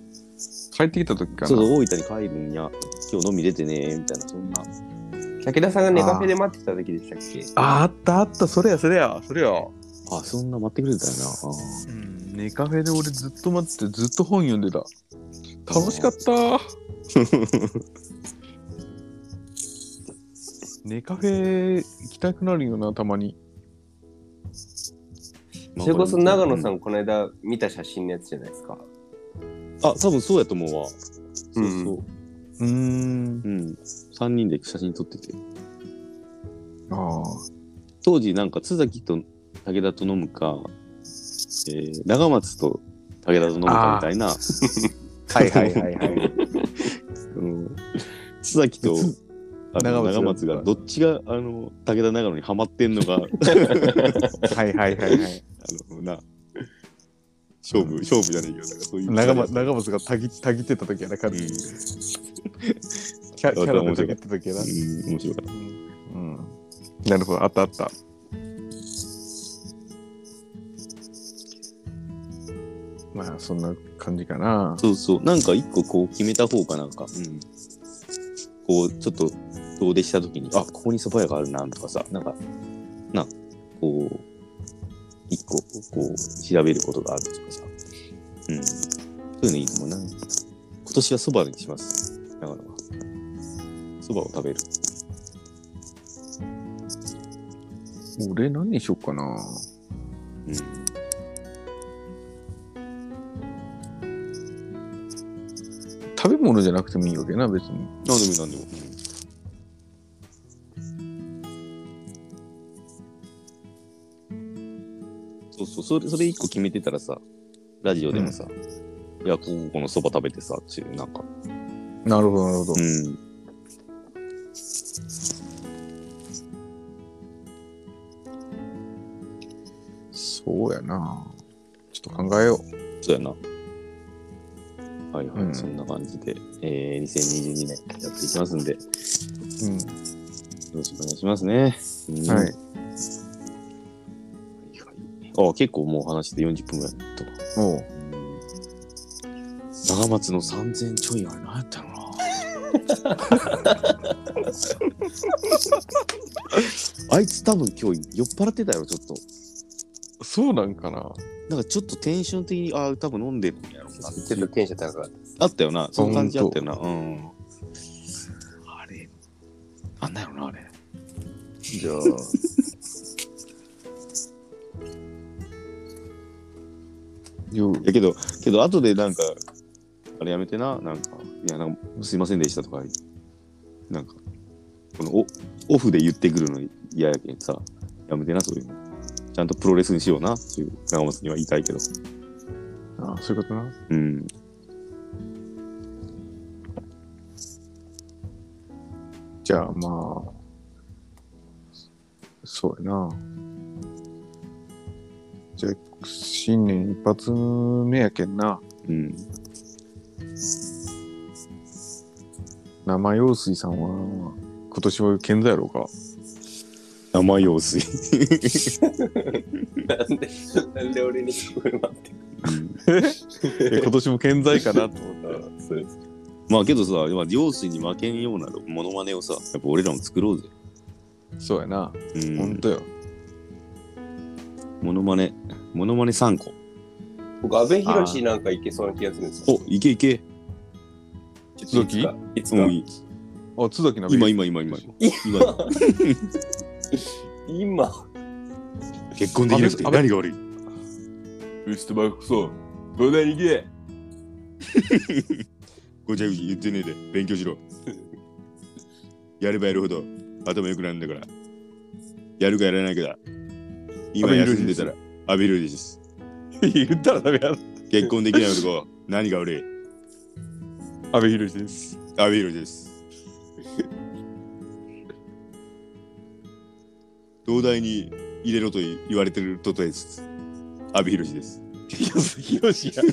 S2: 帰ってきた時か
S1: そう
S2: な
S1: そう、大分に帰るんや、今日飲み出てねみたいな、そんな。
S5: 武田さんがネカフェで待ってた時でしたっけ
S2: ああったあったそれやそれやそれや
S1: あ、そんな待ってくれてたよな。あー
S2: うんネカフェで俺ずっと待っててずっと本読んでた楽しか ったネカフェ行きたくなるよなたまに
S5: それこそ長野さ、
S1: うん
S5: この間見た写真のやつじゃないですか。
S1: あ、多分そうやと思うわ。そう
S5: うん
S1: そう。
S2: うん
S1: うん。3人で写真撮ってて。
S2: あ
S1: 当時、なんか、津崎と武田と飲むか、えー、長松と武田と飲むかみたいな、
S2: あはいはいはいはい
S1: うん、津崎とあの長
S2: 長松
S1: 松
S2: が
S1: が、どっちが、あの、武田長野にハマってんの が、あ
S2: はいはいはいはい。
S1: の、な、勝負、勝負じゃないけど、なんかそういう。
S2: 長松長松がたぎたぎってた時やな、
S1: う
S2: 彼
S1: ん、
S2: キャキャラでたぎってた時やな。
S1: うん面白かった。
S2: うん。なるほど、あったあった。まあ、そんな感じかな。
S1: そうそう。なんか一個こう決めた方かなんか、うん。こう、ちょっと遠出した時に、あ、ここに蕎麦屋があるな、とかさ、なんか、な、こう、一個、こう、調べることがあるとかさ。うん。そういうのいいかもな。今年は蕎麦にします。だから、蕎麦を食べる。
S2: 俺何にしよっかな。
S1: うん。
S2: 食べ物じゃなくてもいいわけな、別に。
S1: なんでもいい、なんでも。そうそう、それ、それ一個決めてたらさ、ラジオでもさ、いや、ここ、このそば食べてさ、っていう、なんか、
S2: なるほど、なるほど。
S1: ん。
S2: そうやな。ちょっと考えよう。
S1: そうやな。はいはい、
S2: うん
S1: そんな感じで、えー、2022年やっていきますんで、よ
S2: うん。
S1: ろしくお願いしますね。うん
S2: はい。。
S1: あ、結構もう話して40分ぐらいとか。
S2: おう。
S1: 長松の3000ちょいあれ何やったのなあいつ多分今日酔っ払ってたよちょっと
S7: そうなんかな
S1: なんかちょっとテンション的にああ多分飲んでるんやろうな
S5: ちょっとテンション高かっ
S1: あったよなその感じあったよなうんあれあんなよなあれ
S2: じゃ あ。よ
S1: いやけどけど後でなんかあれやめてななんかいやなんかすいませんでしたとかなんかこのオオフで言ってくるの嫌やけんさやめてなそういうのちゃんとプロレスにしようなっていう長松には言いたいけど
S2: あ、そういうことな。
S1: うん
S2: じゃあ、まあ。そうやな。じゃあ、新年一発目やけんな。
S1: うん
S2: 生用水さんは、今年は健在やろう か。
S1: 生用水
S5: た。なんで、なんで俺にそこに待ってる
S2: え今年も健在かなと思ったら。
S5: のそうです
S1: まあけどさまあ用水に負けんようなモノマネをさやっぱ俺らも作ろうぜ
S2: そうやな。
S1: う
S2: ほん
S1: ん
S2: とよ。
S1: モノマネモノマネ3個
S5: 僕、阿部寛なんかいけそうな気がするんですよ。
S1: おいけいけ
S5: ちょっといつかいつ
S1: うん
S5: か
S1: いい
S2: あ、津崎なべ
S1: 今今今今今
S5: 今、
S1: 結婚できなくて何が悪い
S2: ウストバックソー、どうだいに行け
S1: ごちゃごちゃ言ってねえで勉強し ろやればやるほど頭良くなるんだからやるかやらないかだ今休んでたら阿部寛です
S2: 言ったらダメやろ。
S1: 結婚できない男何が悪い
S2: 阿部寛です。
S1: 阿部寛 です東大に入れろと言われてるととです阿部寛です
S2: ひろしや。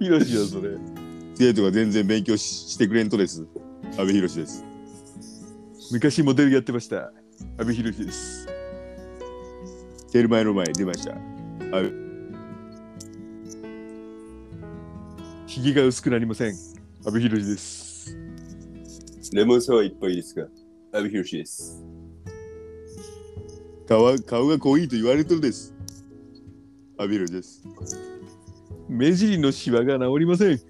S2: ひろしや、それ。
S1: 生徒が全然勉強ししてくれんとです阿部寛です
S2: 昔モデルやってました。阿部寛です。
S1: テルマエの前に出ました
S2: ひげが薄くなりません。阿部寛です。
S5: レモンサワーいっぱいいいですか阿部寛です。
S1: 顔は顔が濃いと言われてるです阿部寛です
S2: 目尻のシワが治りません。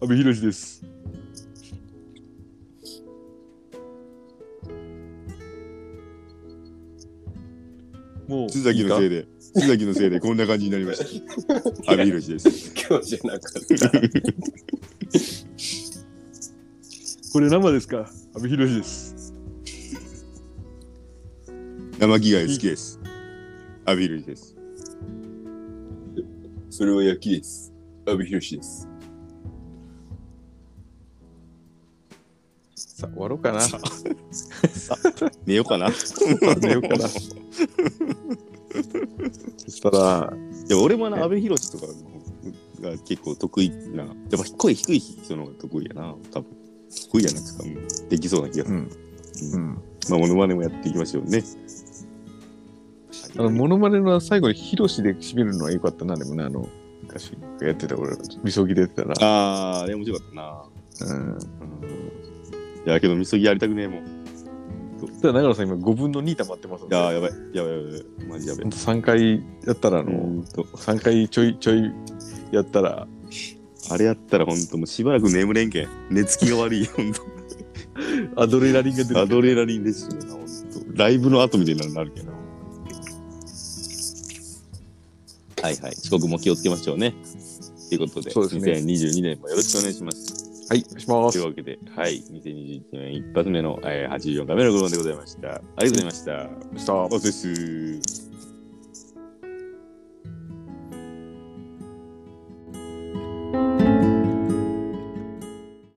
S2: 阿部寛です。もう
S1: 須崎のせい
S2: い
S1: で須崎のせいでこんな感じになりました 阿部寛です
S5: 今日じゃなかった。
S2: かこれ生ですか阿部寛です。
S1: 生着替え好きです阿部寛です
S5: それは焼きです。阿部寛です。
S2: さあ、終わろうかな。
S1: 寝ようかな。
S2: 寝ようかな。そしたら、
S1: でも俺もな、阿部寛とかが結構得意な、やっぱ声低い人の方が得意やな、多分。得意やなっていうか、うんできそうな気がす
S2: う
S1: る。
S2: ん。うん。
S1: まあ、モノマネもやっていきましょうね。
S2: あの、モノマネの最後にヒロシで締めるのは良かったな、でもね、あの、昔やってた俺、みそぎでやってたな。
S1: あー、あれ面白かったな。
S2: うん。
S1: いや、けど、みそぎやりたくねえもん。い
S2: そしたら長野さん今5分の2溜まってますもんね
S1: やー、やばい。やばい、やばい。マジやばい
S2: ほん。と3回やったらあ
S1: あ
S2: の、
S1: のーと、
S2: 3回ちょいちょいやったら、
S1: あれやったら、ほんと、もうしばらく眠れんけん。寝つきが悪い、ほんと。
S2: アドレナリンが出
S1: ア
S2: て
S1: ドレナリンですよな、ほんと。ライブの後みたいになるけど。はいはい。遅刻も気をつけましょうね。ということで、
S2: そうですね
S1: 2022年もよろしくお願いします。
S2: はい、お願いしま
S1: とい
S2: す
S1: う。わけで、はい。2021年一発目の、えー、84回目のご覧でございました。ありがとうございました。
S2: スター
S1: お疲れっす。